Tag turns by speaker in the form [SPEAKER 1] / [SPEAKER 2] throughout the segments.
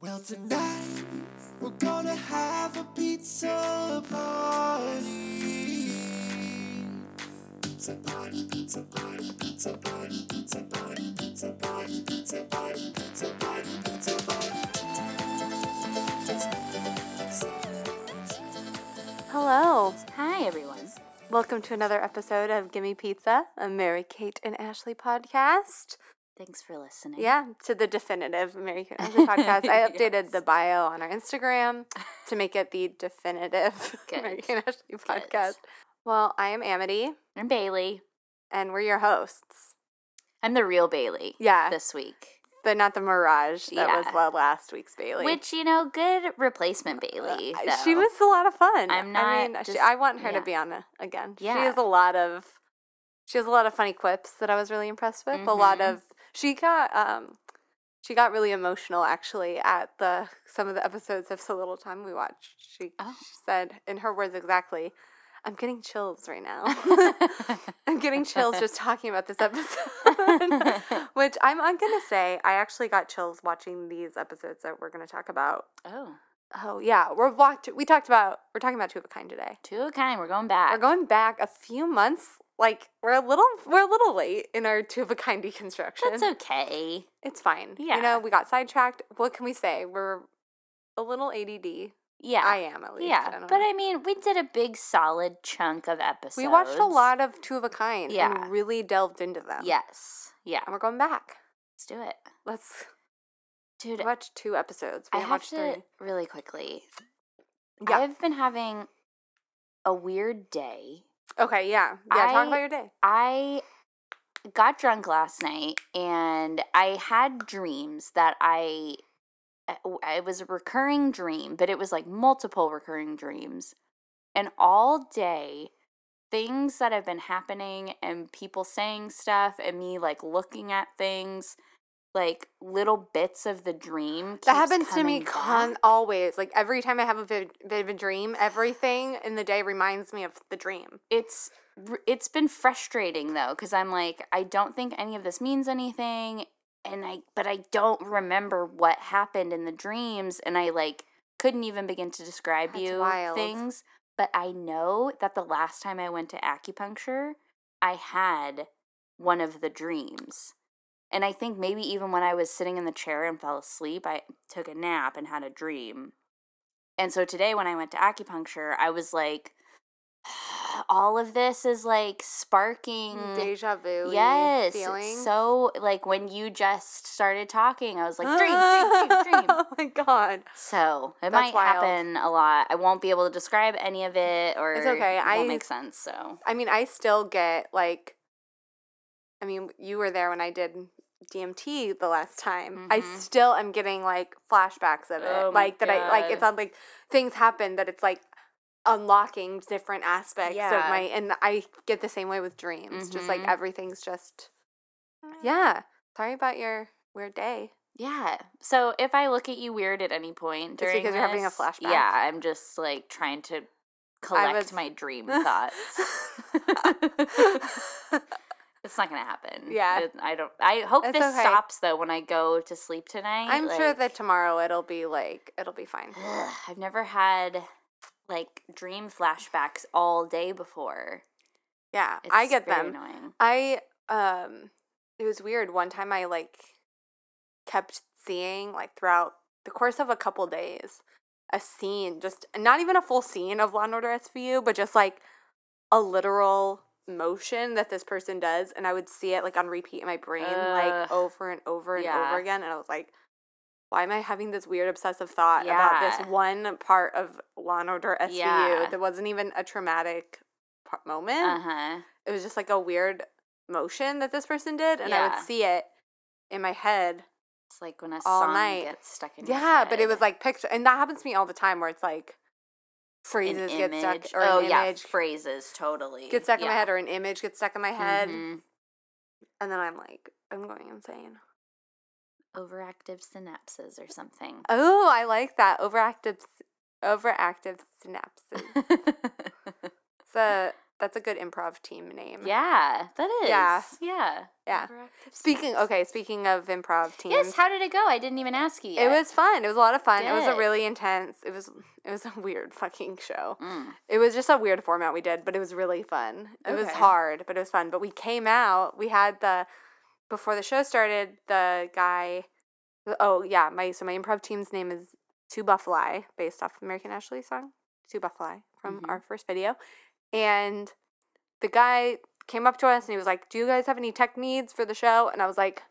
[SPEAKER 1] Well, tonight we're gonna have a pizza party. Pizza party, pizza party, pizza party, pizza party, pizza party, pizza party, pizza party, pizza
[SPEAKER 2] Hello. Hi, everyone. Welcome to another episode of Gimme Pizza, a Mary Kate and Ashley podcast.
[SPEAKER 3] Thanks for listening.
[SPEAKER 2] Yeah, to the definitive Mary Kate and Ashley podcast. I updated the bio on our Instagram to make it the definitive
[SPEAKER 3] Good.
[SPEAKER 2] Mary Kate and Ashley
[SPEAKER 3] Good.
[SPEAKER 2] podcast. Well, I am Amity,
[SPEAKER 3] I'm Bailey.
[SPEAKER 2] and we're your hosts.
[SPEAKER 3] I'm the real Bailey
[SPEAKER 2] Yeah,
[SPEAKER 3] this week.
[SPEAKER 2] but not the Mirage that was
[SPEAKER 3] Yeah.
[SPEAKER 2] la- last week's Bailey.
[SPEAKER 3] Which, you know, good replacement Bailey.
[SPEAKER 2] Uh, She
[SPEAKER 3] though.
[SPEAKER 2] was a lot of fun.
[SPEAKER 3] I'm not
[SPEAKER 2] I mean, she,
[SPEAKER 3] just-
[SPEAKER 2] I want her
[SPEAKER 3] yeah.
[SPEAKER 2] to be on a, again. She
[SPEAKER 3] Yeah.
[SPEAKER 2] has a lot of. She has a lot of funny quips that I was really impressed with. A lot
[SPEAKER 3] Mhm.
[SPEAKER 2] of she got um, she got really emotional actually at the some of the episodes of So Little Time we watched. She,
[SPEAKER 3] Oh.
[SPEAKER 2] she said in her words exactly, "I'm getting chills right now. I'm getting chills just talking about this episode." Which I'm, I'm gonna say, I actually got chills watching these episodes that we're gonna talk about
[SPEAKER 3] Oh,
[SPEAKER 2] Oh yeah, we're walked. We talked about we're talking about two of a kind today.
[SPEAKER 3] two of a kind. We're going back.
[SPEAKER 2] We're going back a few months. Like we're a little we're a little late in our two of a kind deconstruction.
[SPEAKER 3] That's okay.
[SPEAKER 2] it's fine. you
[SPEAKER 3] Yeah.
[SPEAKER 2] know we got sidetracked. What can we say? We're a little ADD.
[SPEAKER 3] Yeah.
[SPEAKER 2] I am at least.
[SPEAKER 3] yeah.
[SPEAKER 2] I don't
[SPEAKER 3] but
[SPEAKER 2] know.
[SPEAKER 3] I mean, we did a big solid chunk of episodes.
[SPEAKER 2] we watched a lot of two of a kind.
[SPEAKER 3] Yeah.
[SPEAKER 2] and really delved into them. Um,
[SPEAKER 3] Yes. Yeah.
[SPEAKER 2] and we're going back.
[SPEAKER 3] Let's do it.
[SPEAKER 2] Let's
[SPEAKER 3] Dude,
[SPEAKER 2] watch two episodes.
[SPEAKER 3] I
[SPEAKER 2] We haven't
[SPEAKER 3] have
[SPEAKER 2] watched
[SPEAKER 3] to
[SPEAKER 2] three.
[SPEAKER 3] really quickly.
[SPEAKER 2] Yeah.
[SPEAKER 3] I've been having a weird day.
[SPEAKER 2] Okay. Yeah. Yeah. talk
[SPEAKER 3] I-
[SPEAKER 2] about your day.
[SPEAKER 3] I got drunk last night and I had dreams that I uh, it was a recurring dream, but it was like multiple recurring dreams. And all day things that have been happening and people saying stuff and me like looking at things like little bits of the dream
[SPEAKER 2] That
[SPEAKER 3] keeps
[SPEAKER 2] happens to me
[SPEAKER 3] coming
[SPEAKER 2] con-
[SPEAKER 3] back.
[SPEAKER 2] always. Like every time I have a vid- bit of a dream, everything in the day reminds me of the dream.
[SPEAKER 3] it's r- it's been frustrating though because i'm like i don't think any of this means anything and i but i don't remember what happened in the dreams and i like couldn't even begin to describe
[SPEAKER 2] That's
[SPEAKER 3] you
[SPEAKER 2] wild.
[SPEAKER 3] things but i know that the last time i went to acupuncture i had one of the dreams and i think maybe even when i was sitting in the chair and fell asleep i took a nap and had a dream and so today when i went to acupuncture i was like all of this is like sparking
[SPEAKER 2] Deja vu.
[SPEAKER 3] Mm. yes
[SPEAKER 2] Feeling.
[SPEAKER 3] so like when you just started talking i was like dream dream dream dream
[SPEAKER 2] oh my God.
[SPEAKER 3] so it
[SPEAKER 2] That's
[SPEAKER 3] might
[SPEAKER 2] wild.
[SPEAKER 3] happen a lot i won't be able to describe any of it or
[SPEAKER 2] okay.
[SPEAKER 3] it
[SPEAKER 2] I-
[SPEAKER 3] won't make sense so
[SPEAKER 2] I mean, I still get like, I mean, you were there when I did DMT the last time. I
[SPEAKER 3] Mhm.
[SPEAKER 2] still am getting like flashbacks of it.
[SPEAKER 3] Oh my
[SPEAKER 2] like, that I, like, it's
[SPEAKER 3] God.
[SPEAKER 2] on like things happen that it's like, unlocking different aspects
[SPEAKER 3] Yeah.
[SPEAKER 2] of my and I get the same way with dreams just like
[SPEAKER 3] Mhm.
[SPEAKER 2] everything's just
[SPEAKER 3] Mm.
[SPEAKER 2] Yeah. Sorry about your weird day.
[SPEAKER 3] yeah so if i look at you weird at any point
[SPEAKER 2] It's
[SPEAKER 3] during
[SPEAKER 2] because you're having a
[SPEAKER 3] this,
[SPEAKER 2] flashback.
[SPEAKER 3] yeah i'm just like trying to collect
[SPEAKER 2] was-
[SPEAKER 3] my dream thoughts It's not gonna happen.
[SPEAKER 2] Yeah.
[SPEAKER 3] It- I don't. I hope
[SPEAKER 2] It's
[SPEAKER 3] this
[SPEAKER 2] okay.
[SPEAKER 3] stops though when I go to sleep tonight.
[SPEAKER 2] I'm sure that
[SPEAKER 3] like,
[SPEAKER 2] tomorrow it'll be like it'll be fine.
[SPEAKER 3] ugh, I've never had like dream flashbacks all day before.
[SPEAKER 2] Yeah, I
[SPEAKER 3] It's
[SPEAKER 2] get
[SPEAKER 3] very
[SPEAKER 2] them.
[SPEAKER 3] Annoying.
[SPEAKER 2] I um it was weird one time I like kept seeing like throughout the course of a couple days a scene just not even a full scene of Law and Order SVU but just like a literal motion that this person does and I would see it like on repeat in my brain
[SPEAKER 3] Ugh.
[SPEAKER 2] like over and over and
[SPEAKER 3] Yeah.
[SPEAKER 2] over again and I was like why am I having this weird obsessive thought about
[SPEAKER 3] Yeah.
[SPEAKER 2] this one part of Law and Order SVU
[SPEAKER 3] Yeah.
[SPEAKER 2] that wasn't even a traumatic par- moment
[SPEAKER 3] Uh huh.
[SPEAKER 2] it was just like a weird motion that this person did and i
[SPEAKER 3] Yeah.
[SPEAKER 2] would see it in my head
[SPEAKER 3] It's like when a
[SPEAKER 2] All
[SPEAKER 3] song
[SPEAKER 2] night.
[SPEAKER 3] gets stuck in. your
[SPEAKER 2] yeah but it
[SPEAKER 3] head.
[SPEAKER 2] was like picture and that happens to me all the time where it's like phrases
[SPEAKER 3] an
[SPEAKER 2] get stuck
[SPEAKER 3] image-
[SPEAKER 2] or
[SPEAKER 3] oh
[SPEAKER 2] an
[SPEAKER 3] yeah,
[SPEAKER 2] image
[SPEAKER 3] phrases totally
[SPEAKER 2] get stuck in my
[SPEAKER 3] Yeah.
[SPEAKER 2] head or an image gets stuck in my head
[SPEAKER 3] Mhm.
[SPEAKER 2] and then i'm like i'm going insane
[SPEAKER 3] Overactive synapses or something.
[SPEAKER 2] oh i like that overactive s- overactive synapses so That's a good improv team name.
[SPEAKER 3] Yeah, that is.
[SPEAKER 2] Yeah.
[SPEAKER 3] Yeah.
[SPEAKER 2] Yeah. Speaking okay, speaking of improv teams.
[SPEAKER 3] Yes, how did it go? I didn't even ask you.
[SPEAKER 2] it
[SPEAKER 3] yet.
[SPEAKER 2] was fun. It was a lot of fun. It was a
[SPEAKER 3] Good.
[SPEAKER 2] really intense. It was it was a weird fucking show.
[SPEAKER 3] Mm.
[SPEAKER 2] It was just a weird format we did, but it was really fun. It was
[SPEAKER 3] Okay.
[SPEAKER 2] hard, but it was fun. But we came out, we had the before the show started, the guy oh yeah, my so my improv team's name is Two Buffly, based off American Ashley song. Two Buffly from
[SPEAKER 3] Mhm.
[SPEAKER 2] our first video. And the guy came up to us and he was like, Do you guys have any tech needs for the show? And I was like,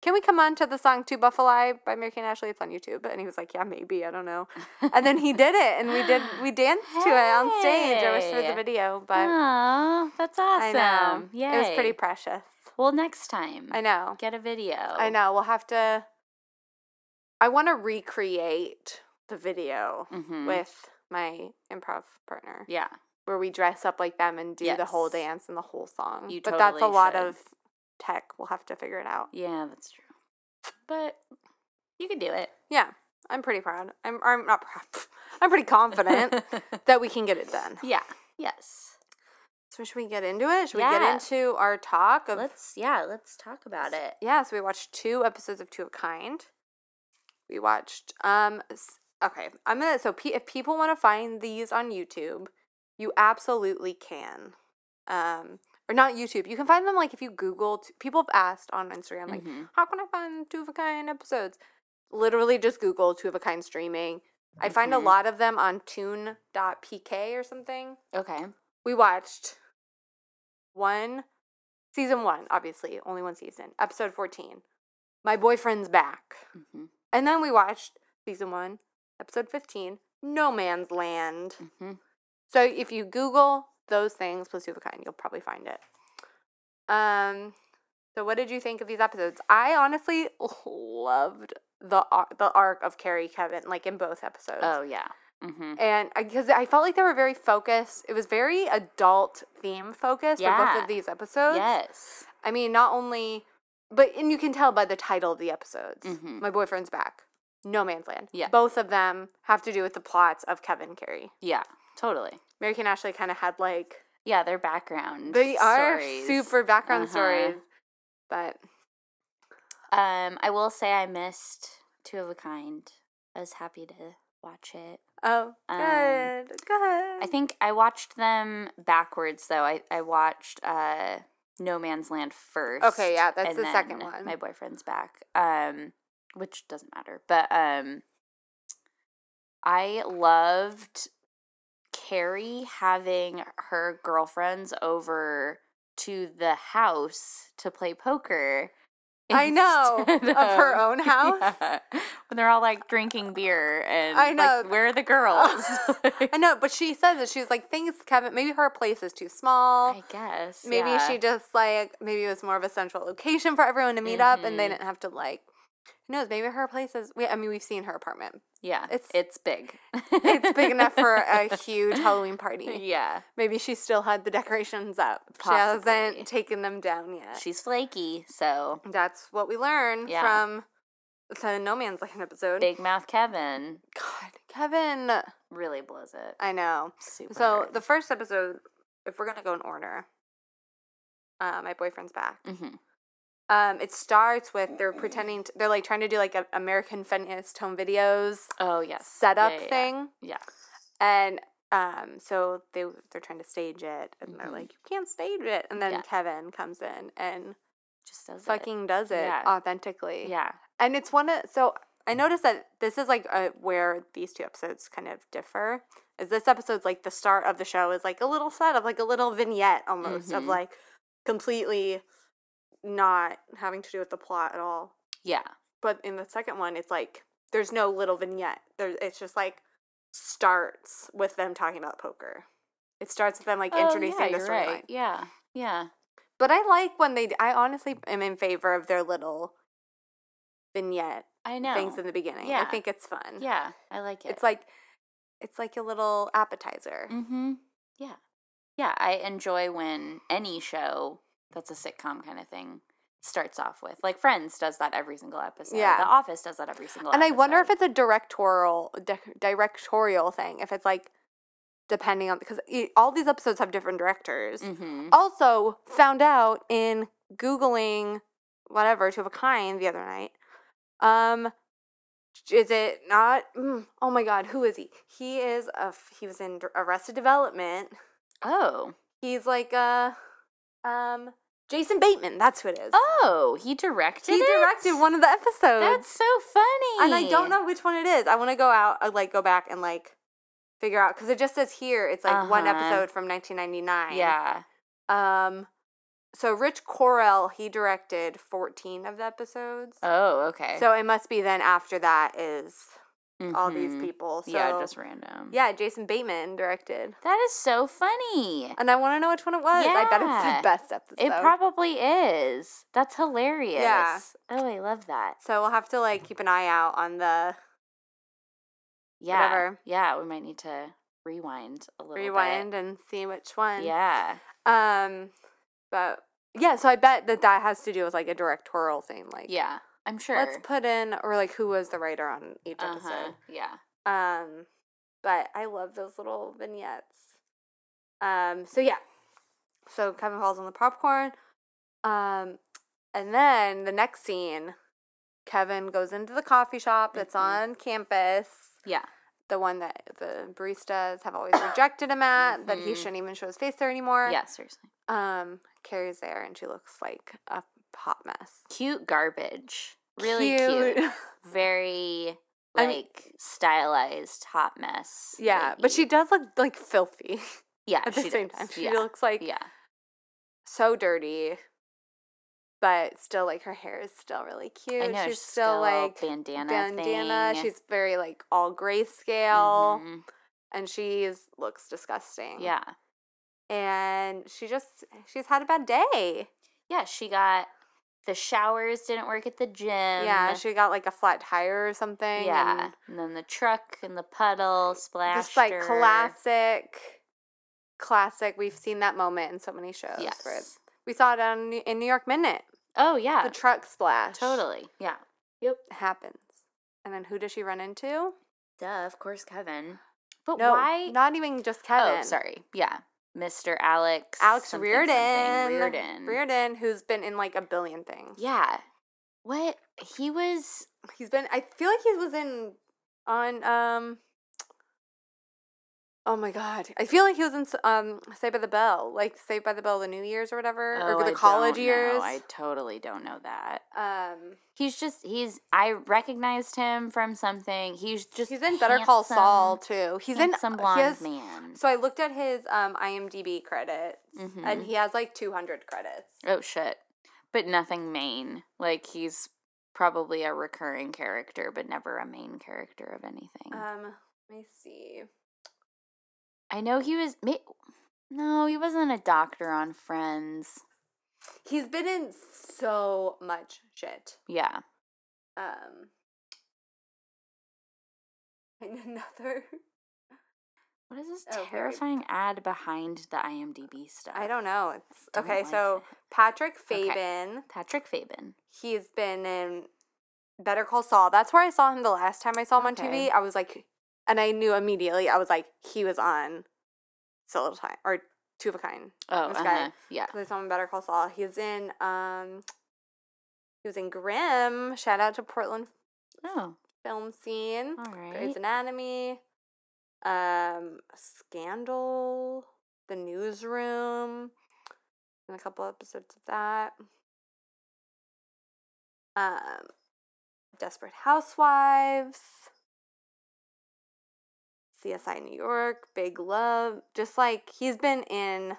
[SPEAKER 2] Can we come on to the song Two Buffly by American Ashley? It's on YouTube. And he was like, Yeah, maybe, I don't know. And then he did it and we did we danced to it on stage. I wish there was
[SPEAKER 3] Hey.
[SPEAKER 2] a video, but
[SPEAKER 3] Aw, that's
[SPEAKER 2] I know.
[SPEAKER 3] awesome.
[SPEAKER 2] It was pretty
[SPEAKER 3] Yay.
[SPEAKER 2] precious.
[SPEAKER 3] Well, next time.
[SPEAKER 2] I know.
[SPEAKER 3] Get a video.
[SPEAKER 2] I know. We'll have to I wanna recreate the video
[SPEAKER 3] Mhm.
[SPEAKER 2] with my improv partner.
[SPEAKER 3] Yeah.
[SPEAKER 2] where we dress up like them and do the whole
[SPEAKER 3] Yes.
[SPEAKER 2] dance and the whole song.
[SPEAKER 3] You
[SPEAKER 2] but that's a
[SPEAKER 3] totally
[SPEAKER 2] lot
[SPEAKER 3] should.
[SPEAKER 2] of tech. We'll have to figure it out.
[SPEAKER 3] Yeah, that's true. But you could do it.
[SPEAKER 2] Yeah, I'm pretty proud. I'm I'm not proud. I'm pretty confident that we can get it done.
[SPEAKER 3] yeah. Yes.
[SPEAKER 2] So should we get into it? Should we
[SPEAKER 3] Yeah.
[SPEAKER 2] get into our talk of
[SPEAKER 3] Let's yeah, let's talk about it.
[SPEAKER 2] Yeah, so we watched two episodes of Two of a Kind. We watched um s- okay, I'm going to so pe- if people want to find these on YouTube, you absolutely can. Um or not YouTube. You can find them like if you Google t- people have asked on Instagram like
[SPEAKER 3] Mhm.
[SPEAKER 2] how can I find Two of a Kind episodes? Literally just Google Two of a Kind streaming. I find a
[SPEAKER 3] Mhm.
[SPEAKER 2] lot of them on tune.pk or something
[SPEAKER 3] Okay.
[SPEAKER 2] we watched one season one obviously only one season episode 14 my boyfriend's back
[SPEAKER 3] Mhm.
[SPEAKER 2] and then we watched season one episode 15 no man's land
[SPEAKER 3] Mhm.
[SPEAKER 2] so if you google those things plus two of a kind you'll probably find it um so what did you think of these episodes i honestly loved the ar- the arc of carrie kevin like in both episodes
[SPEAKER 3] Oh yeah. Mhm.
[SPEAKER 2] and because I felt like they were very focused. It was very adult theme focused for both
[SPEAKER 3] Yeah.
[SPEAKER 2] of these episodes.
[SPEAKER 3] Yes.
[SPEAKER 2] I mean, not only, but and you can tell by the title of the episodes.
[SPEAKER 3] Mhm.
[SPEAKER 2] My boyfriend's back. No Man's Land.
[SPEAKER 3] Yeah.
[SPEAKER 2] Both of them have to do with the plots of Kevin Carey.
[SPEAKER 3] Yeah. Totally.
[SPEAKER 2] Mary and Ashley kind of had like
[SPEAKER 3] Yeah, their background.
[SPEAKER 2] they are
[SPEAKER 3] stories.
[SPEAKER 2] super background
[SPEAKER 3] Uh-huh.
[SPEAKER 2] stories, but
[SPEAKER 3] Um, I will say I missed Two of a Kind. I was happy to watch it.
[SPEAKER 2] oh,
[SPEAKER 3] Um,
[SPEAKER 2] good, good.
[SPEAKER 3] I think I watched them backwards though. I, I watched uh No Man's Land first.
[SPEAKER 2] Okay, yeah, that's
[SPEAKER 3] and
[SPEAKER 2] the second
[SPEAKER 3] then
[SPEAKER 2] one.
[SPEAKER 3] My boyfriend's back. Um which doesn't matter. But um I loved Carrie having her girlfriends over to the house to play poker.
[SPEAKER 2] I know,
[SPEAKER 3] instead
[SPEAKER 2] of her own house.
[SPEAKER 3] Yeah. When they're all like drinking beer and
[SPEAKER 2] I
[SPEAKER 3] like,
[SPEAKER 2] know.
[SPEAKER 3] where are the girls?
[SPEAKER 2] I know, but she says it. She's like, things Kevin. Maybe her place is too small.
[SPEAKER 3] I guess.
[SPEAKER 2] maybe
[SPEAKER 3] yeah.
[SPEAKER 2] she just like maybe it was more of a central location for everyone to meet up and they
[SPEAKER 3] Mhm.
[SPEAKER 2] didn't have to like who knows maybe her place is we, i mean we've seen her apartment
[SPEAKER 3] Yeah,
[SPEAKER 2] it's-
[SPEAKER 3] it's it's big.
[SPEAKER 2] it's big enough for a huge halloween party
[SPEAKER 3] Yeah,
[SPEAKER 2] maybe she still had the decorations up she
[SPEAKER 3] Possibly.
[SPEAKER 2] hasn't taken them down yet
[SPEAKER 3] she's flaky, so
[SPEAKER 2] that's what we learn
[SPEAKER 3] Yeah.
[SPEAKER 2] from the no man's land episode
[SPEAKER 3] Big Mouth Kevin
[SPEAKER 2] god kevin
[SPEAKER 3] really blows it.
[SPEAKER 2] i know
[SPEAKER 3] Super.
[SPEAKER 2] so the first episode if we're gonna go in order uh, my boyfriend's back
[SPEAKER 3] Mhm.
[SPEAKER 2] Um, it starts with they're pretending to, they're like trying to do like a American Funniest Home Videos
[SPEAKER 3] oh yes,
[SPEAKER 2] setup
[SPEAKER 3] Yeah, yeah, yeah.
[SPEAKER 2] thing,
[SPEAKER 3] yeah,
[SPEAKER 2] and um, so they they're trying to stage it, and they're
[SPEAKER 3] Mhm.
[SPEAKER 2] like, "You can't stage it." And then
[SPEAKER 3] Yeah.
[SPEAKER 2] Kevin comes in and
[SPEAKER 3] just does it.
[SPEAKER 2] fucking does it
[SPEAKER 3] Yeah.
[SPEAKER 2] authentically,
[SPEAKER 3] yeah. Mm-hmm.
[SPEAKER 2] and it's one of so I noticed that this is like uh where these two episodes kind of differ. Is this episode's like the start of the show is like a little setup, like a little vignette almost of
[SPEAKER 3] Mhm.
[SPEAKER 2] like completely not having to do with the plot at all.
[SPEAKER 3] Yeah,
[SPEAKER 2] But in the second one, it's like there's no little vignette. There, it's just like starts with them talking about poker. It starts with them like
[SPEAKER 3] Oh,
[SPEAKER 2] introducing
[SPEAKER 3] yeah,
[SPEAKER 2] the
[SPEAKER 3] you're
[SPEAKER 2] storyline.
[SPEAKER 3] right. Yeah, yeah,
[SPEAKER 2] But I like when they. d- I honestly am in favor of their little vignette
[SPEAKER 3] I know.
[SPEAKER 2] things in the beginning. I
[SPEAKER 3] Yeah.
[SPEAKER 2] think it's fun.
[SPEAKER 3] yeah, I like it.
[SPEAKER 2] it's like it's like a little appetizer.
[SPEAKER 3] Mm-hmm. Yeah. Yeah, I enjoy when any show that's a sitcom kind of thing starts off with. Like Friends does that every single episode.
[SPEAKER 2] Yeah.
[SPEAKER 3] The Office does that every single
[SPEAKER 2] and I wonder if
[SPEAKER 3] episode.
[SPEAKER 2] it's a directorial di- directorial thing. If it's like depending on because e- all these episodes have different directors.
[SPEAKER 3] Mm-hmm.
[SPEAKER 2] Also, found out in googling whatever two of a kind the other night. Um, is it not? mm, Oh my God, who is he? He is a f- he was in Dr- Arrested Development.
[SPEAKER 3] Oh.
[SPEAKER 2] He's like a um Jason Bateman. That's who it is.
[SPEAKER 3] Oh, he directed
[SPEAKER 2] he
[SPEAKER 3] it?
[SPEAKER 2] directed one of the episodes.
[SPEAKER 3] That's so funny.
[SPEAKER 2] and I don't know which one it is. I want to go out, uh, like go back and like figure out because it just says here it's like one
[SPEAKER 3] Uh-huh.
[SPEAKER 2] episode from 1999.
[SPEAKER 3] Yeah.
[SPEAKER 2] Um, so Rich Corell he directed 14 of the episodes.
[SPEAKER 3] Oh, okay.
[SPEAKER 2] So it must be then after that is all these
[SPEAKER 3] Mhm.
[SPEAKER 2] people. So,
[SPEAKER 3] yeah, just random.
[SPEAKER 2] yeah, Jason Bateman directed,
[SPEAKER 3] That is so funny.
[SPEAKER 2] and I want to know which one it was. I bet it's
[SPEAKER 3] Yeah.
[SPEAKER 2] the best episode.
[SPEAKER 3] It probably is. That's hilarious. Oh, I love that.
[SPEAKER 2] so we'll have to like keep an eye out on the
[SPEAKER 3] Yeah.
[SPEAKER 2] Whatever.
[SPEAKER 3] Yeah, we might need to rewind a little
[SPEAKER 2] rewind and see which one.
[SPEAKER 3] bit. Yeah.
[SPEAKER 2] Um, but yeah, so I bet that that has to do with like a directorial thing, like
[SPEAKER 3] Yeah. I'm sure.
[SPEAKER 2] let's put in or like who was the writer on each
[SPEAKER 3] uh-huh. Yeah.
[SPEAKER 2] episode. Um, but I love those little vignettes. Um, so yeah, so Kevin falls on the popcorn. Um, and then the next scene, Kevin goes into the coffee shop that's
[SPEAKER 3] Mhm.
[SPEAKER 2] on campus.
[SPEAKER 3] Yeah.
[SPEAKER 2] The one that the baristas have always rejected him at, that he
[SPEAKER 3] Mhm.
[SPEAKER 2] shouldn't even show his face there anymore.
[SPEAKER 3] Yeah, seriously.
[SPEAKER 2] Um, Carrie's there and she looks like a hot mess.
[SPEAKER 3] Cute garbage. Really cute. Very
[SPEAKER 2] I
[SPEAKER 3] like
[SPEAKER 2] mean-
[SPEAKER 3] stylized hot mess.
[SPEAKER 2] yeah, but she
[SPEAKER 3] lady.
[SPEAKER 2] does look like filthy
[SPEAKER 3] yeah
[SPEAKER 2] at the
[SPEAKER 3] she
[SPEAKER 2] same
[SPEAKER 3] does.
[SPEAKER 2] time. She
[SPEAKER 3] yeah.
[SPEAKER 2] looks like
[SPEAKER 3] yeah
[SPEAKER 2] so dirty, but still like her hair is still really cute.
[SPEAKER 3] I know
[SPEAKER 2] she's still like
[SPEAKER 3] bandana
[SPEAKER 2] bandana.
[SPEAKER 3] thing.
[SPEAKER 2] She's very like all grayscale,
[SPEAKER 3] Mhm.
[SPEAKER 2] and she's looks disgusting.
[SPEAKER 3] yeah
[SPEAKER 2] and she just she's had a bad day.
[SPEAKER 3] yeah she got the showers didn't work at the gym
[SPEAKER 2] yeah, she got like a flat tire or something. and-
[SPEAKER 3] yeah and then the truck and the puddle splashed
[SPEAKER 2] just like
[SPEAKER 3] her.
[SPEAKER 2] classic classic we've seen that moment in so many shows where
[SPEAKER 3] yes
[SPEAKER 2] it's- we saw it on, in new york minute
[SPEAKER 3] oh yeah
[SPEAKER 2] the truck splash
[SPEAKER 3] totally yeah
[SPEAKER 2] happens and then who does she run into
[SPEAKER 3] duh of course Kevin but
[SPEAKER 2] no
[SPEAKER 3] why
[SPEAKER 2] not even just kevin
[SPEAKER 3] oh sorry yeah Mr Alex
[SPEAKER 2] alex
[SPEAKER 3] something, something,
[SPEAKER 2] reardon
[SPEAKER 3] Reardon
[SPEAKER 2] reardon who's been in like a billion things
[SPEAKER 3] yeah what he was
[SPEAKER 2] he's been i feel like he was in on um Oh my god! I feel like he was in s- um Saved by the Bell, like Saved by the Bell, the New Year's or whatever,
[SPEAKER 3] oh,
[SPEAKER 2] Er, or
[SPEAKER 3] I
[SPEAKER 2] the
[SPEAKER 3] don't
[SPEAKER 2] college
[SPEAKER 3] know.
[SPEAKER 2] years.
[SPEAKER 3] I totally don't know that
[SPEAKER 2] Um,
[SPEAKER 3] He's just he's I recognized him from something. He's just
[SPEAKER 2] he's in Better Call Saul
[SPEAKER 3] handsome-
[SPEAKER 2] too. He's in
[SPEAKER 3] handsome
[SPEAKER 2] he
[SPEAKER 3] blonde
[SPEAKER 2] has-
[SPEAKER 3] man.
[SPEAKER 2] So I looked at his um, IMDb credits, and
[SPEAKER 3] Mhm.
[SPEAKER 2] he has like 200 credits.
[SPEAKER 3] oh shit. But nothing main. Like he's probably a recurring character but never a main character of anything.
[SPEAKER 2] Um, let me see.
[SPEAKER 3] I know he was ma- No, he wasn't a doctor on Friends.
[SPEAKER 2] He's been in so much shit.
[SPEAKER 3] Yeah.
[SPEAKER 2] Um, and another.
[SPEAKER 3] What is this
[SPEAKER 2] Oh, very-
[SPEAKER 3] terrifying ad behind the IMDb stuff?
[SPEAKER 2] I don't know. It's
[SPEAKER 3] Don't
[SPEAKER 2] okay.
[SPEAKER 3] like
[SPEAKER 2] so
[SPEAKER 3] it.
[SPEAKER 2] Patrick
[SPEAKER 3] Okay.
[SPEAKER 2] Fabian.
[SPEAKER 3] Patrick Fabian.
[SPEAKER 2] he's been in Better Call Saul. That's where I saw him the last time I saw him on
[SPEAKER 3] Okay.
[SPEAKER 2] TV. I was like, and I knew immediately. I was like, he was on Solo Time or Two of a Kind.
[SPEAKER 3] Oh,
[SPEAKER 2] This guy.
[SPEAKER 3] uh-huh. yeah.
[SPEAKER 2] 'Cause I saw him in Better Call Saul. He's in um, he was in Grimm. Shout out to Portland
[SPEAKER 3] Oh,
[SPEAKER 2] film scene.
[SPEAKER 3] all
[SPEAKER 2] Grey's
[SPEAKER 3] right.
[SPEAKER 2] Anatomy, um, Scandal, The Newsroom, and a couple episodes of that. Um, Desperate Housewives, CSI New York, Big Love. Just like he's been in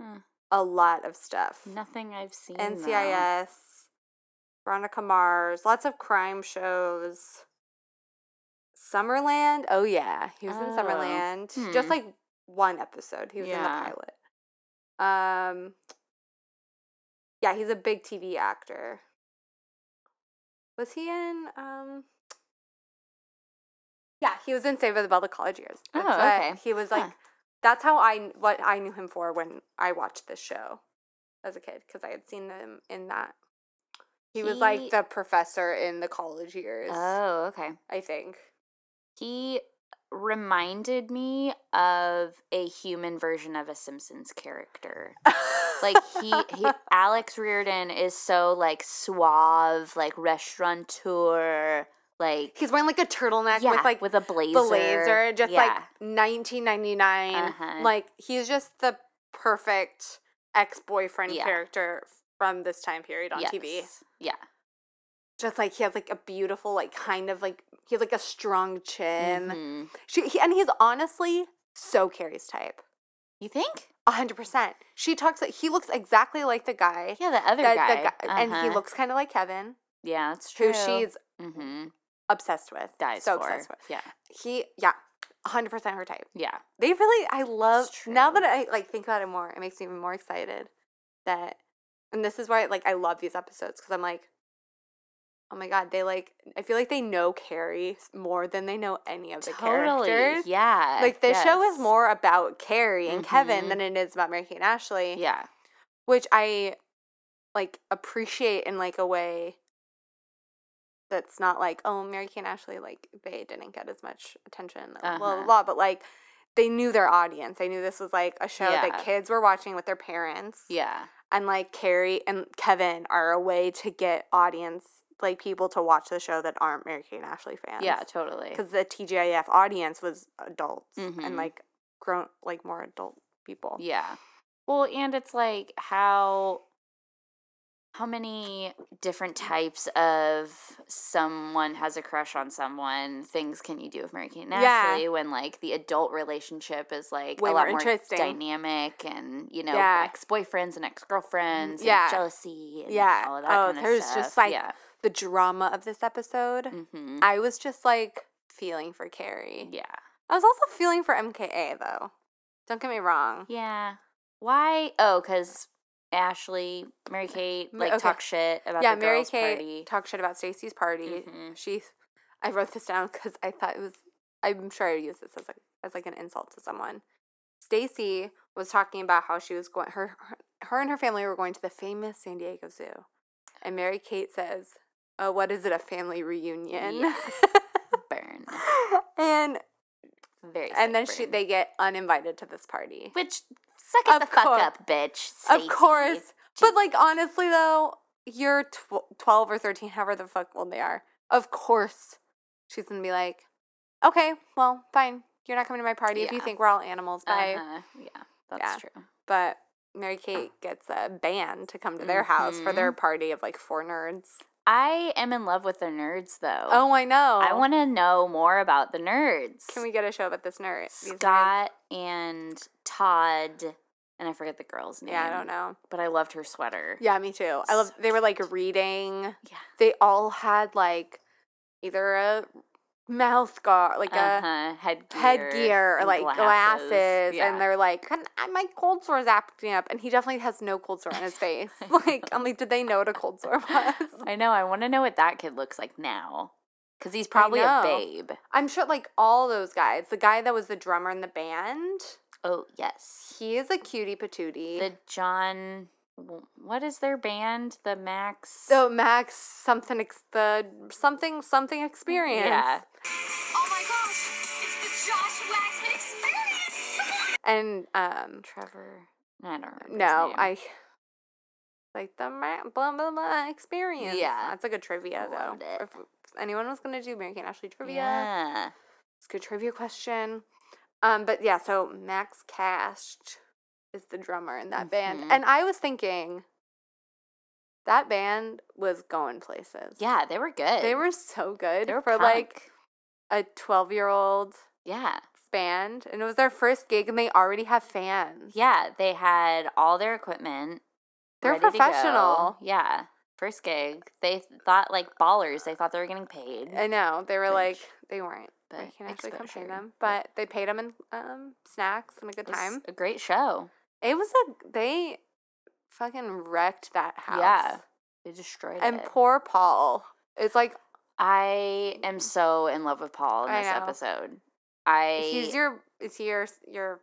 [SPEAKER 3] Hmm.
[SPEAKER 2] a lot of stuff.
[SPEAKER 3] Nothing I've seen. though.
[SPEAKER 2] NCIS, Veronica Mars, lots of crime shows. Summerland. Oh yeah, he was in
[SPEAKER 3] Oh,
[SPEAKER 2] Summerland. Just
[SPEAKER 3] hmm.
[SPEAKER 2] like one episode. He was
[SPEAKER 3] Yeah.
[SPEAKER 2] in the pilot. Um Yeah, he's a big TV actor. Was he in um Yeah, he was in Save by the Bell the College Years. That's
[SPEAKER 3] Oh,
[SPEAKER 2] what
[SPEAKER 3] okay.
[SPEAKER 2] He was
[SPEAKER 3] Huh.
[SPEAKER 2] like that's how I kn- what I knew him for when I watched this show as a kid because I had seen him in that. He, was
[SPEAKER 3] He-
[SPEAKER 2] like the professor in the college years,
[SPEAKER 3] Oh, okay.
[SPEAKER 2] I think.
[SPEAKER 3] He reminded me of a human version of a Simpsons character. Like he, he Alex Reardon is so like suave, like restaurateur, like
[SPEAKER 2] He's wearing like a turtleneck
[SPEAKER 3] yeah,
[SPEAKER 2] with like
[SPEAKER 3] with a blazer.
[SPEAKER 2] the laser, just like
[SPEAKER 3] Yeah.
[SPEAKER 2] 1999.
[SPEAKER 3] Uh-huh.
[SPEAKER 2] Like he's just the perfect ex-boyfriend
[SPEAKER 3] Yeah.
[SPEAKER 2] character from this time period on TV.
[SPEAKER 3] Yes. Yeah.
[SPEAKER 2] Just like he has like a beautiful, like kind of like he has like a strong chin.
[SPEAKER 3] Mhm.
[SPEAKER 2] She he, and he's honestly so Carrie's type.
[SPEAKER 3] You think?
[SPEAKER 2] A hundred percent. She talks. like He looks exactly like the guy.
[SPEAKER 3] Yeah, the other
[SPEAKER 2] that-
[SPEAKER 3] guy.
[SPEAKER 2] the guy- and he
[SPEAKER 3] Uh-huh.
[SPEAKER 2] looks kind of like Kevin,
[SPEAKER 3] Yeah, that's
[SPEAKER 2] who
[SPEAKER 3] true.
[SPEAKER 2] she's
[SPEAKER 3] mm-hmm.
[SPEAKER 2] obsessed with.
[SPEAKER 3] dies
[SPEAKER 2] so
[SPEAKER 3] for.
[SPEAKER 2] obsessed with.
[SPEAKER 3] Yeah.
[SPEAKER 2] He, yeah, a hundred percent her type.
[SPEAKER 3] Yeah.
[SPEAKER 2] They really, I love. Now
[SPEAKER 3] true.
[SPEAKER 2] that I like think about it more, it makes me even more excited. That, and this is why like I love these episodes because I'm like, oh my god, they like. I feel like they know Carrie s- more than they know any of the characters.
[SPEAKER 3] Yeah.
[SPEAKER 2] Like this show is
[SPEAKER 3] yes.
[SPEAKER 2] more about Carrie and Kevin
[SPEAKER 3] Mhm.
[SPEAKER 2] than it is about Mary Kate and Ashley.
[SPEAKER 3] Yeah.
[SPEAKER 2] which I like appreciate in like a way that's not like oh Mary Kate and Ashley like they didn't get as much attention blah blah
[SPEAKER 3] Uh-huh.
[SPEAKER 2] blah but like they knew their audience they knew this was like a show
[SPEAKER 3] Yeah.
[SPEAKER 2] that kids were watching with their parents
[SPEAKER 3] Yeah.
[SPEAKER 2] and like Carrie and Kevin are a way to get audience like people to watch the show that aren't Mary Kate and Ashley fans
[SPEAKER 3] Yeah, totally.
[SPEAKER 2] because the TGIF audience was adults
[SPEAKER 3] Mhm.
[SPEAKER 2] and like grown like more adult people
[SPEAKER 3] Yeah. Well, and it's like how how many different types of someone has a crush on someone things can you do with Mary Kate and
[SPEAKER 2] Yeah.
[SPEAKER 3] Ashley when like the adult relationship is like
[SPEAKER 2] Way
[SPEAKER 3] a
[SPEAKER 2] more
[SPEAKER 3] lot more,
[SPEAKER 2] interesting.
[SPEAKER 3] dynamic and you know
[SPEAKER 2] Yeah.
[SPEAKER 3] ex boyfriends and ex girlfriends
[SPEAKER 2] Yeah.
[SPEAKER 3] and jealousy and
[SPEAKER 2] Yeah.
[SPEAKER 3] all of that
[SPEAKER 2] Oh,
[SPEAKER 3] kind of
[SPEAKER 2] there's
[SPEAKER 3] stuff.
[SPEAKER 2] just, like,
[SPEAKER 3] yeah.
[SPEAKER 2] the drama of this episode
[SPEAKER 3] hmm
[SPEAKER 2] I was just like feeling for Carrie.
[SPEAKER 3] yeah.
[SPEAKER 2] I was also feeling for MKA though. Don't get me wrong.
[SPEAKER 3] Yeah. Why? Oh, because Ashley, Mary Kate,
[SPEAKER 2] Ma-
[SPEAKER 3] like
[SPEAKER 2] okay.
[SPEAKER 3] talk shit about
[SPEAKER 2] yeah,
[SPEAKER 3] the
[SPEAKER 2] Mary
[SPEAKER 3] girls'
[SPEAKER 2] Kate
[SPEAKER 3] party.
[SPEAKER 2] talked shit about Stacy's party.
[SPEAKER 3] Mhm.
[SPEAKER 2] She, I wrote this down because I thought it was. I'm sure I would use this as like as like an insult to someone. Stacy was talking about how she was going. Her, her her and her family were going to the famous San Diego Zoo, and Mary Kate says, "Oh, what is it? A family reunion?"
[SPEAKER 3] Yeah. burn.
[SPEAKER 2] and
[SPEAKER 3] Very.
[SPEAKER 2] and then
[SPEAKER 3] sick
[SPEAKER 2] she
[SPEAKER 3] burn.
[SPEAKER 2] they get uninvited to this party.
[SPEAKER 3] which suck it
[SPEAKER 2] Of
[SPEAKER 3] the fuck
[SPEAKER 2] cour-
[SPEAKER 3] up, bitch. Stacey.
[SPEAKER 2] Of course. But like honestly though, you're tw- 12 or 13, however the fuck old they are. Of course she's going to be like, "Okay, well, fine. You're not coming to my party if you
[SPEAKER 3] Yeah.
[SPEAKER 2] think we're all animals." Bye.
[SPEAKER 3] Uh-huh. Yeah, that's
[SPEAKER 2] Yeah.
[SPEAKER 3] true.
[SPEAKER 2] But Mary Kate gets a band to come to their house for their party of like four nerds.
[SPEAKER 3] I am in love with the nerds, though.
[SPEAKER 2] Oh, I know.
[SPEAKER 3] I want to know more about the nerds.
[SPEAKER 2] Can we get a show about this nerd? these nerds?
[SPEAKER 3] Scott and Todd, and I forget the girl's name.
[SPEAKER 2] Yeah, I don't know.
[SPEAKER 3] But I loved her sweater.
[SPEAKER 2] Yeah, me too. I love. They were like reading.
[SPEAKER 3] Yeah.
[SPEAKER 2] They all had like either a mouth guard, like a
[SPEAKER 3] Uh-huh. Headgear.
[SPEAKER 2] headgear or
[SPEAKER 3] and
[SPEAKER 2] like glasses,
[SPEAKER 3] Yeah.
[SPEAKER 2] and they're like, "Can I- my cold sore is acting up, and he definitely has no cold sore on his face. like, I'm like, did they know what a cold sore was?
[SPEAKER 3] I know. I want to know what that kid looks like now, because he's probably a
[SPEAKER 2] know.
[SPEAKER 3] babe.
[SPEAKER 2] I'm sure, like all those guys, the guy that was the drummer in the band,
[SPEAKER 3] Oh yes,
[SPEAKER 2] he is a cutie patootie.
[SPEAKER 3] the John. What is their band? The Max.
[SPEAKER 2] so Max, something, ex- the something, something experience.
[SPEAKER 3] Yeah.
[SPEAKER 1] Oh my gosh, it's the Josh Waxman experience!
[SPEAKER 2] And um,
[SPEAKER 3] Trevor. I don't remember. his
[SPEAKER 2] no,
[SPEAKER 3] name.
[SPEAKER 2] I like the ma- blah blah blah experience.
[SPEAKER 3] Yeah.
[SPEAKER 2] that's a good trivia though.
[SPEAKER 3] Loved it.
[SPEAKER 2] If anyone was gonna do Mary Kate and Ashley trivia.
[SPEAKER 3] Yeah.
[SPEAKER 2] It's a good trivia question. Um, but yeah, so Max Cash is the drummer in that
[SPEAKER 3] Mhm.
[SPEAKER 2] band. And I was thinking that band was going places.
[SPEAKER 3] Yeah, they were good.
[SPEAKER 2] They were so good
[SPEAKER 3] They were
[SPEAKER 2] for like
[SPEAKER 3] punk.
[SPEAKER 2] a 12 year old
[SPEAKER 3] Yeah.
[SPEAKER 2] band. And it was their first gig and they already have fans.
[SPEAKER 3] Yeah, they had all their equipment.
[SPEAKER 2] They're
[SPEAKER 3] ready to go.
[SPEAKER 2] professional.
[SPEAKER 3] Yeah. First gig, they thought like ballers. They thought they were getting paid.
[SPEAKER 2] I know. They were like,
[SPEAKER 3] Cringe.
[SPEAKER 2] they weren't.
[SPEAKER 3] but
[SPEAKER 2] I can't actually
[SPEAKER 3] exposure.
[SPEAKER 2] compare them. But they paid them in um, snacks and a good
[SPEAKER 3] It was
[SPEAKER 2] time.
[SPEAKER 3] a great show.
[SPEAKER 2] It was a, they fucking wrecked that house.
[SPEAKER 3] Yeah. They destroyed
[SPEAKER 2] And
[SPEAKER 3] it.
[SPEAKER 2] poor Paul is like
[SPEAKER 3] I am so in love with Paul in
[SPEAKER 2] Mm. I
[SPEAKER 3] this
[SPEAKER 2] know.
[SPEAKER 3] episode. I
[SPEAKER 2] he's your is he your your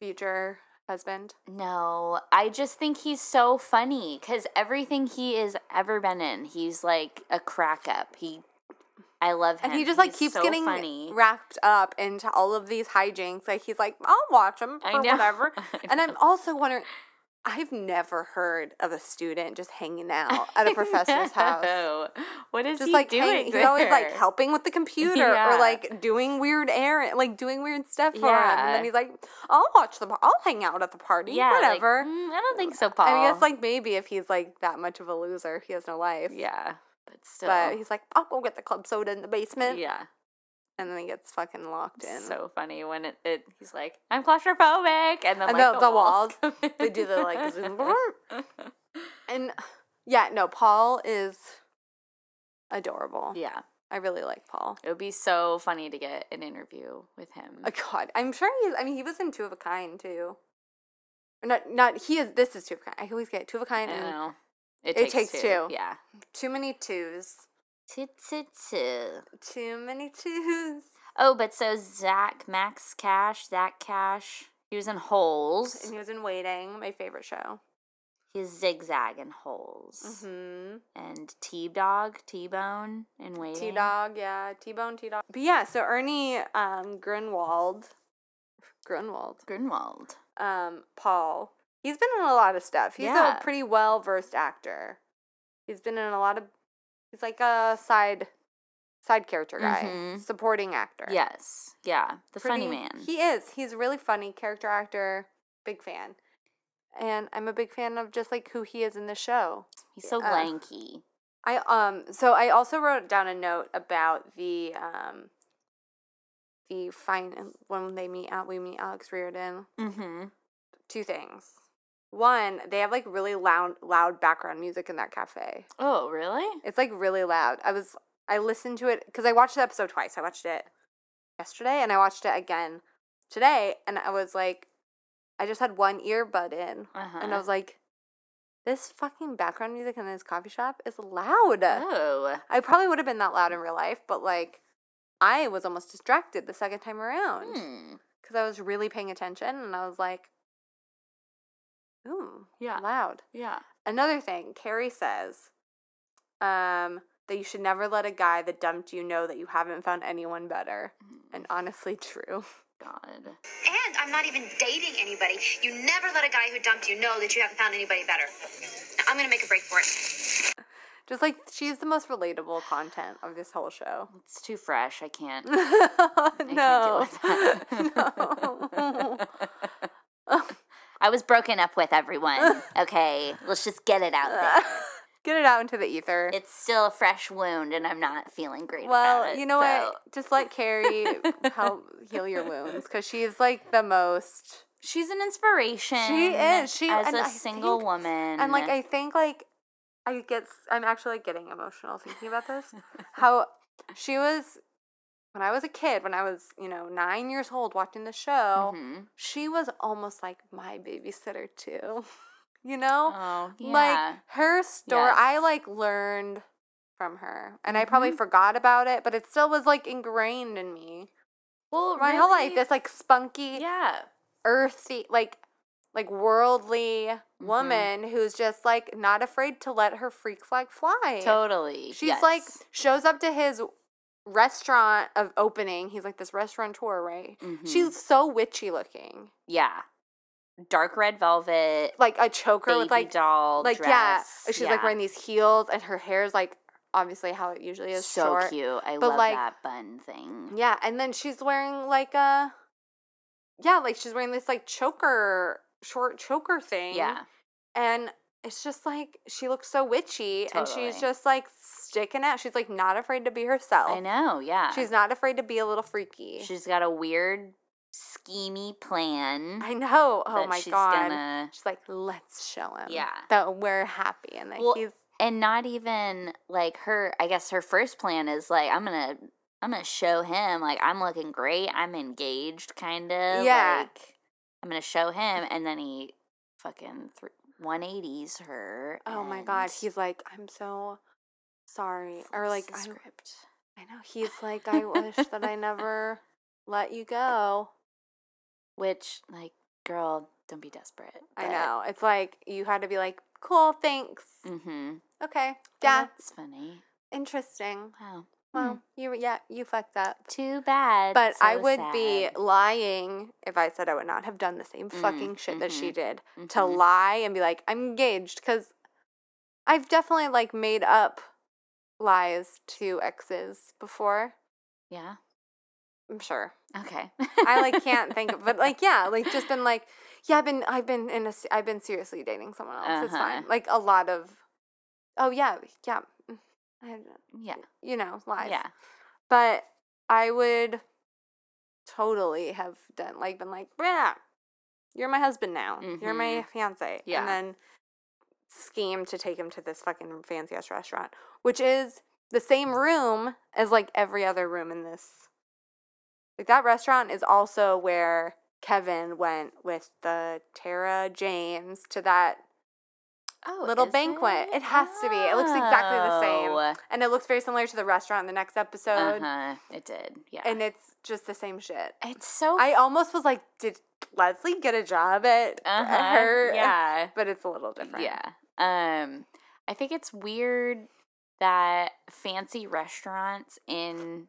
[SPEAKER 2] future husband?
[SPEAKER 3] No, I just think he's so funny because everything he has ever been in, he's like a crack up. He I love him.
[SPEAKER 2] And he just like
[SPEAKER 3] He's
[SPEAKER 2] keeps
[SPEAKER 3] so
[SPEAKER 2] getting
[SPEAKER 3] funny.
[SPEAKER 2] wrapped up into all of these hijinks. Like he's like, I'll watch them
[SPEAKER 3] I
[SPEAKER 2] or
[SPEAKER 3] know.
[SPEAKER 2] whatever.
[SPEAKER 3] I
[SPEAKER 2] And I'm
[SPEAKER 3] know.
[SPEAKER 2] also wondering, I've never heard of a student just hanging out at a professor's house.
[SPEAKER 3] No. What is
[SPEAKER 2] Just
[SPEAKER 3] he
[SPEAKER 2] like
[SPEAKER 3] doing?
[SPEAKER 2] hanging- he's always like
[SPEAKER 3] there?
[SPEAKER 2] helping with the computer
[SPEAKER 3] Yeah.
[SPEAKER 2] or like doing weird errand, like doing weird stuff for him. And
[SPEAKER 3] Yeah.
[SPEAKER 2] then he's like, I'll watch the, I'll hang out at the party,
[SPEAKER 3] Yeah, like,
[SPEAKER 2] whatever.
[SPEAKER 3] "Mm, I don't think so, Paul.
[SPEAKER 2] I guess like maybe if he's like that much of a loser, he has no life.
[SPEAKER 3] yeah, but still,
[SPEAKER 2] But he's like, I'll go get the club soda in the basement.
[SPEAKER 3] yeah,
[SPEAKER 2] And then he gets fucking locked in.
[SPEAKER 3] so funny when it, it he's like, I'm claustrophobic, and then
[SPEAKER 2] And the-
[SPEAKER 3] like the,
[SPEAKER 2] the
[SPEAKER 3] walls,
[SPEAKER 2] walls,
[SPEAKER 3] come
[SPEAKER 2] they do the,
[SPEAKER 3] in.
[SPEAKER 2] like, zoom, And yeah, no, Paul is adorable.
[SPEAKER 3] yeah,
[SPEAKER 2] I really like Paul.
[SPEAKER 3] it would be so funny to get an interview with him.
[SPEAKER 2] Oh, God, I'm sure he's. I mean, he was in Two of a Kind too. Or Not, not he is. This is Two of a Kind. I always get Two of a
[SPEAKER 3] I
[SPEAKER 2] Kind
[SPEAKER 3] don't
[SPEAKER 2] and
[SPEAKER 3] know.
[SPEAKER 2] It Takes Two.
[SPEAKER 3] Yeah.
[SPEAKER 2] too many twos.
[SPEAKER 3] Two, two, two.
[SPEAKER 2] Too many twos.
[SPEAKER 3] Oh, but so Zach, Max Cash, Zach Cash, he was in holes.
[SPEAKER 2] And he was in Waiting, my favorite show.
[SPEAKER 3] He's zigzag in holes.
[SPEAKER 2] Mm-hmm.
[SPEAKER 3] And T Dog, T Bone, and waiting.
[SPEAKER 2] T Dog, yeah, T Bone, T Dog. But yeah, so Ernie um, Grinwald, Grinwald,
[SPEAKER 3] Grinwald.
[SPEAKER 2] um, Paul. He's been in a lot of stuff. He's
[SPEAKER 3] Yeah.
[SPEAKER 2] a pretty well versed actor. He's been in a lot of. He's like a side, side character guy,
[SPEAKER 3] Mhm.
[SPEAKER 2] supporting actor.
[SPEAKER 3] Yes. Yeah. The funny
[SPEAKER 2] Pretty-
[SPEAKER 3] man.
[SPEAKER 2] He is. He's really funny character actor. Big fan, and I'm a big fan of just like who he is in the show.
[SPEAKER 3] He's so
[SPEAKER 2] uh,
[SPEAKER 3] lanky.
[SPEAKER 2] I um so I also wrote down a note about the um the fine um, when they meet out we meet Alex Riordan.
[SPEAKER 3] Mm-hmm.
[SPEAKER 2] Two things. One, they have like really loud loud background music in that cafe.
[SPEAKER 3] Oh, really?
[SPEAKER 2] It's like really loud. I was I listened to it because I watched the episode twice. I watched it yesterday and I watched it again today and I was like I just had one earbud in
[SPEAKER 3] Uh-huh.
[SPEAKER 2] and I was like this fucking background music in this coffee shop is loud.
[SPEAKER 3] oh.
[SPEAKER 2] I probably would have been that loud in real life, but like I was almost distracted the second time around
[SPEAKER 3] Hmm.
[SPEAKER 2] because I was really paying attention and I was like, ooh,
[SPEAKER 3] Yeah.
[SPEAKER 2] loud.
[SPEAKER 3] Yeah.
[SPEAKER 2] Another thing, Carrie says um, that you should never let a guy that dumped you know that you haven't found anyone better.
[SPEAKER 3] Mm.
[SPEAKER 2] And honestly, true.
[SPEAKER 3] God.
[SPEAKER 4] And I'm not even dating anybody. You never let a guy who dumped you know that you haven't found anybody better. Now, I'm gonna make a break for it.
[SPEAKER 2] Just like she's the most relatable content of this whole show.
[SPEAKER 3] It's too fresh. I can't.
[SPEAKER 2] no.
[SPEAKER 3] I can't deal with
[SPEAKER 2] no.
[SPEAKER 3] that. I was broken up with everyone. Okay, let's just get it out there.
[SPEAKER 2] Get it out into the ether.
[SPEAKER 3] It's still a fresh wound, and I'm not feeling great.
[SPEAKER 2] Well,
[SPEAKER 3] about it,
[SPEAKER 2] you know
[SPEAKER 3] so-
[SPEAKER 2] what? Just let Carrie help heal your wounds because she's like the most.
[SPEAKER 3] She's an inspiration.
[SPEAKER 2] is. She-
[SPEAKER 3] as
[SPEAKER 2] and
[SPEAKER 3] a
[SPEAKER 2] I
[SPEAKER 3] single
[SPEAKER 2] think-
[SPEAKER 3] woman,
[SPEAKER 2] And like, I think like I get. s- I'm actually like getting emotional thinking about this. How she was when I was a kid, when I was you know nine years old, watching the show.
[SPEAKER 3] Mhm.
[SPEAKER 2] She was almost like my babysitter too. You know,
[SPEAKER 3] oh yeah,
[SPEAKER 2] like her story. I
[SPEAKER 3] Yes.
[SPEAKER 2] like learned from her, and I probably
[SPEAKER 3] Mhm.
[SPEAKER 2] forgot about it, but it still was like ingrained in me.
[SPEAKER 3] well,
[SPEAKER 2] my whole life
[SPEAKER 3] really,
[SPEAKER 2] this like spunky
[SPEAKER 3] yeah,
[SPEAKER 2] earthy like like worldly
[SPEAKER 3] Mm-hmm.
[SPEAKER 2] woman who's just like not afraid to let her freak flag fly
[SPEAKER 3] totally.
[SPEAKER 2] she's like
[SPEAKER 3] yes.
[SPEAKER 2] shows up to his restaurant of opening he's like this restaurateur right
[SPEAKER 3] Mhm.
[SPEAKER 2] she's so witchy looking
[SPEAKER 3] yeah, dark red velvet,
[SPEAKER 2] like a choker
[SPEAKER 3] baby
[SPEAKER 2] with like
[SPEAKER 3] doll,
[SPEAKER 2] like
[SPEAKER 3] dress.
[SPEAKER 2] yeah she's like wearing these heels and her hair's like obviously how it usually is
[SPEAKER 3] so
[SPEAKER 2] short
[SPEAKER 3] cute. I
[SPEAKER 2] but,
[SPEAKER 3] love
[SPEAKER 2] like-
[SPEAKER 3] that bun thing.
[SPEAKER 2] Yeah, and then she's wearing like a yeah, like she's wearing this like choker, short choker thing.
[SPEAKER 3] Yeah,
[SPEAKER 2] and it's just like she looks so witchy, and
[SPEAKER 3] Totally.
[SPEAKER 2] she's just like sticking out. She's like not afraid to be herself.
[SPEAKER 3] I know. Yeah,
[SPEAKER 2] She's not afraid to be a little freaky.
[SPEAKER 3] She's got a weird, schemy plan.
[SPEAKER 2] I know. Oh
[SPEAKER 3] that
[SPEAKER 2] my
[SPEAKER 3] she's
[SPEAKER 2] god.
[SPEAKER 3] gonna-
[SPEAKER 2] She's like, let's show him.
[SPEAKER 3] Yeah.
[SPEAKER 2] that we're happy, and that
[SPEAKER 3] Well,
[SPEAKER 2] he's
[SPEAKER 3] and not even like her. I guess her first plan is like, I'm gonna, I'm gonna show him like I'm looking great. I'm engaged, kind of.
[SPEAKER 2] Yeah.
[SPEAKER 3] Like, I'm gonna show him, and then he fucking th- 180s her.
[SPEAKER 2] oh my god.
[SPEAKER 3] and
[SPEAKER 2] He's like, I'm so sorry, or
[SPEAKER 3] flips
[SPEAKER 2] like,
[SPEAKER 3] the
[SPEAKER 2] I,
[SPEAKER 3] script.
[SPEAKER 2] I know. He's like, I wish that I never let you go.
[SPEAKER 3] Which like, girl, don't be desperate.
[SPEAKER 2] I know. It's like you had to be like, cool, thanks.
[SPEAKER 3] Mm-hmm.
[SPEAKER 2] Okay. Yeah.
[SPEAKER 3] That's funny.
[SPEAKER 2] Interesting.
[SPEAKER 3] Wow.
[SPEAKER 2] Well, you yeah, you fucked up.
[SPEAKER 3] Too bad.
[SPEAKER 2] But I
[SPEAKER 3] Hmm. So
[SPEAKER 2] would be
[SPEAKER 3] sad. Mm,
[SPEAKER 2] lying if I said I would not have done the same fucking shit that she did. To
[SPEAKER 3] Mhm.
[SPEAKER 2] lie and be like, I'm engaged, because I've definitely like made up lies to exes before.
[SPEAKER 3] Yeah.
[SPEAKER 2] I'm sure.
[SPEAKER 3] Okay.
[SPEAKER 2] I like can't think of, but like yeah, like just been like yeah, I've been I've been in a se- I've been seriously dating someone else. It's fine.
[SPEAKER 3] Uh-huh.
[SPEAKER 2] Like a lot of oh yeah yeah, mm, I,
[SPEAKER 3] Yeah.
[SPEAKER 2] you know lies.
[SPEAKER 3] Yeah.
[SPEAKER 2] but I would totally have done like been like yeah, you're my husband now. You're my fiance.
[SPEAKER 3] Mm-hmm. Yeah.
[SPEAKER 2] and then scheme to take him to this fucking fancy ass restaurant, which is the same room as like every other room in this. Like that restaurant is also where Kevin went with the Tara James to that,
[SPEAKER 3] Oh,
[SPEAKER 2] Little
[SPEAKER 3] is
[SPEAKER 2] banquet. It has to be. It looks exactly the same.
[SPEAKER 3] Oh.
[SPEAKER 2] and it looks very similar to the restaurant in the next episode,
[SPEAKER 3] Uh-huh. It did. Yeah.
[SPEAKER 2] and it's just the same shit.
[SPEAKER 3] it's so
[SPEAKER 2] I almost was like, did Leslie get a job at
[SPEAKER 3] uh-huh.
[SPEAKER 2] her?
[SPEAKER 3] Yeah.
[SPEAKER 2] but it's a little different.
[SPEAKER 3] Yeah. Um I think it's weird that fancy restaurants in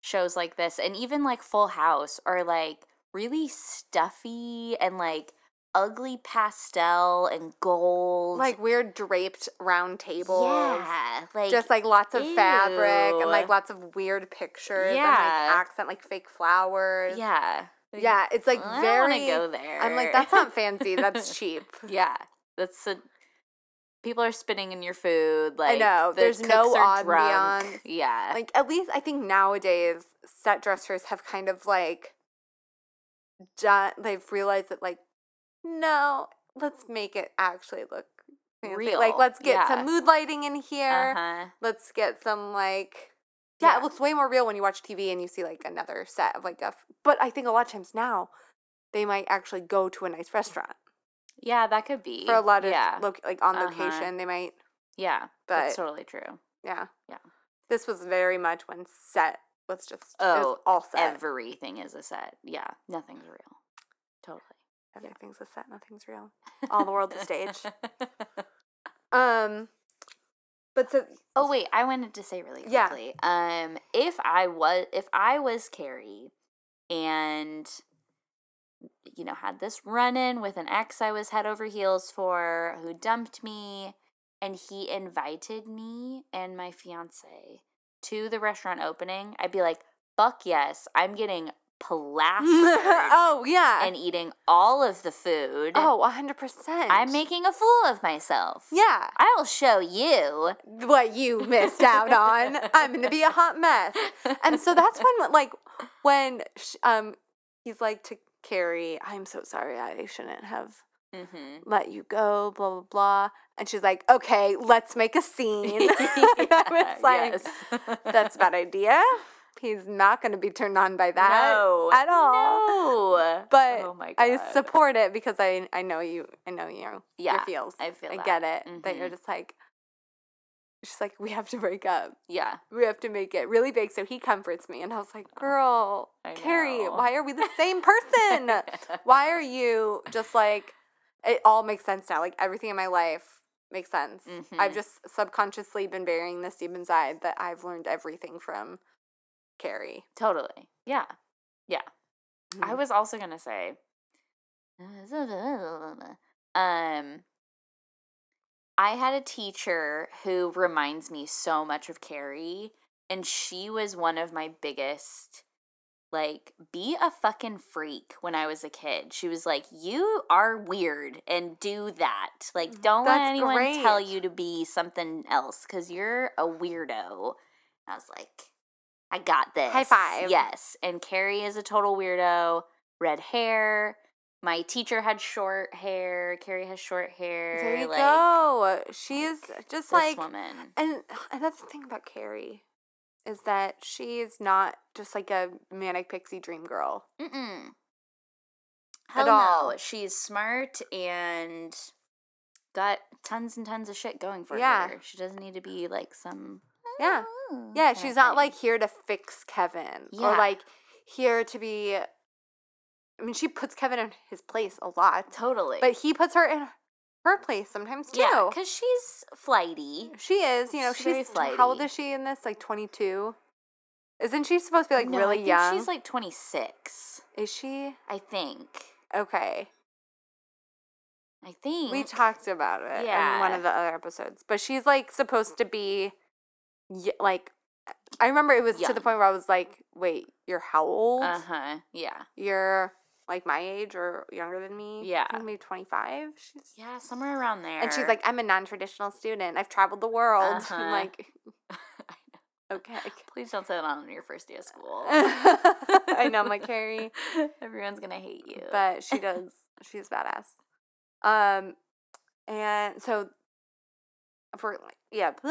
[SPEAKER 3] shows like this and even like Full House are like really stuffy and like ugly pastel and gold.
[SPEAKER 2] like weird draped round tables.
[SPEAKER 3] yeah, like
[SPEAKER 2] just like lots of fabric
[SPEAKER 3] Ew.
[SPEAKER 2] and like lots of weird pictures and
[SPEAKER 3] Yeah.
[SPEAKER 2] like accent like fake flowers.
[SPEAKER 3] yeah.
[SPEAKER 2] Yeah, it's like
[SPEAKER 3] I don't
[SPEAKER 2] very
[SPEAKER 3] wanna go there.
[SPEAKER 2] I'm like that's not fancy, that's cheap.
[SPEAKER 3] yeah. That's a, people are spitting in your food like
[SPEAKER 2] know,
[SPEAKER 3] the
[SPEAKER 2] there's no
[SPEAKER 3] cooks are drunk.
[SPEAKER 2] ambiance.
[SPEAKER 3] Yeah.
[SPEAKER 2] Like at least I think nowadays set dressers have kind of like done they've realized that like no, let's make it actually look fancy. Like
[SPEAKER 3] Real,
[SPEAKER 2] let's get some
[SPEAKER 3] yeah.
[SPEAKER 2] mood lighting in here.
[SPEAKER 3] uh-huh.
[SPEAKER 2] let's get some like yeah,
[SPEAKER 3] Yeah.
[SPEAKER 2] it looks way more real when you watch tv and you see like another set of like a f- but i think a lot of times now they might actually go to a nice restaurant
[SPEAKER 3] Yeah, that could be
[SPEAKER 2] for a lot of
[SPEAKER 3] yeah,
[SPEAKER 2] loc- like on
[SPEAKER 3] Uh-huh.
[SPEAKER 2] location they might
[SPEAKER 3] yeah.
[SPEAKER 2] but
[SPEAKER 3] that's totally true.
[SPEAKER 2] yeah
[SPEAKER 3] yeah.
[SPEAKER 2] this was very much when set let's just it was
[SPEAKER 3] Oh,
[SPEAKER 2] all set
[SPEAKER 3] Everything is a set. Yeah, nothing's real. Totally.
[SPEAKER 2] everything's a set nothing's real all the world's a stage um but so
[SPEAKER 3] oh wait, I wanted to say really
[SPEAKER 2] Yeah.
[SPEAKER 3] quickly. Um, if I was if I was Carrie, and you know had this run in with an ex I was head over heels for who dumped me, and he invited me and my fiance to the restaurant opening, I'd be like, "Fuck yes, I'm getting plastered."
[SPEAKER 2] oh yeah
[SPEAKER 3] and eating all of the food.
[SPEAKER 2] oh 100%
[SPEAKER 3] I'm making a fool of myself.
[SPEAKER 2] yeah
[SPEAKER 3] I'll show you.
[SPEAKER 2] what you missed out on. I'm gonna be a hot mess. And so that's when, like, when sh- um, he's like to Carrie, "I'm so sorry, I shouldn't have
[SPEAKER 3] Mm-hmm.
[SPEAKER 2] let you go." Blah blah blah. And she's like, "Okay, let's make a scene." And I was like, "That's a bad idea. He's not gonna be turned on by that."
[SPEAKER 3] no,
[SPEAKER 2] at all.
[SPEAKER 3] No.
[SPEAKER 2] But
[SPEAKER 3] oh my God.
[SPEAKER 2] I support it because I I know you I know you your
[SPEAKER 3] Yeah,
[SPEAKER 2] feels
[SPEAKER 3] I feel
[SPEAKER 2] I
[SPEAKER 3] that.
[SPEAKER 2] get it that you're
[SPEAKER 3] Mhm.
[SPEAKER 2] just like she's like we have to break up
[SPEAKER 3] Yeah,
[SPEAKER 2] we have to make it really big so he comforts me and i was like girl
[SPEAKER 3] Oh, I
[SPEAKER 2] carrie
[SPEAKER 3] know.
[SPEAKER 2] why are we the same person why are you just like it all makes sense now like everything in my life makes sense i've
[SPEAKER 3] Mhm.
[SPEAKER 2] just subconsciously been burying this deep inside that i've learned everything from carrie
[SPEAKER 3] totally. Yeah, I
[SPEAKER 2] Mhm.
[SPEAKER 3] was also gonna say, um, I had a teacher who reminds me so much of Carrie, and she was one of my biggest. Like, be a fucking freak when I was a kid. She was like, You are weird and do that. Like, don't let
[SPEAKER 2] Mm, That's
[SPEAKER 3] anyone tell
[SPEAKER 2] great.
[SPEAKER 3] you to be something else because you're a weirdo. I was like, I got this.
[SPEAKER 2] five.
[SPEAKER 3] Yes. And Carrie is a total weirdo. Red hair. My teacher had short hair. Carrie has short hair.
[SPEAKER 2] there you
[SPEAKER 3] like,
[SPEAKER 2] go she is just
[SPEAKER 3] This
[SPEAKER 2] like
[SPEAKER 3] woman.
[SPEAKER 2] and another thing about carrie is that she's not just like a manic pixie dream girl
[SPEAKER 3] Mm-mm.
[SPEAKER 2] e At
[SPEAKER 3] Hell
[SPEAKER 2] all.
[SPEAKER 3] no. She's smart and got tons and tons of shit going for
[SPEAKER 2] Yeah.
[SPEAKER 3] her. She doesn't need to be like some.
[SPEAKER 2] Yeah.
[SPEAKER 3] "Oh,"
[SPEAKER 2] Yeah,
[SPEAKER 3] kind of
[SPEAKER 2] she's not
[SPEAKER 3] thing.
[SPEAKER 2] like here to fix Kevin or
[SPEAKER 3] Yeah.
[SPEAKER 2] like here to be. I mean, she puts Kevin in his place a lot,
[SPEAKER 3] Totally.
[SPEAKER 2] but he puts her in her place sometimes too.
[SPEAKER 3] yeah, because she's flighty.
[SPEAKER 2] she is, you know,
[SPEAKER 3] she's very
[SPEAKER 2] she's how old
[SPEAKER 3] flighty.
[SPEAKER 2] is she in this? Like twenty two. Isn't she supposed to be like
[SPEAKER 3] No, I
[SPEAKER 2] really
[SPEAKER 3] think
[SPEAKER 2] young?
[SPEAKER 3] She's like 26,
[SPEAKER 2] Is she?
[SPEAKER 3] I think.
[SPEAKER 2] Okay.
[SPEAKER 3] I think.
[SPEAKER 2] We talked about it in one
[SPEAKER 3] Yeah.
[SPEAKER 2] of the other episodes, but she's like supposed to be, y- like, I remember it was to the
[SPEAKER 3] Young.
[SPEAKER 2] point where I was like, "Wait, you're how old?
[SPEAKER 3] Uh huh. Yeah.
[SPEAKER 2] You're like my age or younger than me?
[SPEAKER 3] Yeah.
[SPEAKER 2] I think maybe twenty five. She's
[SPEAKER 3] Yeah, somewhere around there.
[SPEAKER 2] and she's like, I'm a non traditional student. I've traveled the world.
[SPEAKER 3] Uh-huh.
[SPEAKER 2] I'm like, okay.
[SPEAKER 3] please don't say that on your first day of school.
[SPEAKER 2] I know, I'm like Carrie,
[SPEAKER 3] Everyone's going to hate you.
[SPEAKER 2] but she does. She's badass. Um, and so for like, yeah,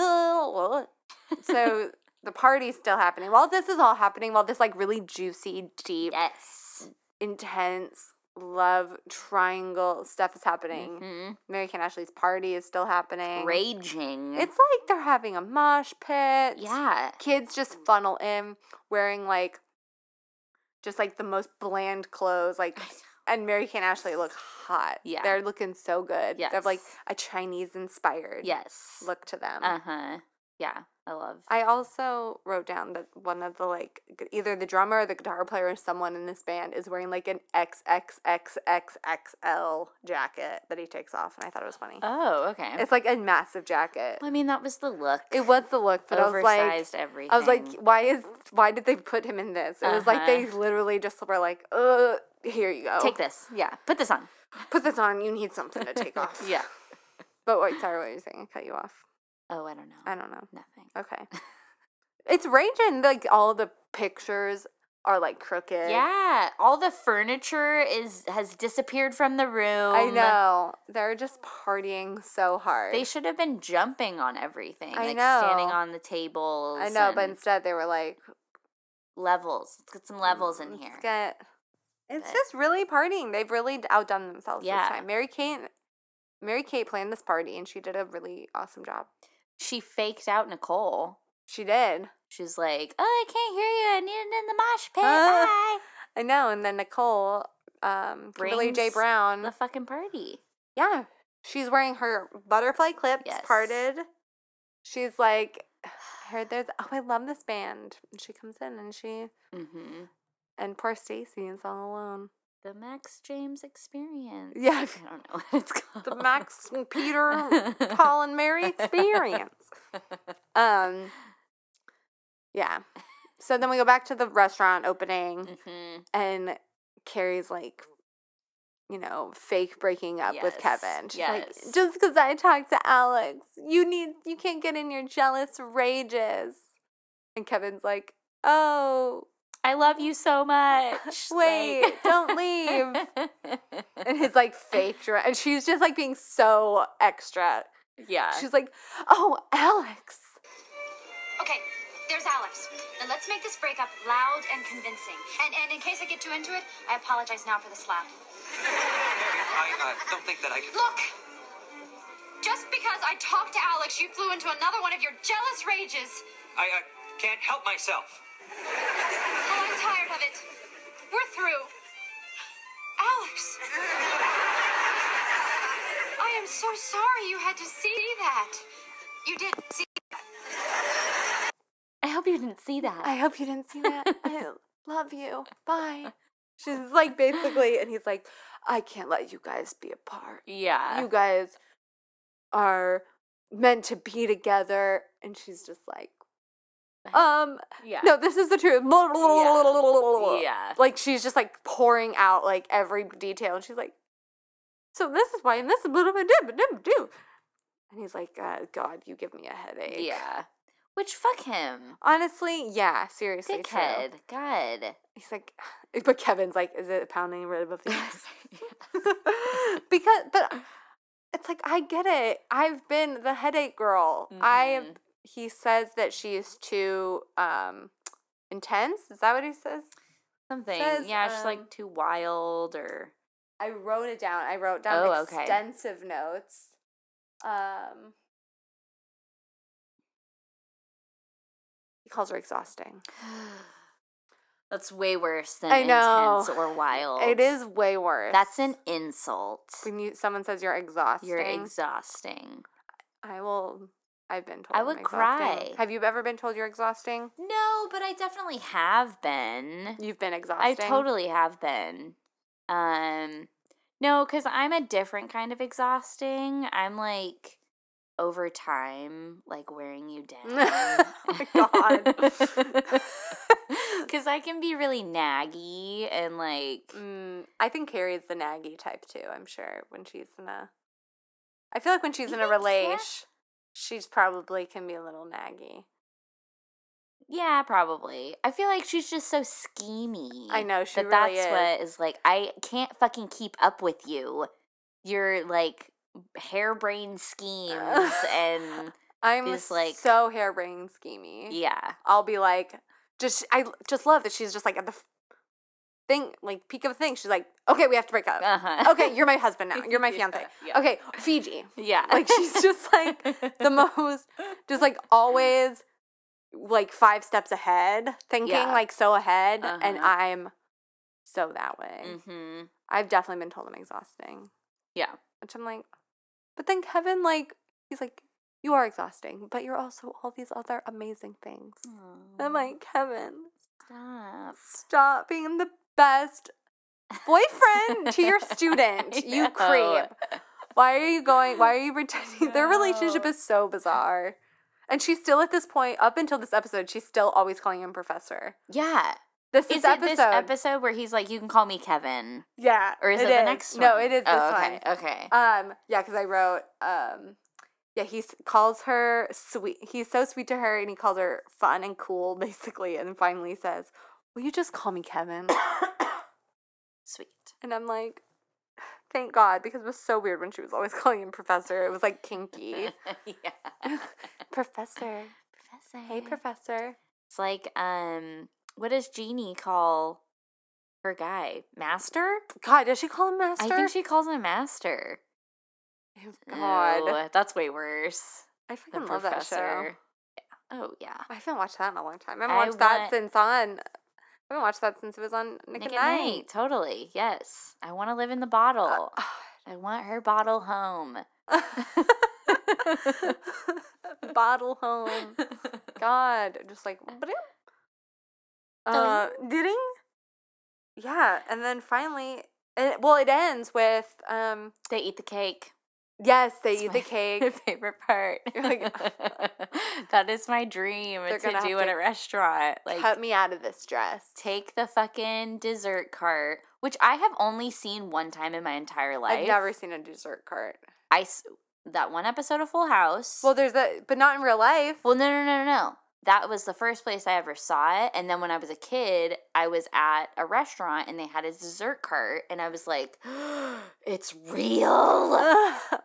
[SPEAKER 2] so the party's still happening. While this is all happening, while this like really juicy, deep,
[SPEAKER 3] yes.
[SPEAKER 2] intense love triangle stuff is happening,
[SPEAKER 3] Mhm.
[SPEAKER 2] Mary Kate and Ashley's party is still happening.
[SPEAKER 3] Raging.
[SPEAKER 2] It's like they're having a mosh pit.
[SPEAKER 3] yeah.
[SPEAKER 2] Kids just funnel in wearing like just like the most bland clothes. Like and Mary Kate and Ashley look hot.
[SPEAKER 3] Yeah.
[SPEAKER 2] They're looking so good. They have like
[SPEAKER 3] Yes.
[SPEAKER 2] a Chinese inspired
[SPEAKER 3] Yes.
[SPEAKER 2] look to them.
[SPEAKER 3] Uh huh. Yeah. I love.
[SPEAKER 2] I also wrote down that one of the like g- either the drummer or the guitar player or someone in this band is wearing like an XXXXXL jacket that he takes off and I thought it was funny.
[SPEAKER 3] oh, okay.
[SPEAKER 2] It's like a massive jacket.
[SPEAKER 3] I mean, that was the look.
[SPEAKER 2] It was the look, but I was like
[SPEAKER 3] oversized everything.
[SPEAKER 2] I was like, why is why did they put him in this? It was like they literally just were like, uh, here you go.
[SPEAKER 3] Uh-huh. take this.
[SPEAKER 2] Yeah.
[SPEAKER 3] Put this on.
[SPEAKER 2] Put this on. You need something to take off.
[SPEAKER 3] yeah.
[SPEAKER 2] But wait, sorry, what were you saying? I cut you off.
[SPEAKER 3] Oh, I don't know.
[SPEAKER 2] I don't know.
[SPEAKER 3] Nothing.
[SPEAKER 2] Okay. it's raging. Like all the pictures are like crooked.
[SPEAKER 3] Yeah, all the furniture is has disappeared from the room.
[SPEAKER 2] I know. They're just partying so hard.
[SPEAKER 3] Um, They should have been jumping on everything.
[SPEAKER 2] I
[SPEAKER 3] like standing
[SPEAKER 2] know.
[SPEAKER 3] on the tables.
[SPEAKER 2] I know, but
[SPEAKER 3] and
[SPEAKER 2] instead they were like
[SPEAKER 3] levels. Let's get some levels in
[SPEAKER 2] "Let's
[SPEAKER 3] here.
[SPEAKER 2] get-" It's
[SPEAKER 3] But-
[SPEAKER 2] just really partying. They've really outdone themselves
[SPEAKER 3] Yeah.
[SPEAKER 2] this time. Mary Kate Mary Kate planned this party and she did a really awesome job.
[SPEAKER 3] she faked out Nicole.
[SPEAKER 2] She did.
[SPEAKER 3] She's like, "Oh, I can't hear you. I need it in the mosh pit.
[SPEAKER 2] Ah.
[SPEAKER 3] Bye."
[SPEAKER 2] I know. And then Nicole, um, Kimberly J.
[SPEAKER 3] Brings
[SPEAKER 2] Brown.
[SPEAKER 3] The fucking party.
[SPEAKER 2] yeah. She's wearing her butterfly clips
[SPEAKER 3] Yes.
[SPEAKER 2] parted. She's like, I heard there's, oh, I love this band. And she comes in and she,
[SPEAKER 3] Mm-hmm.
[SPEAKER 2] and poor Stacy is all alone.
[SPEAKER 3] The Max James experience.
[SPEAKER 2] Yeah.
[SPEAKER 3] I don't know what it's called.
[SPEAKER 2] The Max and Peter, Paul and Mary experience. Um, yeah. So then we go back to the restaurant opening.
[SPEAKER 3] Mhm.
[SPEAKER 2] and Carrie's like, you know, fake breaking up with
[SPEAKER 3] Yes,
[SPEAKER 2] Kevin. She's
[SPEAKER 3] yes.
[SPEAKER 2] like, just because I talked to Alex, you need, you can't get in your jealous rages. And Kevin's like, oh,
[SPEAKER 3] I love you so much.
[SPEAKER 2] wait, don't leave. And his like fake, dra- and she's just like being so extra.
[SPEAKER 3] yeah.
[SPEAKER 2] She's like, oh, Alex.
[SPEAKER 4] Okay, there's Alex. Now let's make this breakup loud and convincing. And and in case I get too into it, I apologize now for the slap.
[SPEAKER 5] I uh, don't think that I can.
[SPEAKER 4] Look! Just because I talked to Alex, you flew into another one of your jealous rages.
[SPEAKER 5] I uh, can't help myself.
[SPEAKER 4] Oh, I'm tired of it. We're through. Alex! I am so sorry you had to see that. You did see
[SPEAKER 3] I hope you didn't see that.
[SPEAKER 2] I hope you didn't see that. I love you. Bye. She's like basically, and he's like, I can't let you guys be apart.
[SPEAKER 3] yeah.
[SPEAKER 2] you guys are meant to be together and she's just like um
[SPEAKER 3] yeah.
[SPEAKER 2] no this is the truth Blah, blah, blah, blah, blah, blah, blah, blah.
[SPEAKER 3] Yeah.
[SPEAKER 2] like she's just like pouring out like every detail and she's like so this is why and this is blah, blah, blah, blah, blah, blah." and he's like uh, god you give me a headache
[SPEAKER 3] Yeah. Which fuck him.
[SPEAKER 2] honestly yeah seriously true.
[SPEAKER 3] Dickhead. God.
[SPEAKER 2] he's like but kevin's like is it pounding rid of the ice because but it's like I get it. I've been the headache girl. I
[SPEAKER 3] Mhm.
[SPEAKER 2] he says that she is too um intense. Is that what he says?
[SPEAKER 3] Something.
[SPEAKER 2] Says,
[SPEAKER 3] yeah, she's
[SPEAKER 2] um,
[SPEAKER 3] like too wild or
[SPEAKER 2] I wrote it down. I wrote down
[SPEAKER 3] Oh, okay.
[SPEAKER 2] extensive notes. Um He calls her exhausting.
[SPEAKER 3] That's way worse than
[SPEAKER 2] I know.
[SPEAKER 3] intense or wild.
[SPEAKER 2] It is way worse.
[SPEAKER 3] That's an insult.
[SPEAKER 2] when you someone says you're exhausting.
[SPEAKER 3] You're exhausting.
[SPEAKER 2] I will I've been told.
[SPEAKER 3] I
[SPEAKER 2] I'm
[SPEAKER 3] would
[SPEAKER 2] exhausting.
[SPEAKER 3] cry.
[SPEAKER 2] Have you ever been told you're exhausting?
[SPEAKER 3] No, but I definitely have been.
[SPEAKER 2] You've been
[SPEAKER 3] I
[SPEAKER 2] exhausting.
[SPEAKER 3] totally have been. Um no, cuz I'm a different kind of exhausting. I'm like over time like wearing you down.
[SPEAKER 2] Oh my God.
[SPEAKER 3] Cuz I can be really naggy and like
[SPEAKER 2] Mm, I think Carrie's the naggy type too. I'm sure when she's in a. I feel like when she's
[SPEAKER 3] You
[SPEAKER 2] in a
[SPEAKER 3] think Car-
[SPEAKER 2] relation, she's probably can be a little naggy.
[SPEAKER 3] yeah, probably. I feel like she's just so schemy.
[SPEAKER 2] I know she
[SPEAKER 3] that
[SPEAKER 2] really
[SPEAKER 3] that's
[SPEAKER 2] is.
[SPEAKER 3] what is like i can't fucking keep up with you your like harebrained schemes and
[SPEAKER 2] I'm
[SPEAKER 3] is, like-
[SPEAKER 2] so harebrained schemey.
[SPEAKER 3] yeah
[SPEAKER 2] I'll be like, just I l- just love that she's just like at the f- thing, like peak of a thing. She's like, okay, we have to break up.
[SPEAKER 3] uh-huh
[SPEAKER 2] Okay, you're my husband now. You're my fiance.
[SPEAKER 3] yeah.
[SPEAKER 2] Okay, Fiji.
[SPEAKER 3] yeah
[SPEAKER 2] Like she's just like the most, just like always, like five steps ahead, thinking
[SPEAKER 3] Yeah.
[SPEAKER 2] like so ahead, and
[SPEAKER 3] Uh-huh.
[SPEAKER 2] I'm so that way.
[SPEAKER 3] mm-hmm.
[SPEAKER 2] I've definitely been told I'm exhausting.
[SPEAKER 3] Yeah.
[SPEAKER 2] Which I'm like, but then Kevin, like, he's like, you are exhausting, but you're also all these other amazing things. I'm like, Kevin,
[SPEAKER 3] stop
[SPEAKER 2] stop being the best boyfriend to your student, you
[SPEAKER 3] know.
[SPEAKER 2] creep. Why are you going? Why are you pretending? Their relationship
[SPEAKER 3] No.
[SPEAKER 2] is so bizarre. And she's still at this point, up until this episode, she's still always calling him professor.
[SPEAKER 3] yeah
[SPEAKER 2] This
[SPEAKER 3] is
[SPEAKER 2] is
[SPEAKER 3] it
[SPEAKER 2] episode.
[SPEAKER 3] this episode where he's like you can call me kevin
[SPEAKER 2] yeah.
[SPEAKER 3] or is it, the next one
[SPEAKER 2] No, it is this
[SPEAKER 3] Oh, okay.
[SPEAKER 2] one.
[SPEAKER 3] okay
[SPEAKER 2] Um, yeah, because I wrote, um, yeah, he s- calls her sweet. He's so sweet to her, and he calls her fun and cool, basically, and finally says, "Will you just call me Kevin?"
[SPEAKER 3] sweet
[SPEAKER 2] and I'm like, "Thank God," because it was so weird when she was always calling him Professor. It was like kinky,
[SPEAKER 3] yeah
[SPEAKER 2] Professor. Hey, Professor.
[SPEAKER 3] It's like, um, what does Jeannie call her guy? Master?
[SPEAKER 2] God, does she call him Master?
[SPEAKER 3] I think she calls him Master.
[SPEAKER 2] Oh, God,
[SPEAKER 3] Ew, that's way worse.
[SPEAKER 2] I
[SPEAKER 3] The
[SPEAKER 2] freaking love that show.
[SPEAKER 3] Yeah. Oh yeah.
[SPEAKER 2] I haven't watched that in a long time. I haven't
[SPEAKER 3] I
[SPEAKER 2] watched that
[SPEAKER 3] want-
[SPEAKER 2] since on. I haven't watched that since it Uh, was on Nick,
[SPEAKER 3] Nick
[SPEAKER 2] and
[SPEAKER 3] at
[SPEAKER 2] Knight.
[SPEAKER 3] night. totally. Yes, I want to live in the bottle.
[SPEAKER 2] ah.
[SPEAKER 3] I want her bottle home.
[SPEAKER 2] Bottle home. God, just like ba-ding. uh, ding. Yeah, and then finally, it, well, it ends with um.
[SPEAKER 3] they eat the cake.
[SPEAKER 2] Yes, they
[SPEAKER 3] It's
[SPEAKER 2] eat
[SPEAKER 3] my
[SPEAKER 2] the cake.
[SPEAKER 3] favorite part.
[SPEAKER 2] You're like,
[SPEAKER 3] that is my dream
[SPEAKER 2] They're
[SPEAKER 3] to
[SPEAKER 2] gonna have
[SPEAKER 3] do at
[SPEAKER 2] to
[SPEAKER 3] a restaurant. Like
[SPEAKER 2] Cut me out of this dress.
[SPEAKER 3] take the fucking dessert cart, which I have only seen one time in my entire life.
[SPEAKER 2] I've never seen a dessert cart.
[SPEAKER 3] I s- that one episode of Full House.
[SPEAKER 2] Well, there's a, but not in real life.
[SPEAKER 3] well, no, no, no, no, no. That was the first place I ever saw it, and then when I was a kid, I was at a restaurant and they had a dessert cart, and I was like, "It's real."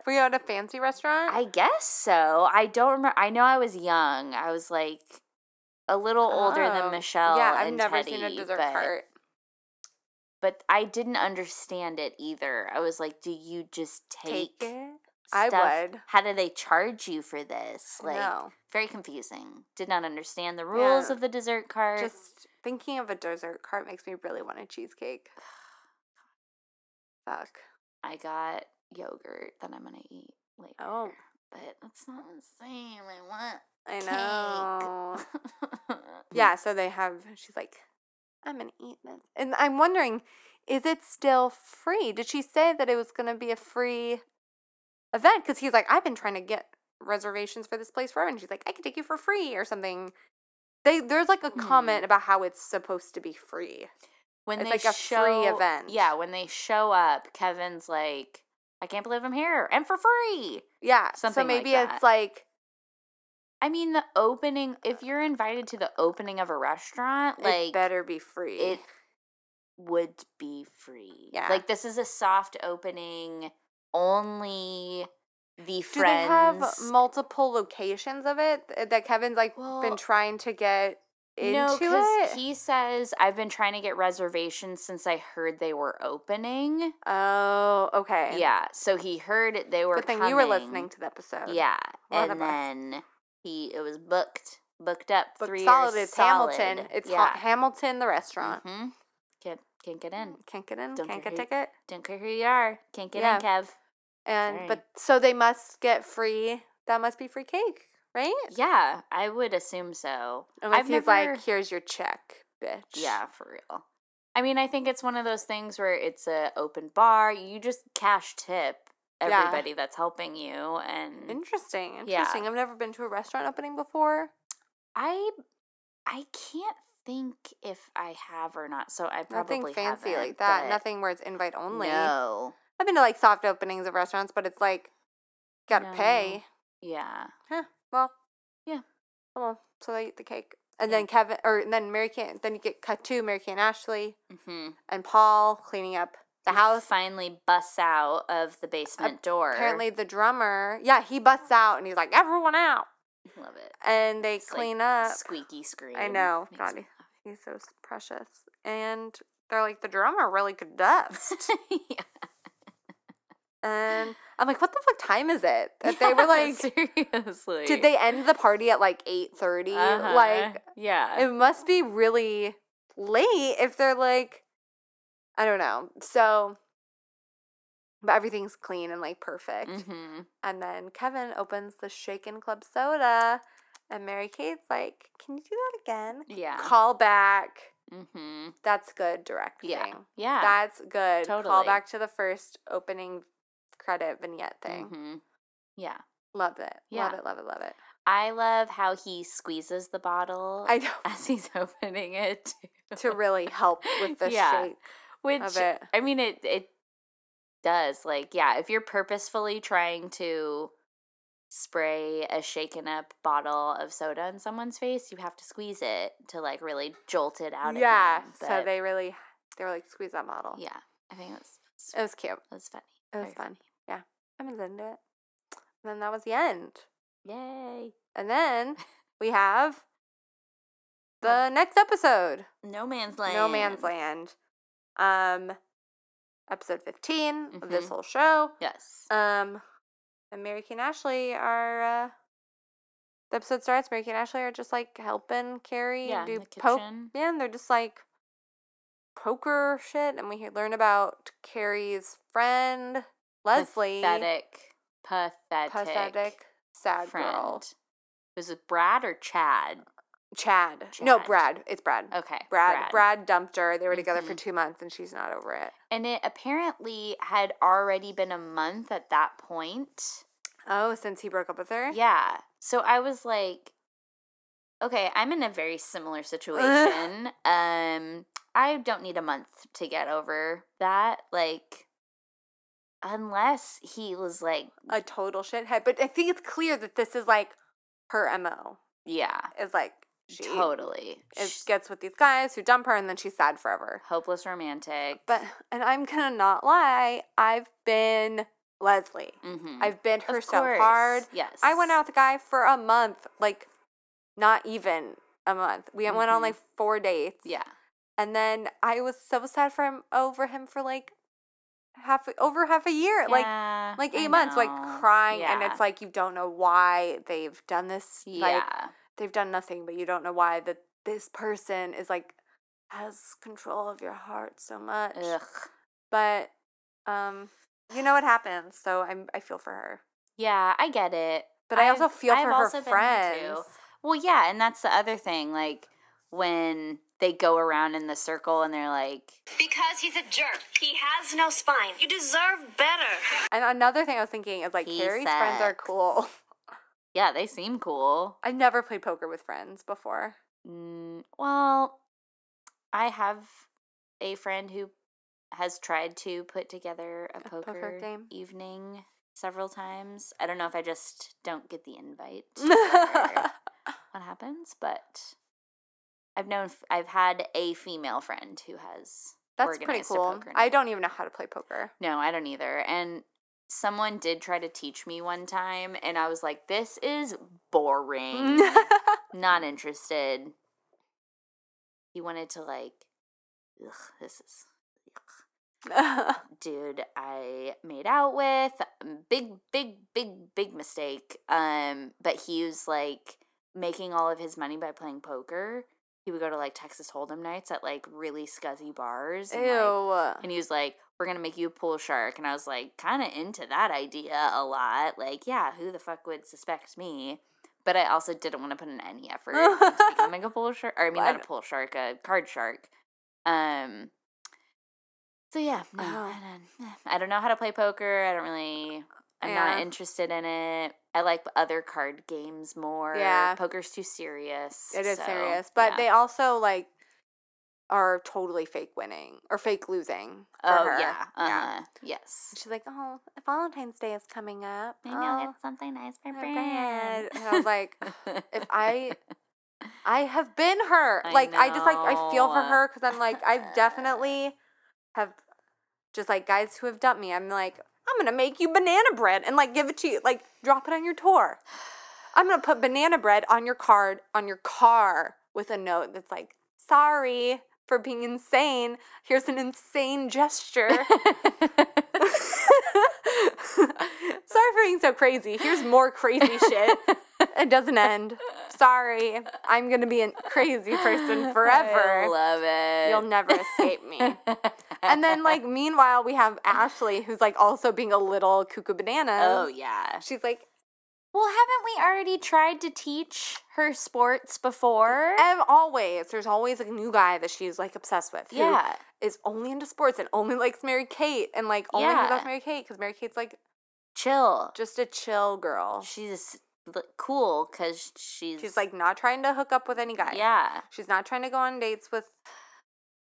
[SPEAKER 2] we go at a fancy restaurant.
[SPEAKER 3] I guess so. I don't remember. I know I was young. I was like a little older
[SPEAKER 2] Oh.
[SPEAKER 3] than Michelle.
[SPEAKER 2] Yeah, I've
[SPEAKER 3] and
[SPEAKER 2] never
[SPEAKER 3] Teddy,
[SPEAKER 2] seen a dessert
[SPEAKER 3] but-
[SPEAKER 2] cart.
[SPEAKER 3] but I didn't understand it either. I was like, do you just take,
[SPEAKER 2] it. I
[SPEAKER 3] stuff?
[SPEAKER 2] would.
[SPEAKER 3] How do they charge you for this? Like,
[SPEAKER 2] no,
[SPEAKER 3] very confusing. Did not understand the rules
[SPEAKER 2] Yeah.
[SPEAKER 3] of the dessert cart.
[SPEAKER 2] just thinking of a dessert cart makes me really want a cheesecake. Fuck.
[SPEAKER 3] I got yogurt that I'm gonna eat later.
[SPEAKER 2] Oh.
[SPEAKER 3] but that's not the same. I want.
[SPEAKER 2] I know.
[SPEAKER 3] Cake.
[SPEAKER 2] Yeah, so they have. She's like, I'm gonna eat this, and I'm wondering, is it still free? Did she say that it was gonna be a free event? Because he's like, I've been trying to get reservations for this place forever, and she's like, I could take you for free or something. They there's like a
[SPEAKER 3] Hmm.
[SPEAKER 2] comment about how it's supposed to be free.
[SPEAKER 3] when
[SPEAKER 2] It's
[SPEAKER 3] they
[SPEAKER 2] like a free
[SPEAKER 3] show,
[SPEAKER 2] event.
[SPEAKER 3] Yeah, when they show up, Kevin's like, I can't believe I'm here and for free.
[SPEAKER 2] Yeah, so
[SPEAKER 3] Something like
[SPEAKER 2] maybe
[SPEAKER 3] that.
[SPEAKER 2] it's like
[SPEAKER 3] I mean, the opening, if you're invited to the opening of a restaurant,
[SPEAKER 2] it
[SPEAKER 3] like,
[SPEAKER 2] better be free.
[SPEAKER 3] it would be free.
[SPEAKER 2] Yeah.
[SPEAKER 3] Like, this is a soft opening, only the
[SPEAKER 2] Do they have
[SPEAKER 3] friends.
[SPEAKER 2] multiple locations of it th- that Kevin's like been
[SPEAKER 3] Well,
[SPEAKER 2] trying to get into
[SPEAKER 3] no,
[SPEAKER 2] it?
[SPEAKER 3] he says, I've been trying to get reservations since I heard they were opening.
[SPEAKER 2] oh, okay.
[SPEAKER 3] Yeah. So he heard it- they were
[SPEAKER 2] Good thing
[SPEAKER 3] coming.
[SPEAKER 2] you were listening to the episode.
[SPEAKER 3] Yeah.
[SPEAKER 2] One of
[SPEAKER 3] and
[SPEAKER 2] us.
[SPEAKER 3] then he, it was booked, booked up
[SPEAKER 2] But
[SPEAKER 3] three
[SPEAKER 2] solid,
[SPEAKER 3] years
[SPEAKER 2] it's
[SPEAKER 3] solid.
[SPEAKER 2] Hamilton. It's
[SPEAKER 3] yeah.
[SPEAKER 2] Ha- Hamilton, the restaurant.
[SPEAKER 3] hmm Can't, can't get in.
[SPEAKER 2] Can't get in.
[SPEAKER 3] Mm-hmm. Don't
[SPEAKER 2] can't
[SPEAKER 3] care
[SPEAKER 2] get
[SPEAKER 3] who-
[SPEAKER 2] ticket.
[SPEAKER 3] Don't care who you are. Can't get in, Kev.
[SPEAKER 2] And
[SPEAKER 3] Dang.
[SPEAKER 2] but so they must get free. That must be free cake. right?
[SPEAKER 3] Yeah, I would assume so.
[SPEAKER 2] Unless
[SPEAKER 3] I've
[SPEAKER 2] he's
[SPEAKER 3] never-
[SPEAKER 2] like, here's your check, bitch.
[SPEAKER 3] Yeah, for real. I mean, I think it's one of those things where it's a open bar. You just cash tip
[SPEAKER 2] Yeah.
[SPEAKER 3] everybody that's helping you, and
[SPEAKER 2] Interesting.
[SPEAKER 3] Yeah.
[SPEAKER 2] Interesting. I've never been to a restaurant opening before.
[SPEAKER 3] I, I can't think if I have or not. So I probably
[SPEAKER 2] Nothing fancy like
[SPEAKER 3] haven't,
[SPEAKER 2] that.
[SPEAKER 3] but
[SPEAKER 2] Nothing where it's invite only.
[SPEAKER 3] No.
[SPEAKER 2] I've been to like soft openings of restaurants, but it's like gotta pay.
[SPEAKER 3] Yeah.
[SPEAKER 2] Well,
[SPEAKER 3] Yeah.
[SPEAKER 2] Oh, Well, so they eat the cake, and then Kevin, or and then Mary Kate, then you get cut to Mary Kate and Ashley
[SPEAKER 3] hmm
[SPEAKER 2] and Paul cleaning up the house.
[SPEAKER 3] finally busts out of the basement door.
[SPEAKER 2] Apparently, the drummer, yeah, he busts out and he's like, "Everyone out!"
[SPEAKER 3] love it.
[SPEAKER 2] And they
[SPEAKER 3] It's, like,
[SPEAKER 2] clean up.
[SPEAKER 3] Squeaky scream.
[SPEAKER 2] Uh, know,
[SPEAKER 3] Makes
[SPEAKER 2] God.
[SPEAKER 3] me
[SPEAKER 2] He's so s- precious, and they're like, "The drummer really could dust."
[SPEAKER 3] laugh. Yeah.
[SPEAKER 2] and I'm like, "What the fuck time is it?" That they were
[SPEAKER 3] Yeah,
[SPEAKER 2] like,
[SPEAKER 3] seriously. Uh-huh.
[SPEAKER 2] did they end the party at like eight Like,
[SPEAKER 3] yeah.
[SPEAKER 2] it must be really late if they're like i don't know so but everything's clean and like perfect
[SPEAKER 3] hmm
[SPEAKER 2] and then kevin opens the shaken club soda and mary kate's like can you do that again
[SPEAKER 3] Yeah.
[SPEAKER 2] call back
[SPEAKER 3] hmm
[SPEAKER 2] that's good directing
[SPEAKER 3] Yeah. Yeah.
[SPEAKER 2] that's good call
[SPEAKER 3] Totally.
[SPEAKER 2] back to the first opening credit vignette thing
[SPEAKER 3] Mhm. Yeah.
[SPEAKER 2] love it love
[SPEAKER 3] Yeah.
[SPEAKER 2] it love it love it
[SPEAKER 3] I love how he squeezes the bottle
[SPEAKER 2] i know
[SPEAKER 3] as he's opening it, too.
[SPEAKER 2] to really help with the
[SPEAKER 3] Yeah.
[SPEAKER 2] shake
[SPEAKER 3] which
[SPEAKER 2] of it
[SPEAKER 3] I mean, it it does. Like, yeah, if you're purposefully trying to spray a shaken up bottle of soda in someone's face, you have to squeeze it to like really jolt it out. at
[SPEAKER 2] Yeah.
[SPEAKER 3] them,
[SPEAKER 2] So
[SPEAKER 3] but-
[SPEAKER 2] they really they were like squeeze that bottle.
[SPEAKER 3] Yeah, I think that's
[SPEAKER 2] It was cute.
[SPEAKER 3] that's funny.
[SPEAKER 2] It was
[SPEAKER 3] Very
[SPEAKER 2] fun. Yeah. I'm into it. And then that was the end.
[SPEAKER 3] Yay!
[SPEAKER 2] And then we have
[SPEAKER 3] Oh.
[SPEAKER 2] the next episode.
[SPEAKER 3] No man's land.
[SPEAKER 2] No Man's Land. Um episode 15 of this
[SPEAKER 3] Mhm.
[SPEAKER 2] whole show.
[SPEAKER 3] Yes.
[SPEAKER 2] Um and Mary Kate and Ashley are uh the episode starts, Mary Kate and Ashley are just like helping Carrie
[SPEAKER 3] yeah. in
[SPEAKER 2] do
[SPEAKER 3] the
[SPEAKER 2] poke
[SPEAKER 3] kitchen.
[SPEAKER 2] Yeah, and they're just like poker shit, and we hear- learn about Carrie's friend Leslie,
[SPEAKER 3] Pathetic. Pathetic.
[SPEAKER 2] pathetic, sad
[SPEAKER 3] friend.
[SPEAKER 2] girl,
[SPEAKER 3] Was it Brad or Chad?
[SPEAKER 2] Chad. No,
[SPEAKER 3] Chad. Oh,
[SPEAKER 2] Brad. It's Brad.
[SPEAKER 3] Okay.
[SPEAKER 2] Brad. Brad. dumped her. They were together for
[SPEAKER 3] Mhm.
[SPEAKER 2] two months, and she's not over it.
[SPEAKER 3] And it apparently had already been a month at that point.
[SPEAKER 2] Oh, since he broke up with her.
[SPEAKER 3] Yeah. So I was like, okay, I'm in a very similar situation. um, I don't need a month to get over that. Like, unless he was like,
[SPEAKER 2] a total shithead. But I think it's clear that this is like her mo.
[SPEAKER 3] yeah,
[SPEAKER 2] Is like she e
[SPEAKER 3] totally.
[SPEAKER 2] is,
[SPEAKER 3] Sh-
[SPEAKER 2] gets with these guys who dump her, and then she's sad forever.
[SPEAKER 3] hopeless romantic.
[SPEAKER 2] But and I'm gonna not lie, I've been Leslie.
[SPEAKER 3] Mhm.
[SPEAKER 2] I've been her
[SPEAKER 3] Of
[SPEAKER 2] so hard.
[SPEAKER 3] course, Yes.
[SPEAKER 2] I went out with the guy for a month, like not even a month. We went on
[SPEAKER 3] Mhm.
[SPEAKER 2] like four dates.
[SPEAKER 3] Yeah.
[SPEAKER 2] And then I was so sad for him over him for like half over half a year. Like
[SPEAKER 3] Yeah,
[SPEAKER 2] like
[SPEAKER 3] I
[SPEAKER 2] eight months, like
[SPEAKER 3] know.
[SPEAKER 2] crying, and
[SPEAKER 3] Yeah.
[SPEAKER 2] it's like you don't know why they've done this. Like
[SPEAKER 3] yeah.
[SPEAKER 2] they've done nothing, but you don't know why that this person is like has control of your heart so much
[SPEAKER 3] Ugh.
[SPEAKER 2] but um you know what happens so i'm i feel for her
[SPEAKER 3] Yeah, I get it.
[SPEAKER 2] but i also
[SPEAKER 3] I've-
[SPEAKER 2] feel
[SPEAKER 3] I've
[SPEAKER 2] for
[SPEAKER 3] also
[SPEAKER 2] her
[SPEAKER 3] been there,
[SPEAKER 2] friends
[SPEAKER 3] too. Well, yeah, and that's the other thing. Like when they go around in the circle and they're like,
[SPEAKER 4] Because he's a jerk. He has no spine. You deserve better.
[SPEAKER 2] and another thing i was thinking is like
[SPEAKER 3] He
[SPEAKER 2] carrie's friends are
[SPEAKER 3] sucks.
[SPEAKER 2] cool
[SPEAKER 3] "Yeah, they seem cool."
[SPEAKER 2] i've never played poker with friends before
[SPEAKER 3] Mm, well, I have a friend who has tried to put together a poker,
[SPEAKER 2] poker game?
[SPEAKER 3] evening several times. I don't know if I just don't get the invite. or- what happens, but I've known f- I've had a female friend who has.
[SPEAKER 2] that's pretty
[SPEAKER 3] organized a
[SPEAKER 2] cool
[SPEAKER 3] poker
[SPEAKER 2] i
[SPEAKER 3] night.
[SPEAKER 2] don't even know how to play poker
[SPEAKER 3] No, I don't either. And someone did try to teach me one time, and I was like, "This is boring. Not interested." He wanted to like, ugh, this is dude I made out with. um, Big, big, big, big mistake. Um, but he was like making all of his money by playing poker. He would go to like Texas Hold'em nights at like really scuzzy bars. And, like,
[SPEAKER 2] ew
[SPEAKER 3] and he was like, "We're gonna make you a pool shark," and I was like, kind of into that idea a lot. Like, yeah, who the fuck would suspect me? But I also didn't want to put in any effort into becoming a pool shark. Or I mean,
[SPEAKER 2] Well, I
[SPEAKER 3] not a pool shark, a card shark. Um. So yeah,
[SPEAKER 2] Oh.
[SPEAKER 3] no, I, don't, I don't know how to play poker. I don't really. I'm
[SPEAKER 2] Yeah.
[SPEAKER 3] not interested in it. I like other card games more.
[SPEAKER 2] Yeah.
[SPEAKER 3] poker's too serious.
[SPEAKER 2] It is
[SPEAKER 3] so,
[SPEAKER 2] serious, but
[SPEAKER 3] yeah.
[SPEAKER 2] they also like are totally fake winning or fake losing. For
[SPEAKER 3] Oh
[SPEAKER 2] her.
[SPEAKER 3] yeah, uh-huh. yes.
[SPEAKER 2] And She's like, oh, Valentine's Day is coming up.
[SPEAKER 3] I know
[SPEAKER 2] Oh,
[SPEAKER 3] it's something nice for
[SPEAKER 2] my
[SPEAKER 3] Brad.
[SPEAKER 2] bad." And I was like, if I- I have been her.
[SPEAKER 3] I
[SPEAKER 2] like I just like I feel for
[SPEAKER 3] know.
[SPEAKER 2] her because I'm like I've definitely have just like guys who have dumped me. I'm like I'm gonna make you banana bread and like give it to you, like drop it on your tour. I'm gonna put banana bread on your card on your car with a note that's like sorry for being insane. Here's an insane gesture. sorry for being so crazy. Here's more crazy shit. It doesn't end. Sorry. I'm going to be a crazy person
[SPEAKER 3] I
[SPEAKER 2] forever.
[SPEAKER 3] love it.
[SPEAKER 2] You'll never escape me. and then, like, meanwhile, we have Ashley, who's like also being a little cuckoo banana.
[SPEAKER 3] oh yeah.
[SPEAKER 2] She's like,
[SPEAKER 3] Well, haven't we already tried to teach her sports before?
[SPEAKER 2] "Ev, always, there's always a new guy that she's like obsessed with. who
[SPEAKER 3] yeah.
[SPEAKER 2] is only into sports and only likes Mary Kate and like only hangs out with
[SPEAKER 3] Yeah.
[SPEAKER 2] Mary Kate because Mary Kate's like
[SPEAKER 3] Chill.
[SPEAKER 2] just a chill girl.
[SPEAKER 3] She's l- cool because she's
[SPEAKER 2] She's like not trying to hook up with any guy.
[SPEAKER 3] yeah.
[SPEAKER 2] She's not trying to go on dates with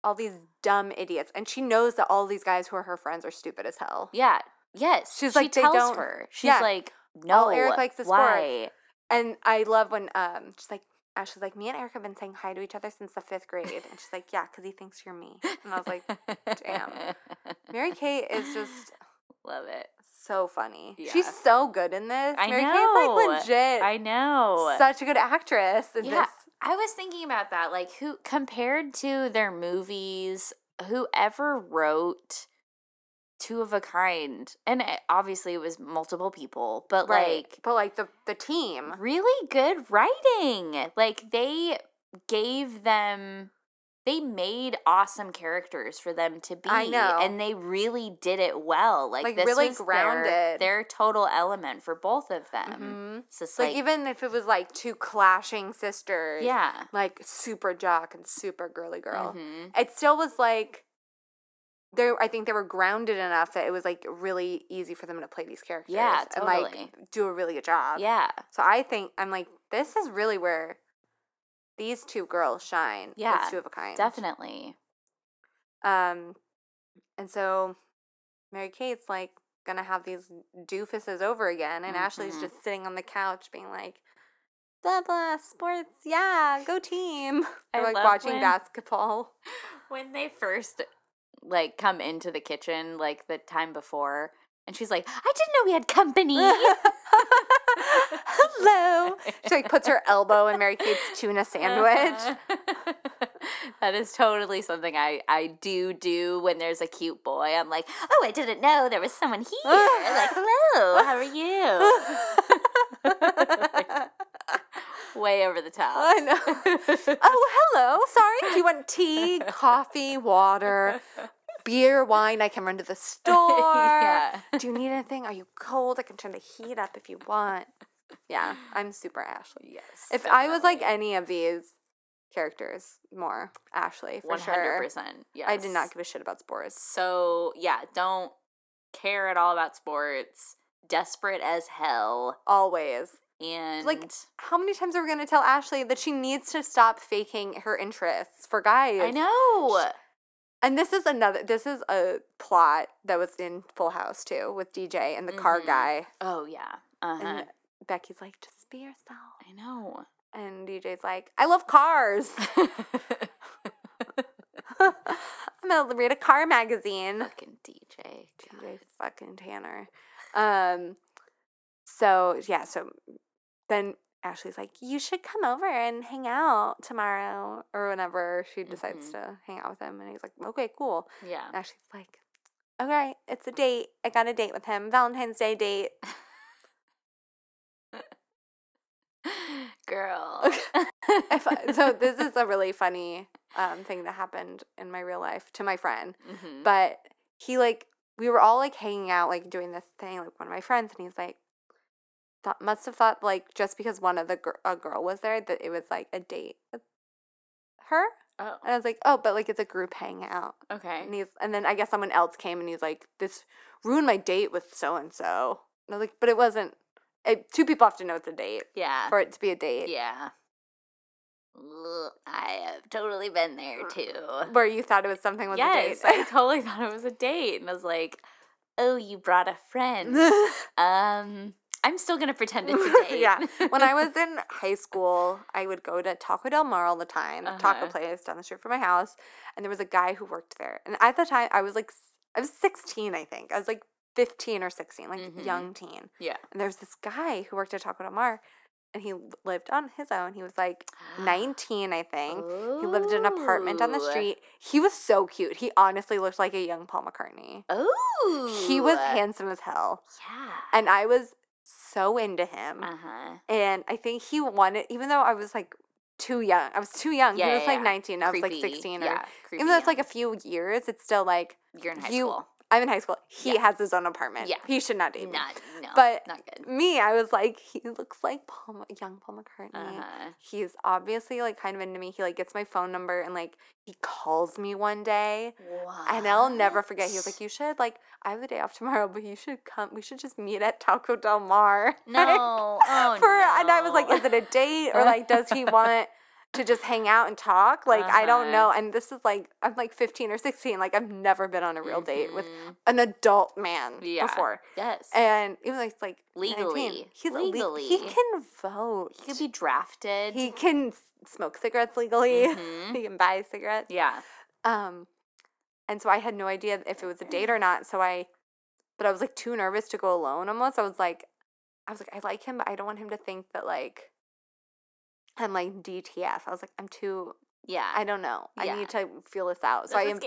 [SPEAKER 2] all these dumb idiots. And she knows that all these guys who are her friends are stupid as hell.
[SPEAKER 3] Yeah. Yes.
[SPEAKER 2] She's
[SPEAKER 3] she
[SPEAKER 2] like, they
[SPEAKER 3] tells
[SPEAKER 2] don't-
[SPEAKER 3] her. She's
[SPEAKER 2] yeah.
[SPEAKER 3] like, no.
[SPEAKER 2] All Eric likes is sports."
[SPEAKER 3] why?
[SPEAKER 2] And I love when um she's like Ashley's like, Me and Eric have been saying hi to each other since the fifth grade. And she's like, Yeah, because he thinks you're me. And I was like, damn. Mary Kate is just
[SPEAKER 3] Love it.
[SPEAKER 2] so funny.
[SPEAKER 3] Yeah.
[SPEAKER 2] She's so good in this.
[SPEAKER 3] I
[SPEAKER 2] Mary
[SPEAKER 3] know.
[SPEAKER 2] Kate's like legit
[SPEAKER 3] I know.
[SPEAKER 2] such a good actress in
[SPEAKER 3] Yeah.
[SPEAKER 2] this.
[SPEAKER 3] I was thinking about that, like who compared to their movies, whoever wrote Two of a Kind, and it, obviously it was multiple people, but Mm-hmm.
[SPEAKER 2] Right. but like the the team.
[SPEAKER 3] like really good writing. Like they gave them, they made awesome characters for them to be.
[SPEAKER 2] I know.
[SPEAKER 3] and they really did it well. Like,
[SPEAKER 2] Like,
[SPEAKER 3] this
[SPEAKER 2] really
[SPEAKER 3] was their-
[SPEAKER 2] grounded.
[SPEAKER 3] their, total element for both of them.
[SPEAKER 2] Mhm.
[SPEAKER 3] So it's
[SPEAKER 2] Like,
[SPEAKER 3] like,
[SPEAKER 2] even if it was like two clashing sisters.
[SPEAKER 3] yeah,
[SPEAKER 2] like super jock and super girly girl.
[SPEAKER 3] Mhm.
[SPEAKER 2] It still was like they I think they were grounded enough that it was like really easy for them to play these characters.
[SPEAKER 3] Yeah,
[SPEAKER 2] And
[SPEAKER 3] totally.
[SPEAKER 2] like do a really good job.
[SPEAKER 3] yeah.
[SPEAKER 2] So I think I'm like, this is really where these two girls shine. as
[SPEAKER 3] Yeah,
[SPEAKER 2] two of a kind.
[SPEAKER 3] Definitely.
[SPEAKER 2] Um and so Mary Kate's like gonna have these doofuses over again and Ashley's
[SPEAKER 3] Mhm.
[SPEAKER 2] just sitting on the couch being like Blah blah sports, yeah, go team.
[SPEAKER 3] I
[SPEAKER 2] Or like
[SPEAKER 3] love
[SPEAKER 2] watching
[SPEAKER 3] when-
[SPEAKER 2] basketball.
[SPEAKER 3] When they first like come into the kitchen like the time before and she's like, "I didn't know we had company."
[SPEAKER 2] Hello. She like puts her elbow in Mary Kate's tuna sandwich.
[SPEAKER 3] that is totally something I I do do when there's a cute boy. I'm like, "Oh, I didn't know there was someone here." like, "Hello, how are you?" Way over the top.
[SPEAKER 2] I know. Oh, hello. Sorry. Do you want tea, coffee, water, beer, wine? I can run to the store.
[SPEAKER 3] Yeah.
[SPEAKER 2] Do you need anything? Are you cold? I can turn the heat up if you want. Yeah, I'm super Ashley.
[SPEAKER 3] Yes.
[SPEAKER 2] If I was like any of these characters, more Ashley for
[SPEAKER 3] one hundred
[SPEAKER 2] sure.
[SPEAKER 3] percent, yes,
[SPEAKER 2] I did not give a shit about sports.
[SPEAKER 3] so yeah, don't care at all about sports. Desperate as hell,
[SPEAKER 2] Always.
[SPEAKER 3] and
[SPEAKER 2] how many times are we going to tell Ashley that she needs to stop faking her interests for guys?
[SPEAKER 3] I know.
[SPEAKER 2] And this is another this is a plot that was in Full House too with DJ and the car
[SPEAKER 3] Mhm.
[SPEAKER 2] guy.
[SPEAKER 3] Oh yeah, uh huh.
[SPEAKER 2] And Becky's like just be yourself.
[SPEAKER 3] I know.
[SPEAKER 2] And DJ's like, "I love cars. I'm going to read a car magazine."
[SPEAKER 3] Fucking DJ.
[SPEAKER 2] DJ fucking Tanner. Um so yeah, so then Ashley's like, You should come over and hang out tomorrow or whenever she decides
[SPEAKER 3] Mhm.
[SPEAKER 2] to hang out with him and he's like, Okay, cool.
[SPEAKER 3] Yeah.
[SPEAKER 2] And Ashley's like, Okay, it's a date. I got a date with him. Valentine's Day date.
[SPEAKER 3] Girl.
[SPEAKER 2] If I- so this is a really funny um thing that happened in my real life to my friend.
[SPEAKER 3] Mhm.
[SPEAKER 2] but he like we were all like hanging out like doing this thing like one of my friends and he's like thought, must have thought like just because one of the gir- a girl was there that it was like a date with her.
[SPEAKER 3] Oh,
[SPEAKER 2] And I was like, oh, but like it's a group hangout.
[SPEAKER 3] okay.
[SPEAKER 2] And he's, and then I guess someone else came and he's like, this ruined my date with so and so. And I was like, but it wasn't. It, two people have to know it's a date
[SPEAKER 3] Yeah.
[SPEAKER 2] for it to be a date.
[SPEAKER 3] Yeah. Ugh, I have totally been there too.
[SPEAKER 2] Where you thought it was something was
[SPEAKER 3] Yes,
[SPEAKER 2] a
[SPEAKER 3] I totally thought it was a date, and I was like, "Oh, you brought a friend."
[SPEAKER 2] date.
[SPEAKER 3] um, I'm still gonna pretend it's a date.
[SPEAKER 2] Yeah. when I was in high school, I would go to Taco Del Mar all the time, the taco
[SPEAKER 3] Uh-huh.
[SPEAKER 2] place down the street from my house, and there was a guy who worked there. And at the time, I was like, s- I was 16, I think. I was like 15 or 16, like
[SPEAKER 3] Mhm.
[SPEAKER 2] young teen.
[SPEAKER 3] yeah,
[SPEAKER 2] And there was this guy who worked at Taco Del Mar, and he l- lived on his own. He was like 19, I think. He lived in an apartment on the
[SPEAKER 3] Ooh.
[SPEAKER 2] street. He was so cute. He honestly looked like a young Paul McCartney.
[SPEAKER 3] Oh,
[SPEAKER 2] He was handsome as hell.
[SPEAKER 3] Yeah.
[SPEAKER 2] And I was so into him.
[SPEAKER 3] Uh huh.
[SPEAKER 2] And I think he wanted, even though I was like too young, I was too young.
[SPEAKER 3] Yeah,
[SPEAKER 2] he was
[SPEAKER 3] yeah,
[SPEAKER 2] like
[SPEAKER 3] yeah.
[SPEAKER 2] 19, I was like 16. Or,
[SPEAKER 3] yeah,
[SPEAKER 2] even though it's like a few years, it's still like,
[SPEAKER 3] you're in high
[SPEAKER 2] you-
[SPEAKER 3] school.
[SPEAKER 2] I'm in high school. He
[SPEAKER 3] Yeah.
[SPEAKER 2] has his own apartment.
[SPEAKER 3] Yeah.
[SPEAKER 2] He should not date me.
[SPEAKER 3] Not no,
[SPEAKER 2] but-
[SPEAKER 3] not good.
[SPEAKER 2] Me, I was like, he looks like Paul, Ma- young Paul McCartney.
[SPEAKER 3] Uh-huh.
[SPEAKER 2] He's obviously like kind of into me. He like gets my phone number and like he calls me one day. And I'll never forget. He was like, "You should like I have the day off tomorrow, but you should come. We should just meet at Taco Del Mar."
[SPEAKER 3] "No,
[SPEAKER 2] Like,
[SPEAKER 3] oh
[SPEAKER 2] for and I was like,
[SPEAKER 3] no.
[SPEAKER 2] is it a date or like does he want to just hang out and talk? Like I don't
[SPEAKER 3] Uh-huh.
[SPEAKER 2] know. And this is like I'm like 15 or 16. Like I've never been on a real date with
[SPEAKER 3] Mhm.
[SPEAKER 2] an adult man
[SPEAKER 3] Yeah.
[SPEAKER 2] before.
[SPEAKER 3] yes."
[SPEAKER 2] And even though he's like 19,
[SPEAKER 3] Legally.
[SPEAKER 2] he's a le- he
[SPEAKER 3] Legally.
[SPEAKER 2] can vote.
[SPEAKER 3] he could be drafted.
[SPEAKER 2] He can s- smoke cigarettes legally.
[SPEAKER 3] Mhm.
[SPEAKER 2] He can buy cigarettes.
[SPEAKER 3] Yeah.
[SPEAKER 2] Um, and so I had no idea if it was a date or not. So I, but I was like too nervous to go alone almost. I was like, I was like, I like him, but I don't want him to think that like I'm like DTF. I was like, I'm too,
[SPEAKER 3] Yeah.
[SPEAKER 2] I don't know.
[SPEAKER 3] Yeah.
[SPEAKER 2] I need to feel this out. So I,
[SPEAKER 3] am
[SPEAKER 2] Im-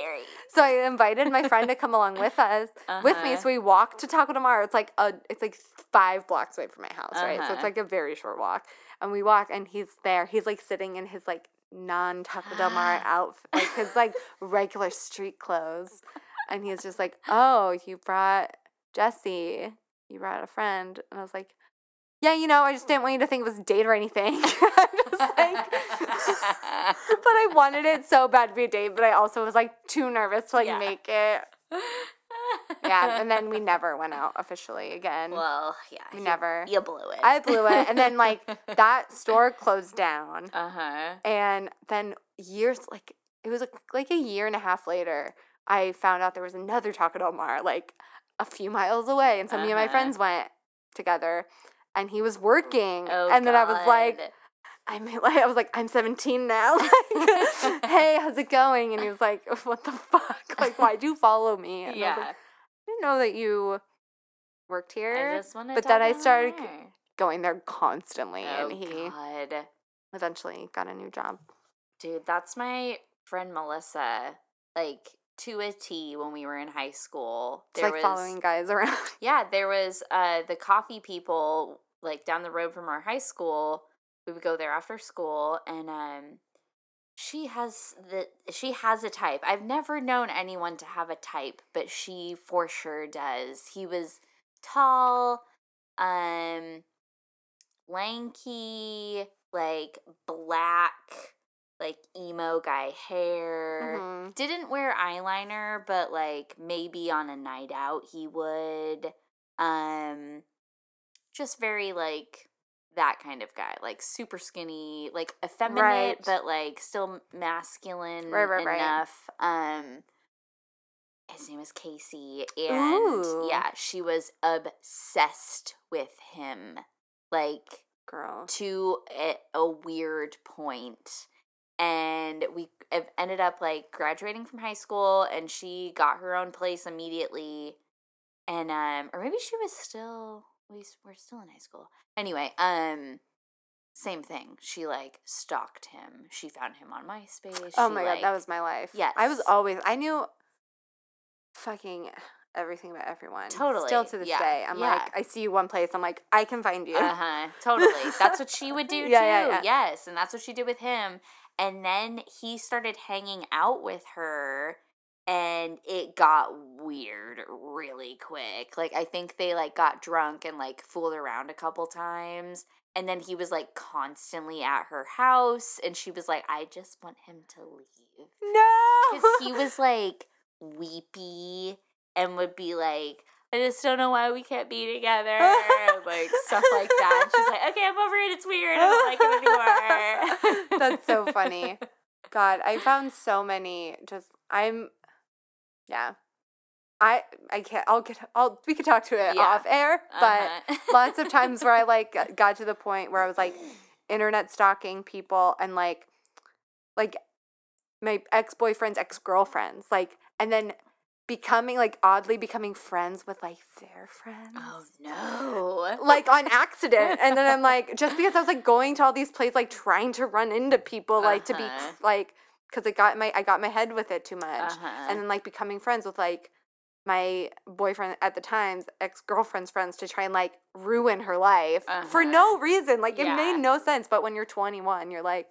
[SPEAKER 2] so I invited my friend to come along with us, with me. So we walked to Taco Tomorrow. It's like a, it's like five blocks away from my house, right? So
[SPEAKER 3] Uh-huh.
[SPEAKER 2] it's like a very short walk. And we walk, and he's there. He's like sitting in his like non Taco Del Mar outfit, like his like regular street clothes. And he's just like, "Oh, you brought Jesse. You brought a friend." And I was like, "Yeah, you know, I just didn't want you to think it was a date or anything." I'm just like. But I wanted it so bad to be a date, but I also was like too nervous to like
[SPEAKER 3] Yeah.
[SPEAKER 2] make it yeah, and then we never went out officially again.
[SPEAKER 3] well, yeah,
[SPEAKER 2] we
[SPEAKER 3] you-
[SPEAKER 2] never.
[SPEAKER 3] You blew it.
[SPEAKER 2] I blew it, and then like that store closed down,
[SPEAKER 3] Uh huh.
[SPEAKER 2] and then years like it was like, like a year and a half later, I found out there was another Taco Del Mar like a few miles away, and so me and my
[SPEAKER 3] Uh-huh.
[SPEAKER 2] friends went together, and he was working,
[SPEAKER 3] Oh,
[SPEAKER 2] and then I was like, I'm like, I was like, I'm 17 now. Like, hey, how's it going? And he was like, What the fuck? Like, why do you follow me? And I was like,
[SPEAKER 3] yeah.
[SPEAKER 2] didn't know that you worked here.
[SPEAKER 3] I just wanted.
[SPEAKER 2] but
[SPEAKER 3] to
[SPEAKER 2] then I
[SPEAKER 3] go
[SPEAKER 2] started-
[SPEAKER 3] there.
[SPEAKER 2] going there constantly,
[SPEAKER 3] Oh
[SPEAKER 2] and he
[SPEAKER 3] God,
[SPEAKER 2] eventually got a new job.
[SPEAKER 3] dude, that's my friend Melissa. Like to a T, when we were in high school,
[SPEAKER 2] It's
[SPEAKER 3] there
[SPEAKER 2] like
[SPEAKER 3] was
[SPEAKER 2] following guys around.
[SPEAKER 3] Yeah, there was uh the coffee people like down the road from our high school. We would go there after school and um she has the she has a type. I've never known anyone to have a type, but she for sure does. He was tall, um lanky, like black, like emo guy hair
[SPEAKER 2] Mhm.
[SPEAKER 3] didn't wear eyeliner, but like maybe on a night out he would. Um just very like that kind of guy, like super skinny, like effeminate
[SPEAKER 2] Right.
[SPEAKER 3] but like still masculine
[SPEAKER 2] Right, right, right.
[SPEAKER 3] enough. Um his name was Casey and
[SPEAKER 2] Ooh.
[SPEAKER 3] yeah, she was obsessed with him. Like
[SPEAKER 2] Girl.
[SPEAKER 3] to a, a weird point and we ev- ended up like graduating from high school and she got her own place immediately and um or maybe she was still we s- were still in high school anyway um same thing she like stalked him she found him on myspace
[SPEAKER 2] Oh
[SPEAKER 3] She,
[SPEAKER 2] my god,
[SPEAKER 3] like-
[SPEAKER 2] that was my life. I
[SPEAKER 3] Yes.
[SPEAKER 2] was always. I knew fucking everything about everyone. Still
[SPEAKER 3] Totally,
[SPEAKER 2] to this
[SPEAKER 3] yeah,
[SPEAKER 2] day, I'm
[SPEAKER 3] yeah.
[SPEAKER 2] like, I see you one place. I'm like, I can find you.
[SPEAKER 3] Uh-huh. Totally. That's what she would do
[SPEAKER 2] Yeah,
[SPEAKER 3] too.
[SPEAKER 2] yeah, yeah.
[SPEAKER 3] Yes. And that's what she did with him. And then he started hanging out with her and it got weird really quick. Like I think they like got drunk and like fooled around a couple times. And then he was like constantly at her house and she was like, I just want him to leave.
[SPEAKER 2] No.
[SPEAKER 3] Because he was like weepy and would be like, I just don't know why we can't be together. and, like stuff like that. And she's like, okay, I'm over it. It's weird. I don't like it anymore.
[SPEAKER 2] That's so funny. God, I found so many. Just I'm, yeah. I I can't. I'll get. I'll. We could talk to it
[SPEAKER 3] Yeah.
[SPEAKER 2] off air, but
[SPEAKER 3] Uh-huh.
[SPEAKER 2] lots of times where I like g- got to the point where I was like internet stalking people and like like my ex boyfriend's ex girlfriends like and then becoming like oddly becoming friends with like their friends
[SPEAKER 3] Oh no.
[SPEAKER 2] like on accident and then I'm like just because I was like going to all these places like trying to run into people like to be
[SPEAKER 3] Uh-huh.
[SPEAKER 2] like because I got my I got my head with it too much
[SPEAKER 3] Uh-huh.
[SPEAKER 2] and then like becoming friends with like my boyfriend at the time's ex girlfriend's friends to try and like ruin her life for
[SPEAKER 3] Uh-huh.
[SPEAKER 2] no reason. Like it
[SPEAKER 3] Yeah.
[SPEAKER 2] made no sense. But when you're 21, you're like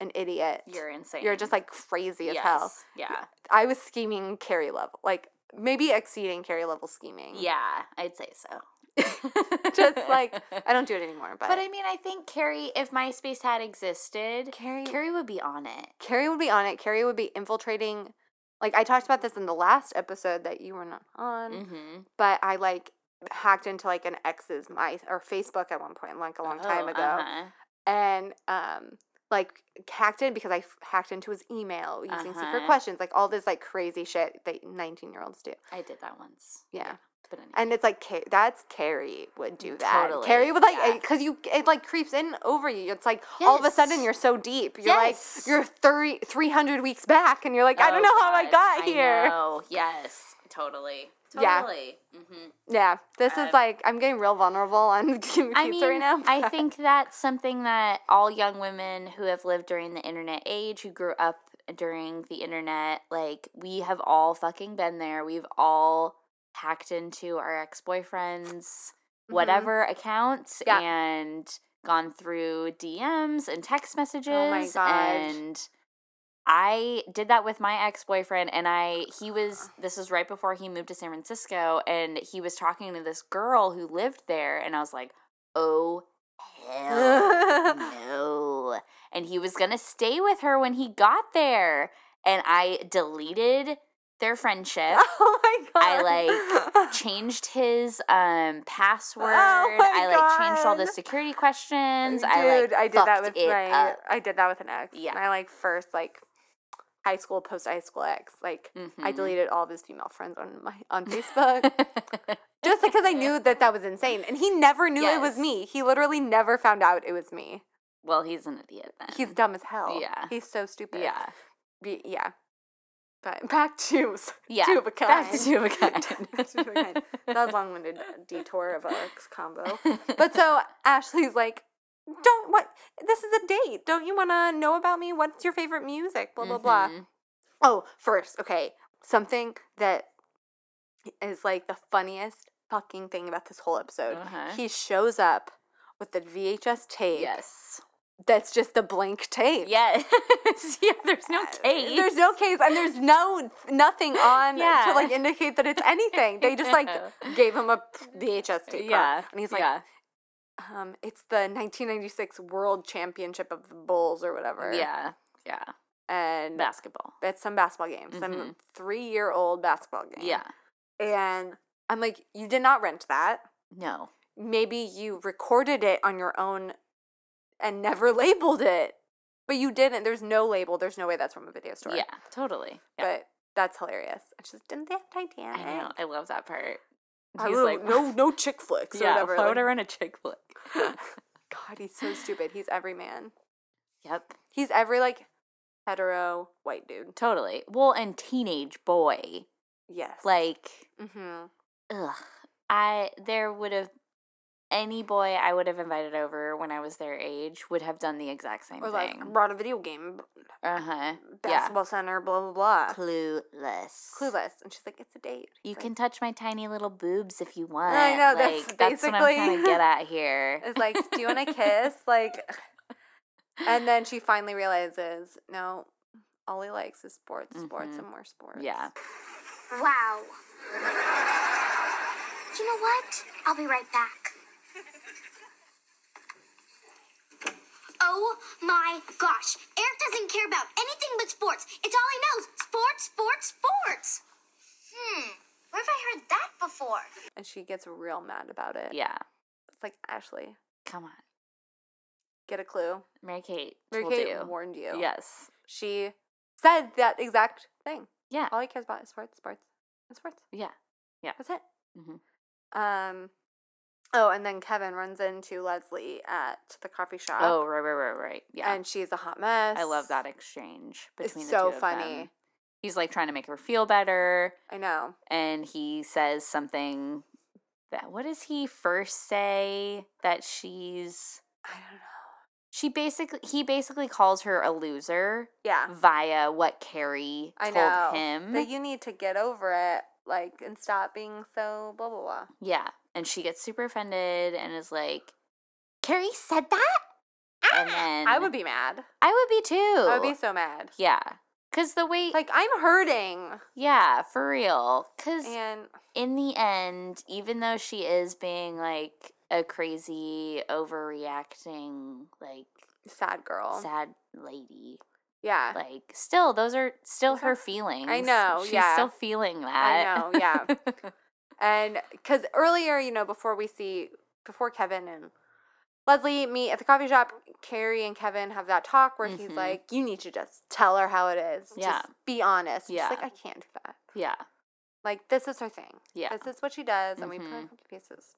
[SPEAKER 2] an idiot.
[SPEAKER 3] You're insane.
[SPEAKER 2] You're just like crazy as hell.
[SPEAKER 3] Yes, Yeah.
[SPEAKER 2] I was scheming carry level, like maybe exceeding carry level scheming.
[SPEAKER 3] Yeah, I'd say so.
[SPEAKER 2] just like I don't do it anymore. But,
[SPEAKER 3] But I mean, I think Carrie, if MySpace had existed,
[SPEAKER 2] Carrie, Carrie
[SPEAKER 3] Carrie would be on it.
[SPEAKER 2] would be on it. Carrie would be infiltrating. Like I talked about this in the last episode that you were not on.
[SPEAKER 3] Mm-hmm.
[SPEAKER 2] but I like hacked into like an ex's my or Facebook at one point, like a long time
[SPEAKER 3] Oh,
[SPEAKER 2] ago,
[SPEAKER 3] uh-huh.
[SPEAKER 2] and um like hacked in because I f- hacked into his email using secret
[SPEAKER 3] Uh-huh.
[SPEAKER 2] questions, like all this like crazy shit that nineteen year olds do.
[SPEAKER 3] I did that once.
[SPEAKER 2] Yeah,
[SPEAKER 3] But anyway.
[SPEAKER 2] and it's like Ca- that's Carrie would do that.
[SPEAKER 3] Totally,
[SPEAKER 2] Carrie would like
[SPEAKER 3] yeah.
[SPEAKER 2] because you it like creeps in over you. It's like all of a sudden
[SPEAKER 3] Yes.
[SPEAKER 2] you're so deep. You're
[SPEAKER 3] Yes.
[SPEAKER 2] like you're 30, 300 weeks back, and you're like I don't
[SPEAKER 3] Oh,
[SPEAKER 2] know how I
[SPEAKER 3] God,
[SPEAKER 2] got here.
[SPEAKER 3] know. Yes, totally.
[SPEAKER 2] Yeah.
[SPEAKER 3] Totally. Mm-hmm.
[SPEAKER 2] Yeah, this
[SPEAKER 3] Uh,
[SPEAKER 2] is like I'm getting real vulnerable on pizza
[SPEAKER 3] I mean,
[SPEAKER 2] right now.
[SPEAKER 3] I
[SPEAKER 2] but-
[SPEAKER 3] think that's something that all young women who have lived during the internet age, who grew up during the internet, like we have all fucking been there. We've all hacked into our ex boyfriends,
[SPEAKER 2] Mhm.
[SPEAKER 3] whatever accounts,
[SPEAKER 2] Yeah.
[SPEAKER 3] and gone through DMs and text messages.
[SPEAKER 2] Oh gosh.
[SPEAKER 3] And I did that with my ex boyfriend, and I he was this was right before he moved to San Francisco, and he was talking to this girl who lived there, and I was like, oh hell no! And he was gonna stay with her when he got there, and I deleted their friendship.
[SPEAKER 2] Oh my god.
[SPEAKER 3] I, like, changed his um password.
[SPEAKER 2] Oh my
[SPEAKER 3] I like changed all the
[SPEAKER 2] God.
[SPEAKER 3] security questions.
[SPEAKER 2] Dude,
[SPEAKER 3] I like
[SPEAKER 2] did that with
[SPEAKER 3] fucked it
[SPEAKER 2] my
[SPEAKER 3] up.
[SPEAKER 2] I did that with an ex.
[SPEAKER 3] Yeah.
[SPEAKER 2] My like first like high school post high school ex. Like I
[SPEAKER 3] Mhm.
[SPEAKER 2] deleted all of his female friends on my on Facebook just because I knew that that was insane and he never knew it was
[SPEAKER 3] Yes.
[SPEAKER 2] me. He literally never found out it was me.
[SPEAKER 3] Well, he's an idiot then.
[SPEAKER 2] He's dumb as hell.
[SPEAKER 3] Yeah.
[SPEAKER 2] He's so stupid.
[SPEAKER 3] yeah.
[SPEAKER 2] Be- yeah. But back to
[SPEAKER 3] Yeah.
[SPEAKER 2] two of a kind.
[SPEAKER 3] Back to two of a kind.
[SPEAKER 2] Two of a kind. that was a long-winded uh, detour of a combo. But so Ashley's like, don't what? This is a date. Don't you want to know about me? What's your favorite music? Blah blah blah.
[SPEAKER 3] Mhm.
[SPEAKER 2] Oh, first, okay, something that is like the funniest fucking thing about this whole episode.
[SPEAKER 3] Uh-huh.
[SPEAKER 2] He shows up with the VHS tape.
[SPEAKER 3] Yes.
[SPEAKER 2] that's just the blank tape.
[SPEAKER 3] Yes. yeah. There's no case.
[SPEAKER 2] There's no case and there's no nothing on
[SPEAKER 3] Yeah.
[SPEAKER 2] to like indicate that it's anything. They just like
[SPEAKER 3] know.
[SPEAKER 2] gave him a VHS tape. huh?
[SPEAKER 3] Yeah.
[SPEAKER 2] And he's like,
[SPEAKER 3] yeah.
[SPEAKER 2] um, it's the 1996 World Championship of the Bulls or whatever.
[SPEAKER 3] yeah. Yeah.
[SPEAKER 2] and
[SPEAKER 3] Basketball.
[SPEAKER 2] it's some basketball game, some
[SPEAKER 3] Mhm.
[SPEAKER 2] three-year-old basketball game.
[SPEAKER 3] Yeah.
[SPEAKER 2] and I'm like, you did not rent that.
[SPEAKER 3] No.
[SPEAKER 2] Maybe you recorded it on your own and never labeled it, but you didn't. There's no label. There's no way that's from a video store.
[SPEAKER 3] Yeah. Totally. Yeah.
[SPEAKER 2] but that's hilarious. I just didn't they have Titanic?
[SPEAKER 3] I know. I love that part.
[SPEAKER 2] I
[SPEAKER 3] he's
[SPEAKER 2] don't-
[SPEAKER 3] like,
[SPEAKER 2] no, no chick flicks or
[SPEAKER 3] yeah.
[SPEAKER 2] whatever.
[SPEAKER 3] Why would I
[SPEAKER 2] like,
[SPEAKER 3] run a chick flick?
[SPEAKER 2] God, he's so stupid. He's every man.
[SPEAKER 3] yep.
[SPEAKER 2] He's every like hetero white dude.
[SPEAKER 3] Totally. Well, and teenage boy.
[SPEAKER 2] Yes.
[SPEAKER 3] Like.
[SPEAKER 2] hmm
[SPEAKER 3] ugh, I there would have any boy I would have invited over when I was their age would have done the exact same
[SPEAKER 2] Or like
[SPEAKER 3] thing.
[SPEAKER 2] brought a video game,
[SPEAKER 3] uh huh. Yeah.
[SPEAKER 2] basketball center, blah blah blah.
[SPEAKER 3] Clueless.
[SPEAKER 2] Clueless, and she's like, "It's a date."
[SPEAKER 3] You
[SPEAKER 2] He's like-
[SPEAKER 3] can touch my tiny little boobs if you want.
[SPEAKER 2] know,
[SPEAKER 3] like,
[SPEAKER 2] that's
[SPEAKER 3] that's what I'm trying to
[SPEAKER 2] basically-
[SPEAKER 3] get at here.
[SPEAKER 2] It's like, "Do you want to kiss?" Like, and then she finally realizes, no, all he likes is sports, sports,
[SPEAKER 3] Mhm.
[SPEAKER 2] and more sports.
[SPEAKER 3] Yeah.
[SPEAKER 6] Wow. You know what? I'll be right back. Oh my gosh. Eric doesn't care about anything but sports. It's all he knows. Sports, sports, sports.
[SPEAKER 4] Hmm. Where have I heard that before?
[SPEAKER 2] And she gets real mad about it.
[SPEAKER 3] Yeah.
[SPEAKER 2] It's like, Ashley,
[SPEAKER 3] Come on.
[SPEAKER 2] get a clue.
[SPEAKER 3] Mary Kate.
[SPEAKER 2] Mary
[SPEAKER 3] will
[SPEAKER 2] Kate
[SPEAKER 3] do.
[SPEAKER 2] warned you.
[SPEAKER 3] Yes.
[SPEAKER 2] She said that exact thing.
[SPEAKER 3] Yeah.
[SPEAKER 2] All he cares about is sports, sports, and sports.
[SPEAKER 3] Yeah.
[SPEAKER 2] That's it.
[SPEAKER 3] Mhm.
[SPEAKER 2] Um. Oh, and then Kevin runs into Leslie at the coffee shop.
[SPEAKER 3] Oh, right, right, right, right. Yeah.
[SPEAKER 2] and she's a hot mess.
[SPEAKER 3] I love that exchange
[SPEAKER 2] It's
[SPEAKER 3] between the
[SPEAKER 2] so
[SPEAKER 3] two of
[SPEAKER 2] funny.
[SPEAKER 3] them. He's like trying to make her feel better,
[SPEAKER 2] I know.
[SPEAKER 3] and he says something that what does he first say that she's
[SPEAKER 2] I don't know.
[SPEAKER 3] she basically he basically calls her a loser
[SPEAKER 2] Yeah.
[SPEAKER 3] via what Carrie
[SPEAKER 2] Ah. I
[SPEAKER 3] told
[SPEAKER 2] know.
[SPEAKER 3] him.
[SPEAKER 2] That you need to get over it, like, and stop being so blah blah blah.
[SPEAKER 3] yeah, and she gets super offended and is like, "Carrie said that," and then
[SPEAKER 2] Ah, I would be mad.
[SPEAKER 3] I would be too.
[SPEAKER 2] I would be so mad.
[SPEAKER 3] yeah, because the way,
[SPEAKER 2] Like I'm hurting,
[SPEAKER 3] yeah, for real, because.
[SPEAKER 2] and
[SPEAKER 3] in the end, even though she is being like a crazy, overreacting, like
[SPEAKER 2] sad girl.
[SPEAKER 3] sad lady,
[SPEAKER 2] Yeah,
[SPEAKER 3] like still, those are still
[SPEAKER 2] Those
[SPEAKER 3] her
[SPEAKER 2] are-
[SPEAKER 3] feelings.
[SPEAKER 2] know,
[SPEAKER 3] She's
[SPEAKER 2] yeah.
[SPEAKER 3] still feeling that.
[SPEAKER 2] know, yeah. and because earlier, you know, before we see before Kevin and Leslie meet at the coffee shop, Carrie and Kevin have that talk where he's
[SPEAKER 3] Mhm.
[SPEAKER 2] like, "You need to just tell her how it is.
[SPEAKER 3] Yeah.
[SPEAKER 2] Just be honest."
[SPEAKER 3] Yeah.
[SPEAKER 2] She's like, "I can't do that.
[SPEAKER 3] yeah.
[SPEAKER 2] Like this is her thing.
[SPEAKER 3] Yeah.
[SPEAKER 2] This is what she does, and we put her
[SPEAKER 3] Mhm.
[SPEAKER 2] to pieces."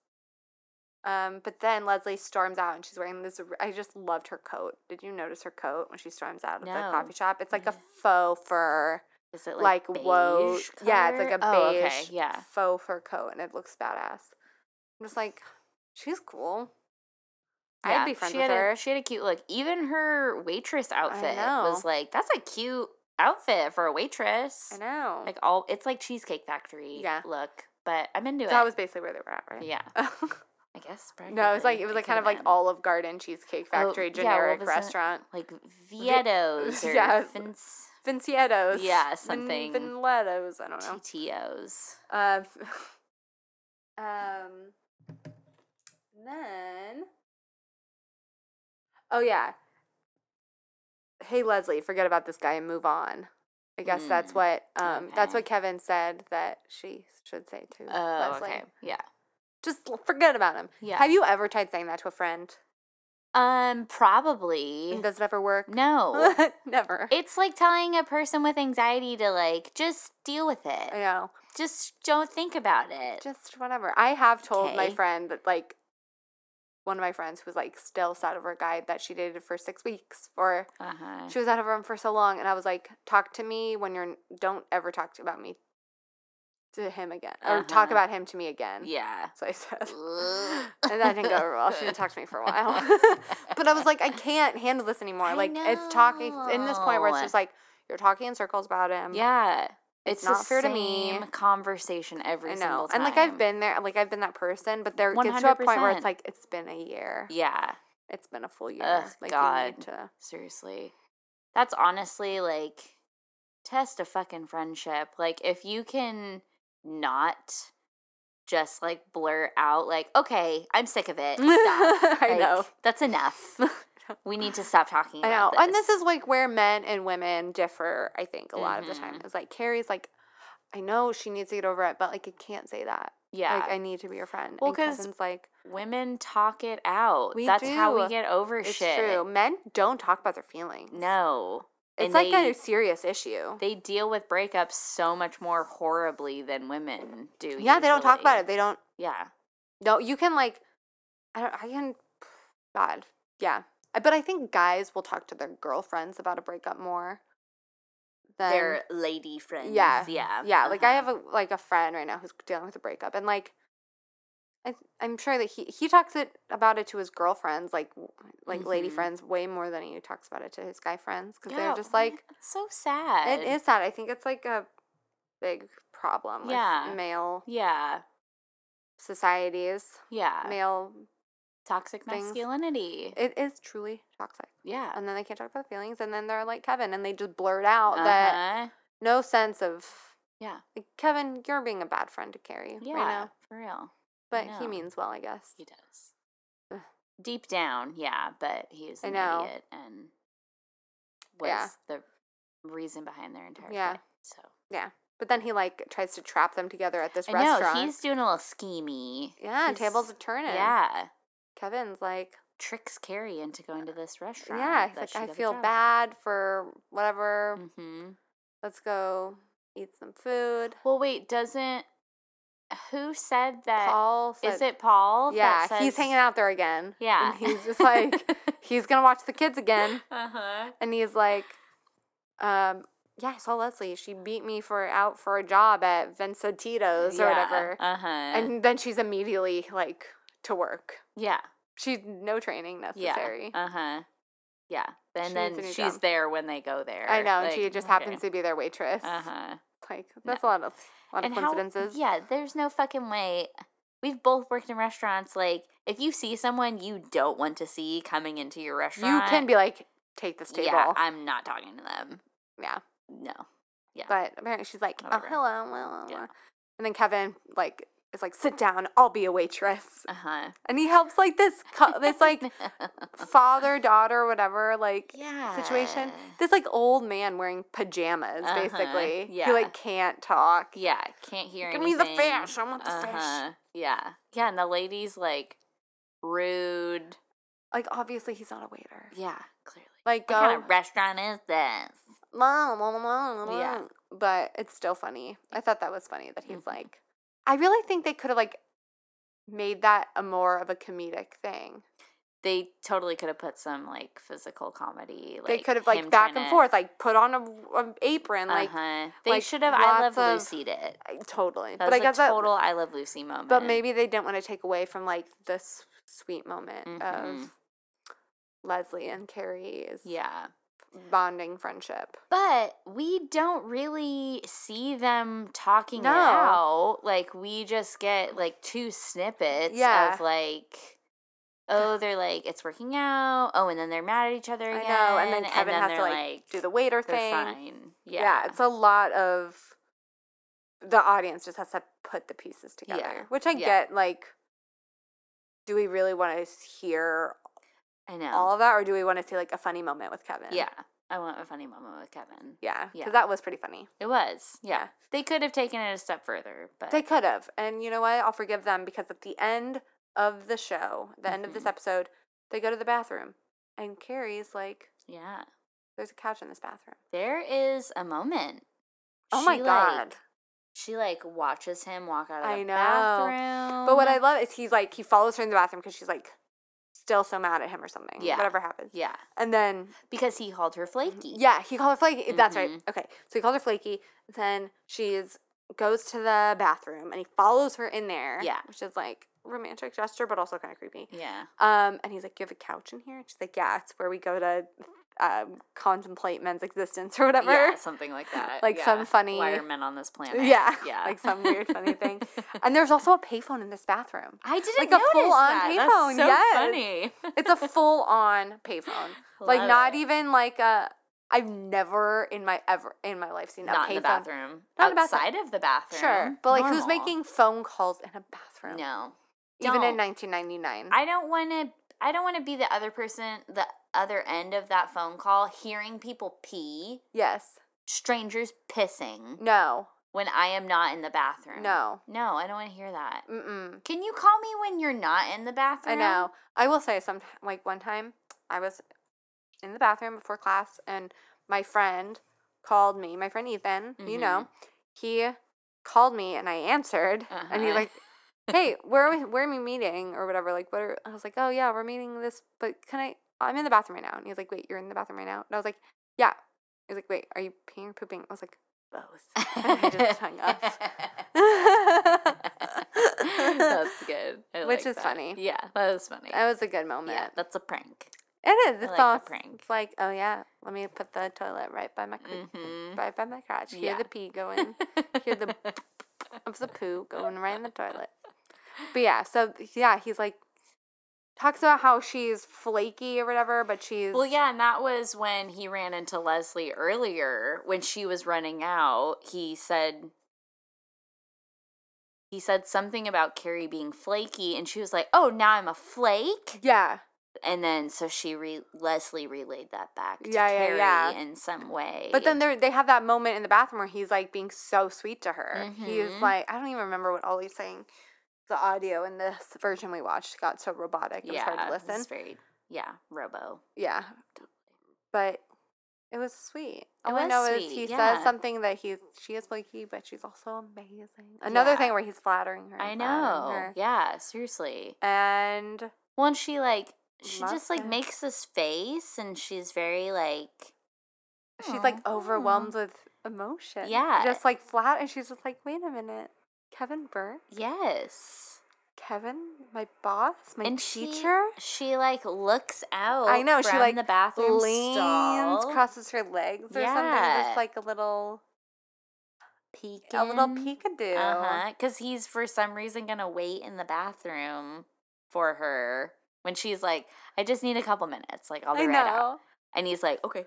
[SPEAKER 2] Um, but then Leslie storms out, and she's wearing this. r- I just loved her coat. Did you notice her coat when she storms out of
[SPEAKER 3] No.
[SPEAKER 2] the coffee shop? It's like a
[SPEAKER 3] Yeah.
[SPEAKER 2] faux fur
[SPEAKER 3] Is it
[SPEAKER 2] like,
[SPEAKER 3] like,
[SPEAKER 2] whoa,
[SPEAKER 3] beige
[SPEAKER 2] yeah, it's like a beige
[SPEAKER 3] color? Oh, okay. Yeah.
[SPEAKER 2] faux fur coat, and it looks badass. I'm just like, she's cool.
[SPEAKER 3] Yeah.
[SPEAKER 2] I'd be friends
[SPEAKER 3] she
[SPEAKER 2] with
[SPEAKER 3] had
[SPEAKER 2] her.
[SPEAKER 3] A, she had a cute look. Even her waitress outfit was
[SPEAKER 2] know.
[SPEAKER 3] like, that's a cute outfit for a waitress.
[SPEAKER 2] I know.
[SPEAKER 3] Like all, it's like Cheesecake Factory
[SPEAKER 2] Yeah.
[SPEAKER 3] look, but I'm into it.
[SPEAKER 2] that was basically where they were at, right?
[SPEAKER 3] Yeah,
[SPEAKER 2] Yeah.
[SPEAKER 3] I guess.
[SPEAKER 2] no, it was like
[SPEAKER 3] practically
[SPEAKER 2] it was like
[SPEAKER 3] could
[SPEAKER 2] kind of
[SPEAKER 3] have
[SPEAKER 2] like
[SPEAKER 3] been.
[SPEAKER 2] Olive Garden, Cheesecake Factory,
[SPEAKER 3] Oh, yeah, what
[SPEAKER 2] generic
[SPEAKER 3] was it?
[SPEAKER 2] restaurant.
[SPEAKER 3] like Viettos or
[SPEAKER 2] Yeah.
[SPEAKER 3] Vince
[SPEAKER 2] Vinciettos.
[SPEAKER 3] Yeah,
[SPEAKER 2] Vin-
[SPEAKER 3] something.
[SPEAKER 2] Vinlettos. I don't know.
[SPEAKER 3] TTOs.
[SPEAKER 2] Uh, um, then. Oh, yeah. Hey, Leslie, forget about this guy and move on. I guess that's
[SPEAKER 3] Mm,
[SPEAKER 2] what um that's
[SPEAKER 3] okay.
[SPEAKER 2] what Kevin said that she should say to
[SPEAKER 3] Oh,
[SPEAKER 2] Leslie.
[SPEAKER 3] okay, yeah,
[SPEAKER 2] Just l- forget about him.
[SPEAKER 3] yeah.
[SPEAKER 2] Have you ever tried saying that to a friend?
[SPEAKER 3] um, probably
[SPEAKER 2] And does it ever work?
[SPEAKER 3] no.
[SPEAKER 2] Never.
[SPEAKER 3] it's like telling a person with anxiety to like just deal with
[SPEAKER 2] I
[SPEAKER 3] it.
[SPEAKER 2] know.
[SPEAKER 3] Just don't think about it.
[SPEAKER 2] just whatever. I have told my
[SPEAKER 3] Okay.
[SPEAKER 2] friend that like one of my friends was like still sad over a guy that she dated for six weeks or
[SPEAKER 3] Uh huh.
[SPEAKER 2] she was out of him for so long and I was like, talk to me when you're don't ever talk to, about me to him again. Or talk
[SPEAKER 3] Uh-huh.
[SPEAKER 2] about him to me again.
[SPEAKER 3] Yeah.
[SPEAKER 2] So I said and
[SPEAKER 3] and
[SPEAKER 2] that didn't go over well. She didn't talk to me for a while. but I was like, I can't handle this anymore.
[SPEAKER 3] I
[SPEAKER 2] like it's talking in this point where it's
[SPEAKER 3] know.
[SPEAKER 2] just like you're talking in circles about him.
[SPEAKER 3] Yeah.
[SPEAKER 2] It's
[SPEAKER 3] It's, the
[SPEAKER 2] not fair to me.
[SPEAKER 3] same Conversation every
[SPEAKER 2] I
[SPEAKER 3] single
[SPEAKER 2] know.
[SPEAKER 3] time.
[SPEAKER 2] And like I've been there, like I've been that person, but there gets to a point where it's
[SPEAKER 3] 100%.
[SPEAKER 2] like it's been a year.
[SPEAKER 3] Yeah,
[SPEAKER 2] It's been a full year.
[SPEAKER 3] Ugh,
[SPEAKER 2] like you
[SPEAKER 3] God.
[SPEAKER 2] need to
[SPEAKER 3] seriously. That's honestly like test a fucking friendship. Like if you can not just like blurt out like, okay, I'm sick of it. Stop.
[SPEAKER 2] I
[SPEAKER 3] Like,
[SPEAKER 2] know.
[SPEAKER 3] That's enough. we need to stop talking
[SPEAKER 2] I know.
[SPEAKER 3] about
[SPEAKER 2] And this is like where men and women differ, I think, a lot of the time.
[SPEAKER 3] Mhm.
[SPEAKER 2] It's like Carrie's like, I know she needs to get over it, but like I can't say that.
[SPEAKER 3] yeah.
[SPEAKER 2] Like I need to be your friend.
[SPEAKER 3] Well,
[SPEAKER 2] and
[SPEAKER 3] 'cause
[SPEAKER 2] Kevin's like,
[SPEAKER 3] Women talk it out.
[SPEAKER 2] We
[SPEAKER 3] That's how we
[SPEAKER 2] do.
[SPEAKER 3] get over
[SPEAKER 2] it's
[SPEAKER 3] shit.
[SPEAKER 2] true. Men don't talk about their feelings.
[SPEAKER 3] No.
[SPEAKER 2] It's
[SPEAKER 3] And
[SPEAKER 2] like
[SPEAKER 3] they-
[SPEAKER 2] a serious issue.
[SPEAKER 3] They deal with breakups so much more horribly than women do.
[SPEAKER 2] yeah, they don't talk about
[SPEAKER 3] usually.
[SPEAKER 2] it. They don't
[SPEAKER 3] Yeah.
[SPEAKER 2] No, you can like, I don't. I can. God, yeah. I- But I think guys will talk to their girlfriends about a breakup more. Than,
[SPEAKER 3] They're lady friends.
[SPEAKER 2] yeah,
[SPEAKER 3] Yeah.
[SPEAKER 2] yeah. Like I
[SPEAKER 3] uh-huh.
[SPEAKER 2] have a like a friend right now who's dealing with a breakup, and like, I I'm sure that he he talks it about it to his girlfriends, like w- like lady
[SPEAKER 3] Mhm.
[SPEAKER 2] friends, way more than he talks about it to his guy friends because
[SPEAKER 3] Yeah,
[SPEAKER 2] they're just
[SPEAKER 3] why-
[SPEAKER 2] like
[SPEAKER 3] it's so sad.
[SPEAKER 2] it is sad. I think it's like a big problem with
[SPEAKER 3] Yeah.
[SPEAKER 2] male
[SPEAKER 3] Yeah.
[SPEAKER 2] societies,
[SPEAKER 3] Yeah.
[SPEAKER 2] male.
[SPEAKER 3] Toxic
[SPEAKER 2] things.
[SPEAKER 3] masculinity.
[SPEAKER 2] It is truly toxic.
[SPEAKER 3] yeah.
[SPEAKER 2] and then they can't talk about feelings and then they're like kevin and they just blurt out that
[SPEAKER 3] Uh-huh.
[SPEAKER 2] no sense of
[SPEAKER 3] Yeah.
[SPEAKER 2] Like, Kevin, you're being a bad friend to Carrie
[SPEAKER 3] Yeah.
[SPEAKER 2] right now.
[SPEAKER 3] For real.
[SPEAKER 2] But
[SPEAKER 3] know.
[SPEAKER 2] he means well, I guess.
[SPEAKER 3] He does.
[SPEAKER 2] Ugh.
[SPEAKER 3] Deep down, yeah, but he was
[SPEAKER 2] I
[SPEAKER 3] an
[SPEAKER 2] know.
[SPEAKER 3] idiot and was
[SPEAKER 2] Yeah.
[SPEAKER 3] the reason behind their entire
[SPEAKER 2] Yeah.
[SPEAKER 3] fight. So
[SPEAKER 2] But then he like tries to trap them together at this
[SPEAKER 3] I
[SPEAKER 2] restaurant.
[SPEAKER 3] know he's doing a little schemey.
[SPEAKER 2] yeah,
[SPEAKER 3] he's-
[SPEAKER 2] tables are turning.
[SPEAKER 3] Yeah,
[SPEAKER 2] Kevin's like,
[SPEAKER 3] tricks Carrie into going to this restaurant.
[SPEAKER 2] yeah, he's like, I feel bad for whatever.
[SPEAKER 3] Mm-hmm.
[SPEAKER 2] Let's go eat some food.
[SPEAKER 3] Well, wait, doesn't who said that?
[SPEAKER 2] Paul said,
[SPEAKER 3] is it Paul? that
[SPEAKER 2] Yeah, he's
[SPEAKER 3] says-
[SPEAKER 2] hanging out there again.
[SPEAKER 3] Yeah,
[SPEAKER 2] and he's just like he's gonna watch the kids again,
[SPEAKER 3] uh huh.
[SPEAKER 2] and he's like, um, yeah, I saw Leslie. She beat me for out for a job at Vincentito's or whatever,
[SPEAKER 3] Uh huh. And
[SPEAKER 2] and then she's immediately like to work.
[SPEAKER 3] yeah,
[SPEAKER 2] She's no training necessary.
[SPEAKER 3] Yeah. Uh huh. Yeah. And
[SPEAKER 2] She needs
[SPEAKER 3] then
[SPEAKER 2] a new
[SPEAKER 3] she's
[SPEAKER 2] job.
[SPEAKER 3] there when they go there.
[SPEAKER 2] I know. and she just happens to be their waitress.
[SPEAKER 3] Uh huh.
[SPEAKER 2] Like that's a lot of a lot of coincidences.
[SPEAKER 3] yeah, there's no fucking way. We've both worked in restaurants. Like, if you see someone you don't want to see coming into your
[SPEAKER 2] you
[SPEAKER 3] restaurant,
[SPEAKER 2] can be like, take this table.
[SPEAKER 3] Yeah, I'm not talking to them.
[SPEAKER 2] yeah.
[SPEAKER 3] No.
[SPEAKER 2] But apparently she's like, oh
[SPEAKER 3] Whatever.
[SPEAKER 2] hello, blah, blah,
[SPEAKER 3] Yeah.
[SPEAKER 2] blah." and then Kevin like is like, sit down. I'll be a waitress,
[SPEAKER 3] Uh huh.
[SPEAKER 2] and he helps like this co- this like father daughter whatever like
[SPEAKER 3] yeah.
[SPEAKER 2] situation. This like old man wearing pajamas
[SPEAKER 3] Uh-huh,
[SPEAKER 2] basically.
[SPEAKER 3] yeah.
[SPEAKER 2] He like can't talk.
[SPEAKER 3] Yeah, can't hear
[SPEAKER 2] Give me
[SPEAKER 3] anything.
[SPEAKER 2] the fish. I want the fish.
[SPEAKER 3] Uh-huh. Yeah. Yeah, and the lady's like rude.
[SPEAKER 2] Like obviously he's not a waiter.
[SPEAKER 3] Yeah, clearly.
[SPEAKER 2] Like
[SPEAKER 3] What
[SPEAKER 2] go
[SPEAKER 3] kind of restaurant is this?
[SPEAKER 2] mom, mom, mom, mom.
[SPEAKER 3] Yeah. Mm-hmm.
[SPEAKER 2] But it's still funny. I thought that was funny that he's like, I really think they could have like made that a more of a comedic thing.
[SPEAKER 3] They totally could have put some like physical comedy. Like,
[SPEAKER 2] they could have
[SPEAKER 3] him
[SPEAKER 2] like back
[SPEAKER 3] trying
[SPEAKER 2] and
[SPEAKER 3] to-
[SPEAKER 2] forth, like put on a, a apron, like
[SPEAKER 3] uh-huh. they
[SPEAKER 2] like,
[SPEAKER 3] should have. I love
[SPEAKER 2] lots of-
[SPEAKER 3] Lucy. It.
[SPEAKER 2] I- totally.
[SPEAKER 3] That
[SPEAKER 2] but I
[SPEAKER 3] was
[SPEAKER 2] guess
[SPEAKER 3] a
[SPEAKER 2] that,
[SPEAKER 3] total I love Lucy moment.
[SPEAKER 2] but maybe they didn't want to take away from like the s- sweet moment of
[SPEAKER 3] Mhm.
[SPEAKER 2] Leslie and Carrie's
[SPEAKER 3] Yeah.
[SPEAKER 2] bonding friendship.
[SPEAKER 3] But we don't really see them talking
[SPEAKER 2] No.
[SPEAKER 3] it out. Like we just get like two snippets
[SPEAKER 2] Yeah.
[SPEAKER 3] of like oh, they're like it's working out. Oh, and then they're mad at each other
[SPEAKER 2] I
[SPEAKER 3] again.
[SPEAKER 2] know, and then Kevin has to
[SPEAKER 3] they're,
[SPEAKER 2] like, do the waiter
[SPEAKER 3] they're
[SPEAKER 2] thing.
[SPEAKER 3] fine. Yeah.
[SPEAKER 2] yeah. it's a lot of the audience just has to put the pieces
[SPEAKER 3] Yeah,
[SPEAKER 2] together which i
[SPEAKER 3] yeah.
[SPEAKER 2] get like do we really want to hear
[SPEAKER 3] I know.
[SPEAKER 2] all of that or do we want to see like a funny moment with kevin
[SPEAKER 3] yeah. I want a funny moment with Kevin.
[SPEAKER 2] yeah because
[SPEAKER 3] Yeah.
[SPEAKER 2] that was pretty funny
[SPEAKER 3] It was. Yeah.
[SPEAKER 2] Yeah.
[SPEAKER 3] They could have taken it a step further, but
[SPEAKER 2] they could have and you know what i'll forgive them because at the end of the show the end of this
[SPEAKER 3] Mhm.
[SPEAKER 2] episode they go to the bathroom and carrie's like
[SPEAKER 3] yeah.
[SPEAKER 2] there's a couch in this bathroom
[SPEAKER 3] There is a moment.
[SPEAKER 2] oh my
[SPEAKER 3] She,
[SPEAKER 2] god
[SPEAKER 3] like, She like watches him walk out of the
[SPEAKER 2] I know.
[SPEAKER 3] bathroom.
[SPEAKER 2] but what i love is he's like he follows her in the bathroom because she's like still so mad at him or something
[SPEAKER 3] Yeah.
[SPEAKER 2] whatever happened
[SPEAKER 3] yeah,
[SPEAKER 2] and then
[SPEAKER 3] because he called her flaky.
[SPEAKER 2] Mm-hmm. Yeah, he called her flaky. That's right.
[SPEAKER 3] Mhm.
[SPEAKER 2] Okay, so he called her flaky. Then she's goes to the bathroom and he follows her in there.
[SPEAKER 3] Yeah.
[SPEAKER 2] which is like romantic gesture, but also kind of creepy.
[SPEAKER 3] yeah,
[SPEAKER 2] Um, and he's like, "You have a couch in here?" And she's like, "Yeah, it's where we go to um, contemplate men's existence or whatever."
[SPEAKER 3] yeah, something like that.
[SPEAKER 2] Like
[SPEAKER 3] yeah.
[SPEAKER 2] some funny-
[SPEAKER 3] Why are men on this planet?
[SPEAKER 2] Yeah,
[SPEAKER 3] yeah,
[SPEAKER 2] like some weird funny thing. And there's also a payphone in this bathroom.
[SPEAKER 3] I didn't
[SPEAKER 2] like a
[SPEAKER 3] notice
[SPEAKER 2] full-on
[SPEAKER 3] that.
[SPEAKER 2] payphone,
[SPEAKER 3] That's so
[SPEAKER 2] yes.
[SPEAKER 3] funny.
[SPEAKER 2] It's a full on payphone. like
[SPEAKER 3] Love
[SPEAKER 2] not
[SPEAKER 3] it.
[SPEAKER 2] even like a. I've never in my ever in my life seen a
[SPEAKER 3] Not in the
[SPEAKER 2] payphone.
[SPEAKER 3] bathroom.
[SPEAKER 2] Not in the bathroom.
[SPEAKER 3] outside of the bathroom.
[SPEAKER 2] Sure, but like who's
[SPEAKER 3] Normal.
[SPEAKER 2] making phone calls in a bathroom?
[SPEAKER 3] No,
[SPEAKER 2] even in
[SPEAKER 3] Don't.
[SPEAKER 2] 1999.
[SPEAKER 3] I don't want to. I don't want to be the other person, the other end of that phone call, hearing people pee,
[SPEAKER 2] yes.
[SPEAKER 3] strangers pissing
[SPEAKER 2] No.
[SPEAKER 3] when I am not in the bathroom.
[SPEAKER 2] No.
[SPEAKER 3] no, I don't want to hear that.
[SPEAKER 2] Mm-mm.
[SPEAKER 3] Can you call me when you're not in the bathroom?
[SPEAKER 2] I know. I will say some like one time I was in the bathroom before class and my friend called me. My friend Ethan, you
[SPEAKER 3] Mm-hmm.
[SPEAKER 2] know, he called me and I answered and he's
[SPEAKER 3] Uh-huh.
[SPEAKER 2] like, "Hey, where are we, where are we meeting or whatever?" Like, what? Are, I was like, "Oh yeah, we're meeting this." But can I? I'm in the bathroom right now. And he's like, "Wait, you're in the bathroom right now?" And I was like, "Yeah." He's like, "Wait, are you peeing or pooping?" I was like, "Both." And he just hung up. that
[SPEAKER 3] That's good. I
[SPEAKER 2] Which
[SPEAKER 3] like
[SPEAKER 2] is
[SPEAKER 3] that.
[SPEAKER 2] funny.
[SPEAKER 3] Yeah, that was funny.
[SPEAKER 2] was a good moment.
[SPEAKER 3] yeah, that's a prank.
[SPEAKER 2] It is.
[SPEAKER 3] I
[SPEAKER 2] It's
[SPEAKER 3] like
[SPEAKER 2] all
[SPEAKER 3] the prank.
[SPEAKER 2] It's like, oh yeah, let me put the toilet right by my cr-
[SPEAKER 3] Mhm.
[SPEAKER 2] right by my crotch. Hear
[SPEAKER 3] Yeah.
[SPEAKER 2] the pee going. Hear the of the poo going right in the toilet. But yeah, so yeah, he's like talks about how she's flaky or whatever, but she's
[SPEAKER 3] Well, yeah, and that was when he ran into Leslie earlier when she was running out. He said he said something about Carrie being flaky, and she was like, "Oh, now I'm a flake."
[SPEAKER 2] Yeah.
[SPEAKER 3] And then so she re- Leslie relayed that back to
[SPEAKER 2] Yeah, yeah,
[SPEAKER 3] Carrie
[SPEAKER 2] yeah.
[SPEAKER 3] in some way.
[SPEAKER 2] But then they they have that moment in the bathroom where he's like being so sweet to her. He's
[SPEAKER 3] Mhm.
[SPEAKER 2] like, I don't even remember what Ollie's saying. The audio in this version we watched got so robotic. It was hard to
[SPEAKER 3] it's
[SPEAKER 2] listen.
[SPEAKER 3] very yeah, Robo.
[SPEAKER 2] Yeah. But it was sweet. All I
[SPEAKER 3] was
[SPEAKER 2] know is
[SPEAKER 3] sweet,
[SPEAKER 2] he
[SPEAKER 3] yeah.
[SPEAKER 2] says something that he's she is flaky, but she's also amazing. Another
[SPEAKER 3] Yeah.
[SPEAKER 2] thing where he's flattering her.
[SPEAKER 3] I
[SPEAKER 2] and
[SPEAKER 3] know.
[SPEAKER 2] flattering her.
[SPEAKER 3] Yeah, seriously.
[SPEAKER 2] And
[SPEAKER 3] Well, and she like she
[SPEAKER 2] Loves
[SPEAKER 3] just like
[SPEAKER 2] it.
[SPEAKER 3] makes this face, and she's very like
[SPEAKER 2] she's like
[SPEAKER 3] "Aw." hmm.
[SPEAKER 2] overwhelmed with emotion.
[SPEAKER 3] Yeah.
[SPEAKER 2] Just like flat and she's just like, wait a minute. Kevin Burke?
[SPEAKER 3] Yes.
[SPEAKER 2] Kevin, my boss, my
[SPEAKER 3] and
[SPEAKER 2] teacher?
[SPEAKER 3] She, she like looks out.
[SPEAKER 2] I know, she
[SPEAKER 3] from
[SPEAKER 2] like
[SPEAKER 3] the bathroom
[SPEAKER 2] leans,
[SPEAKER 3] stall,
[SPEAKER 2] crosses her legs or something,
[SPEAKER 3] Yeah.
[SPEAKER 2] just like a little
[SPEAKER 3] peeking,
[SPEAKER 2] a little peekadoo.
[SPEAKER 3] Uh huh. Because he's for some reason gonna wait in the bathroom for her when she's like, "I just need a couple minutes. Like I'll be
[SPEAKER 2] I
[SPEAKER 3] right out."
[SPEAKER 2] know.
[SPEAKER 3] And he's like, "Okay."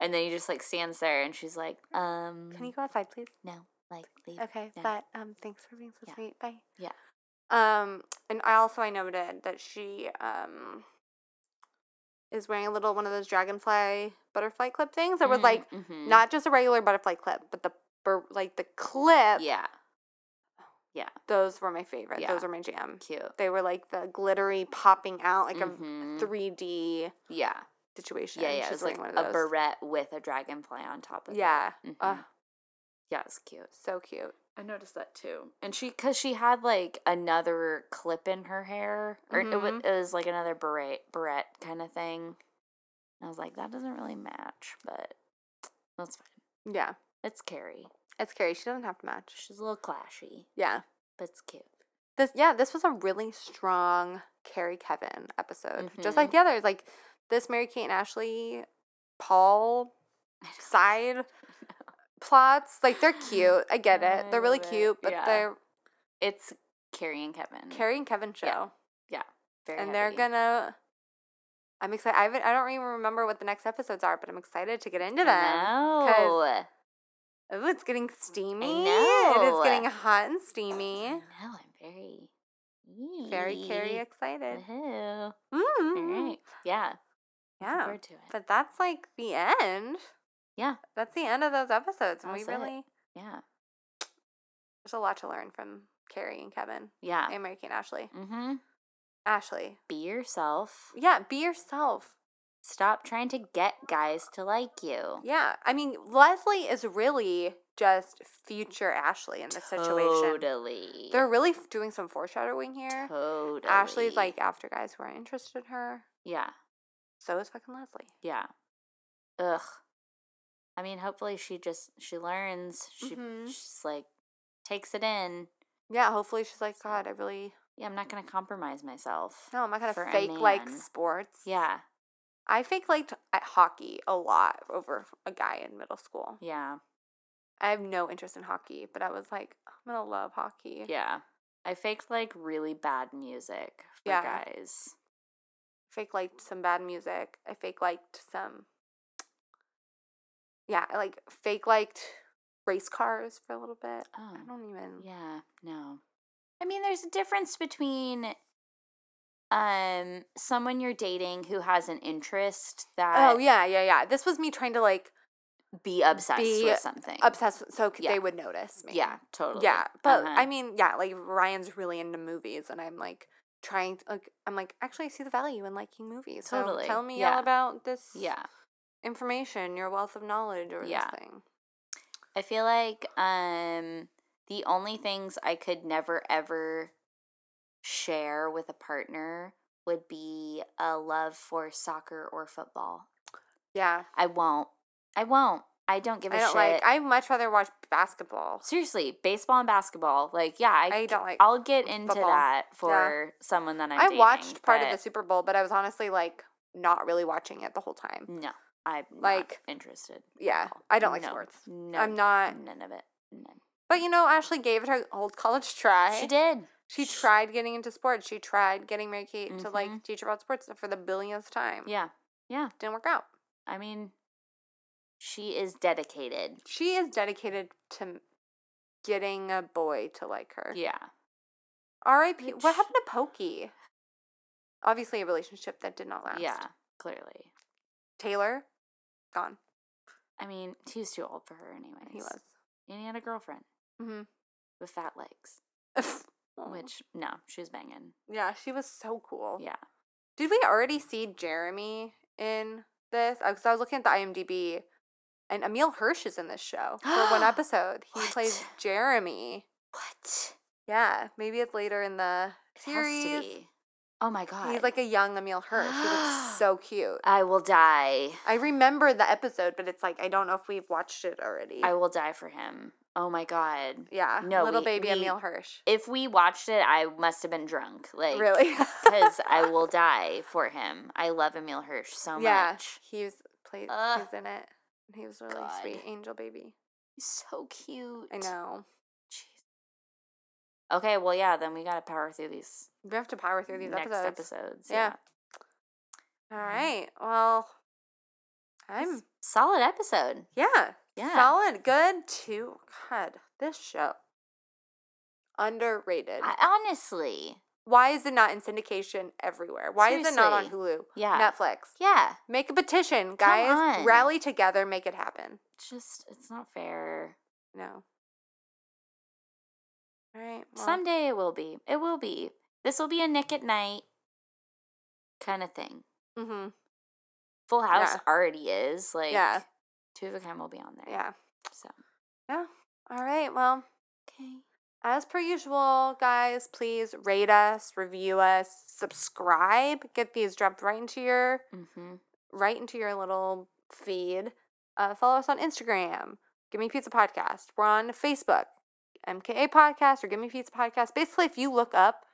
[SPEAKER 3] And then he just like stands there, and she's like, "Um,
[SPEAKER 2] Can you go outside, please?
[SPEAKER 3] no, like leave."
[SPEAKER 2] Okay,
[SPEAKER 3] no.
[SPEAKER 2] but um, thanks for being so
[SPEAKER 3] Yeah.
[SPEAKER 2] sweet. Bye.
[SPEAKER 3] Yeah.
[SPEAKER 2] Um, and I also I noted that she um is wearing a little one of those dragonfly butterfly clip things that was like
[SPEAKER 3] Mhm.
[SPEAKER 2] not just a regular butterfly clip, but the bur- like the clip.
[SPEAKER 3] yeah, Oh,
[SPEAKER 2] Those were my favorite.
[SPEAKER 3] Yeah.
[SPEAKER 2] Those were my jam.
[SPEAKER 3] cute.
[SPEAKER 2] They were like the glittery popping out like a
[SPEAKER 3] Mhm.
[SPEAKER 2] three D
[SPEAKER 3] yeah,
[SPEAKER 2] situation.
[SPEAKER 3] yeah, yeah.
[SPEAKER 2] She's
[SPEAKER 3] It's like
[SPEAKER 2] wearing one of
[SPEAKER 3] a
[SPEAKER 2] those.
[SPEAKER 3] beret with a dragonfly on top of it.
[SPEAKER 2] Yeah.
[SPEAKER 3] Mhm.
[SPEAKER 2] Ugh,
[SPEAKER 3] yeah, it's cute.
[SPEAKER 2] so cute.
[SPEAKER 3] I noticed that too. And she, because she had like another clip in her hair, or it, was,
[SPEAKER 2] Mhm.
[SPEAKER 3] it was like another beret, beret kind of thing. And I was like, that doesn't really match, but that's fine.
[SPEAKER 2] Yeah.
[SPEAKER 3] It's Carrie.
[SPEAKER 2] It's scary. She doesn't have to match.
[SPEAKER 3] She's a little clashy,
[SPEAKER 2] Yeah.
[SPEAKER 3] but it's cute.
[SPEAKER 2] this yeah this was a really strong carrie kevin episode just
[SPEAKER 3] Mm-hmm.
[SPEAKER 2] like the others like this mary kate and ashley paul side plots like they're cute i get it
[SPEAKER 3] I
[SPEAKER 2] they're really
[SPEAKER 3] love it.
[SPEAKER 2] cute but
[SPEAKER 3] Yeah. mm.
[SPEAKER 2] they're
[SPEAKER 3] It's Carrie and Kevin.
[SPEAKER 2] carrie and kevin show
[SPEAKER 3] Very
[SPEAKER 2] and they're
[SPEAKER 3] heavy.
[SPEAKER 2] gonna i'm excited I, haven't, I don't even remember what the next episodes are but i'm excited to get into them
[SPEAKER 3] I know.
[SPEAKER 2] oh it's getting steamy it
[SPEAKER 3] know.
[SPEAKER 2] is getting hot and
[SPEAKER 3] I
[SPEAKER 2] steamy
[SPEAKER 3] know. I'm very.
[SPEAKER 2] very carrie
[SPEAKER 3] Eek.
[SPEAKER 2] excited
[SPEAKER 3] Woohoo.
[SPEAKER 2] mm.
[SPEAKER 3] All right. Yeah. Looking
[SPEAKER 2] yeah
[SPEAKER 3] forward to it.
[SPEAKER 2] Oh, But that's like the end.
[SPEAKER 3] Yeah.
[SPEAKER 2] That's the end of those episodes. And we
[SPEAKER 3] That's it.
[SPEAKER 2] really,
[SPEAKER 3] yeah.
[SPEAKER 2] there's a lot to learn from Carrie and Kevin
[SPEAKER 3] Yeah.
[SPEAKER 2] and Mary Kate and Ashley.
[SPEAKER 3] Mm-hmm.
[SPEAKER 2] Ashley.
[SPEAKER 3] Be yourself.
[SPEAKER 2] Yeah, be yourself.
[SPEAKER 3] Stop trying to get guys to like you.
[SPEAKER 2] Yeah. I mean, Leslie is really just future Ashley in this situation.
[SPEAKER 3] Totally.
[SPEAKER 2] They're really f- doing some foreshadowing here.
[SPEAKER 3] totally.
[SPEAKER 2] Ashley's like after guys who are interested in her.
[SPEAKER 3] yeah,
[SPEAKER 2] So is fucking Leslie.
[SPEAKER 3] yeah. Ugh. I mean, hopefully she just she learns. She
[SPEAKER 2] Mhm.
[SPEAKER 3] she's like takes it in.
[SPEAKER 2] Yeah, hopefully she's like, God, I really,
[SPEAKER 3] Yeah, I'm not gonna compromise myself.
[SPEAKER 2] no, I'm not going
[SPEAKER 3] For
[SPEAKER 2] to
[SPEAKER 3] a
[SPEAKER 2] fake like
[SPEAKER 3] man.
[SPEAKER 2] sports.
[SPEAKER 3] Yeah,
[SPEAKER 2] I fake liked at hockey a lot over a guy in middle school.
[SPEAKER 3] yeah,
[SPEAKER 2] I have no interest in hockey, but I was like, I'm gonna love hockey.
[SPEAKER 3] yeah. I faked like really bad music for
[SPEAKER 2] Yeah.
[SPEAKER 3] guys.
[SPEAKER 2] Fake liked some bad music. I fake liked some. Yeah, I like fake liked race cars for a little bit.
[SPEAKER 3] Oh.
[SPEAKER 2] I don't even.
[SPEAKER 3] Yeah, no. I mean, there's a difference between um someone you're dating who has an interest that
[SPEAKER 2] Oh yeah, yeah, yeah. This was me trying to like
[SPEAKER 3] be obsessed
[SPEAKER 2] be
[SPEAKER 3] with something.
[SPEAKER 2] obsess so c
[SPEAKER 3] Yeah.
[SPEAKER 2] they would notice me.
[SPEAKER 3] Yeah, totally.
[SPEAKER 2] yeah. But
[SPEAKER 3] Uh-huh.
[SPEAKER 2] I mean, yeah, like Ryan's really into movies, and I'm like trying. To, like, I'm like actually I see the value in liking movies. So
[SPEAKER 3] Totally,
[SPEAKER 2] Tell me
[SPEAKER 3] yeah.
[SPEAKER 2] all about this.
[SPEAKER 3] yeah.
[SPEAKER 2] Information, your wealth of knowledge, or
[SPEAKER 3] Yeah.
[SPEAKER 2] this thing.
[SPEAKER 3] I feel like um the only things I could never ever share with a partner would be a love for soccer or football.
[SPEAKER 2] Yeah.
[SPEAKER 3] I won't. I won't. I don't give a
[SPEAKER 2] I don't
[SPEAKER 3] shit.
[SPEAKER 2] like. I much rather watch basketball.
[SPEAKER 3] Seriously, baseball and basketball. Like, yeah, I,
[SPEAKER 2] I don't like.
[SPEAKER 3] I'll get into
[SPEAKER 2] Football.
[SPEAKER 3] that for someone that I'm
[SPEAKER 2] I
[SPEAKER 3] dating,
[SPEAKER 2] watched part of the
[SPEAKER 3] but
[SPEAKER 2] Super Bowl, but I was honestly like not really watching it the whole time.
[SPEAKER 3] No, I'm
[SPEAKER 2] Like,
[SPEAKER 3] like interested.
[SPEAKER 2] Yeah,
[SPEAKER 3] at all.
[SPEAKER 2] I don't like
[SPEAKER 3] No,
[SPEAKER 2] sports.
[SPEAKER 3] No,
[SPEAKER 2] I'm not.
[SPEAKER 3] none of it. None.
[SPEAKER 2] But you know, Ashley gave it her old college try.
[SPEAKER 3] She did.
[SPEAKER 2] She tried getting into sports. She tried getting Mary Kate to like
[SPEAKER 3] Mhm.
[SPEAKER 2] teach about sports for the billionth time.
[SPEAKER 3] Yeah,
[SPEAKER 2] Didn't work out.
[SPEAKER 3] I mean, she is dedicated.
[SPEAKER 2] She is dedicated to getting a boy to like her.
[SPEAKER 3] Yeah,
[SPEAKER 2] R.I.P. What happened to Pokey? Obviously, a relationship that did not last.
[SPEAKER 3] Yeah, clearly.
[SPEAKER 2] Taylor, gone.
[SPEAKER 3] I mean, he was too old for her, anyways.
[SPEAKER 2] He was.
[SPEAKER 3] And he had a girlfriend
[SPEAKER 2] Mm-hmm.
[SPEAKER 3] with fat legs,
[SPEAKER 2] Which,
[SPEAKER 3] which, no, she was banging.
[SPEAKER 2] yeah, she was so cool.
[SPEAKER 3] Yeah.
[SPEAKER 2] Did we already see Jeremy in this? Because I was looking at the IMDb, and Emil Hirsch is in this show for one episode. He plays
[SPEAKER 3] What?
[SPEAKER 2] Jeremy.
[SPEAKER 3] What?
[SPEAKER 2] Yeah, maybe it's later in the series.
[SPEAKER 3] Oh my God.
[SPEAKER 2] He's like a young Emil Hirsch. He looks so cute.
[SPEAKER 3] I will die.
[SPEAKER 2] I remember the episode, but it's like I don't know if we've watched it already.
[SPEAKER 3] I will die for him. Oh my God.
[SPEAKER 2] yeah,
[SPEAKER 3] No,
[SPEAKER 2] little
[SPEAKER 3] we-
[SPEAKER 2] baby
[SPEAKER 3] we-
[SPEAKER 2] Emil Hirsch.
[SPEAKER 3] If we watched it, I must have been drunk. Like,
[SPEAKER 2] really?
[SPEAKER 3] Because I will die for him. I love Emil Hirsch so
[SPEAKER 2] yeah,
[SPEAKER 3] much.
[SPEAKER 2] he was played.
[SPEAKER 3] Ugh.
[SPEAKER 2] he's in it. and He was really
[SPEAKER 3] God.
[SPEAKER 2] sweet, angel baby.
[SPEAKER 3] He's so cute.
[SPEAKER 2] I know.
[SPEAKER 3] Jeez. Okay, well, yeah, then we got to power through these
[SPEAKER 2] We have to power through these
[SPEAKER 3] next
[SPEAKER 2] episodes.
[SPEAKER 3] episodes.
[SPEAKER 2] Yeah. All right. Well, I'm
[SPEAKER 3] Solid episode.
[SPEAKER 2] yeah,
[SPEAKER 3] Yeah.
[SPEAKER 2] solid, good. Two. God, this show underrated.
[SPEAKER 3] I, honestly.
[SPEAKER 2] Why is it not in syndication everywhere? Why is it not on Hulu?
[SPEAKER 3] Yeah.
[SPEAKER 2] Netflix.
[SPEAKER 3] Yeah.
[SPEAKER 2] Make a petition,
[SPEAKER 3] on.
[SPEAKER 2] guys. Rally together, make it happen.
[SPEAKER 3] Just, it's not fair.
[SPEAKER 2] No. All right. well,
[SPEAKER 3] Someday it will be. It will be. This will be a Nick at Night kind of thing.
[SPEAKER 2] mhm,
[SPEAKER 3] Full House
[SPEAKER 2] Yeah.
[SPEAKER 3] already is. Like,
[SPEAKER 2] Yeah.
[SPEAKER 3] Two of a Kind will be on there.
[SPEAKER 2] Yeah.
[SPEAKER 3] So,
[SPEAKER 2] All right. Well,
[SPEAKER 3] okay.
[SPEAKER 2] As per usual, guys, please rate us, review us, subscribe, get these dropped right into your
[SPEAKER 3] Mm-hmm.
[SPEAKER 2] right into your little feed. Uh, follow us on Instagram, Give Me Pizza Podcast. We're on Facebook, MKA Podcast or Give Me Pizza Podcast. Basically, if you look up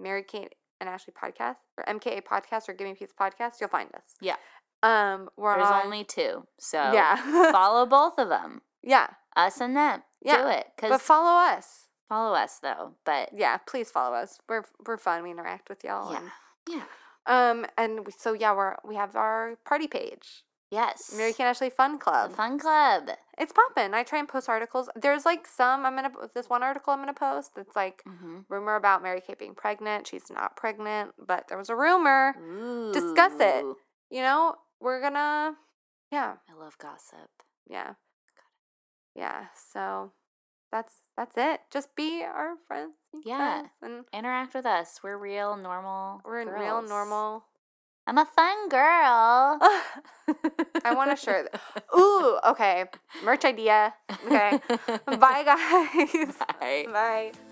[SPEAKER 2] Mary Kate and Ashley Podcast or MKA Podcast or Give Me Pizza Podcast, you'll find us.
[SPEAKER 3] Yeah.
[SPEAKER 2] Um, we're
[SPEAKER 3] There's
[SPEAKER 2] on,
[SPEAKER 3] only two. So,
[SPEAKER 2] yeah,
[SPEAKER 3] follow both of them.
[SPEAKER 2] yeah,
[SPEAKER 3] Us and them.
[SPEAKER 2] Yeah,
[SPEAKER 3] Do it. Because
[SPEAKER 2] but follow us.
[SPEAKER 3] follow us, though. But,
[SPEAKER 2] Yeah, please follow us. We're we're fun. We interact with y'all.
[SPEAKER 3] yeah.
[SPEAKER 2] and-
[SPEAKER 3] Yeah.
[SPEAKER 2] Um, and we- so yeah, we're we have our party page,
[SPEAKER 3] Yes.
[SPEAKER 2] Mary Kate Ashley Fun
[SPEAKER 3] The
[SPEAKER 2] Club.
[SPEAKER 3] Fun Club.
[SPEAKER 2] It's poppin'. I try and post articles. There's like some I'm gonna this one article I'm gonna post that's like
[SPEAKER 3] Mm-hmm.
[SPEAKER 2] rumor about Mary Kate being pregnant. She's not pregnant, but there was a rumor.
[SPEAKER 3] Mm. Mm-hmm. Ooh.
[SPEAKER 2] Discuss it. You know, we're gonna, yeah,
[SPEAKER 3] I love gossip.
[SPEAKER 2] yeah, yeah. So that's that's it. Just be our friends. and
[SPEAKER 3] Yeah.
[SPEAKER 2] friends, and
[SPEAKER 3] Interact with us. We're real, normal.
[SPEAKER 2] we're real
[SPEAKER 3] girls.
[SPEAKER 2] normal.
[SPEAKER 3] I'm a fun girl.
[SPEAKER 2] I want a shirt. Ooh, okay. Merch idea. Okay. Bye, guys.
[SPEAKER 3] Bye.
[SPEAKER 2] Bye.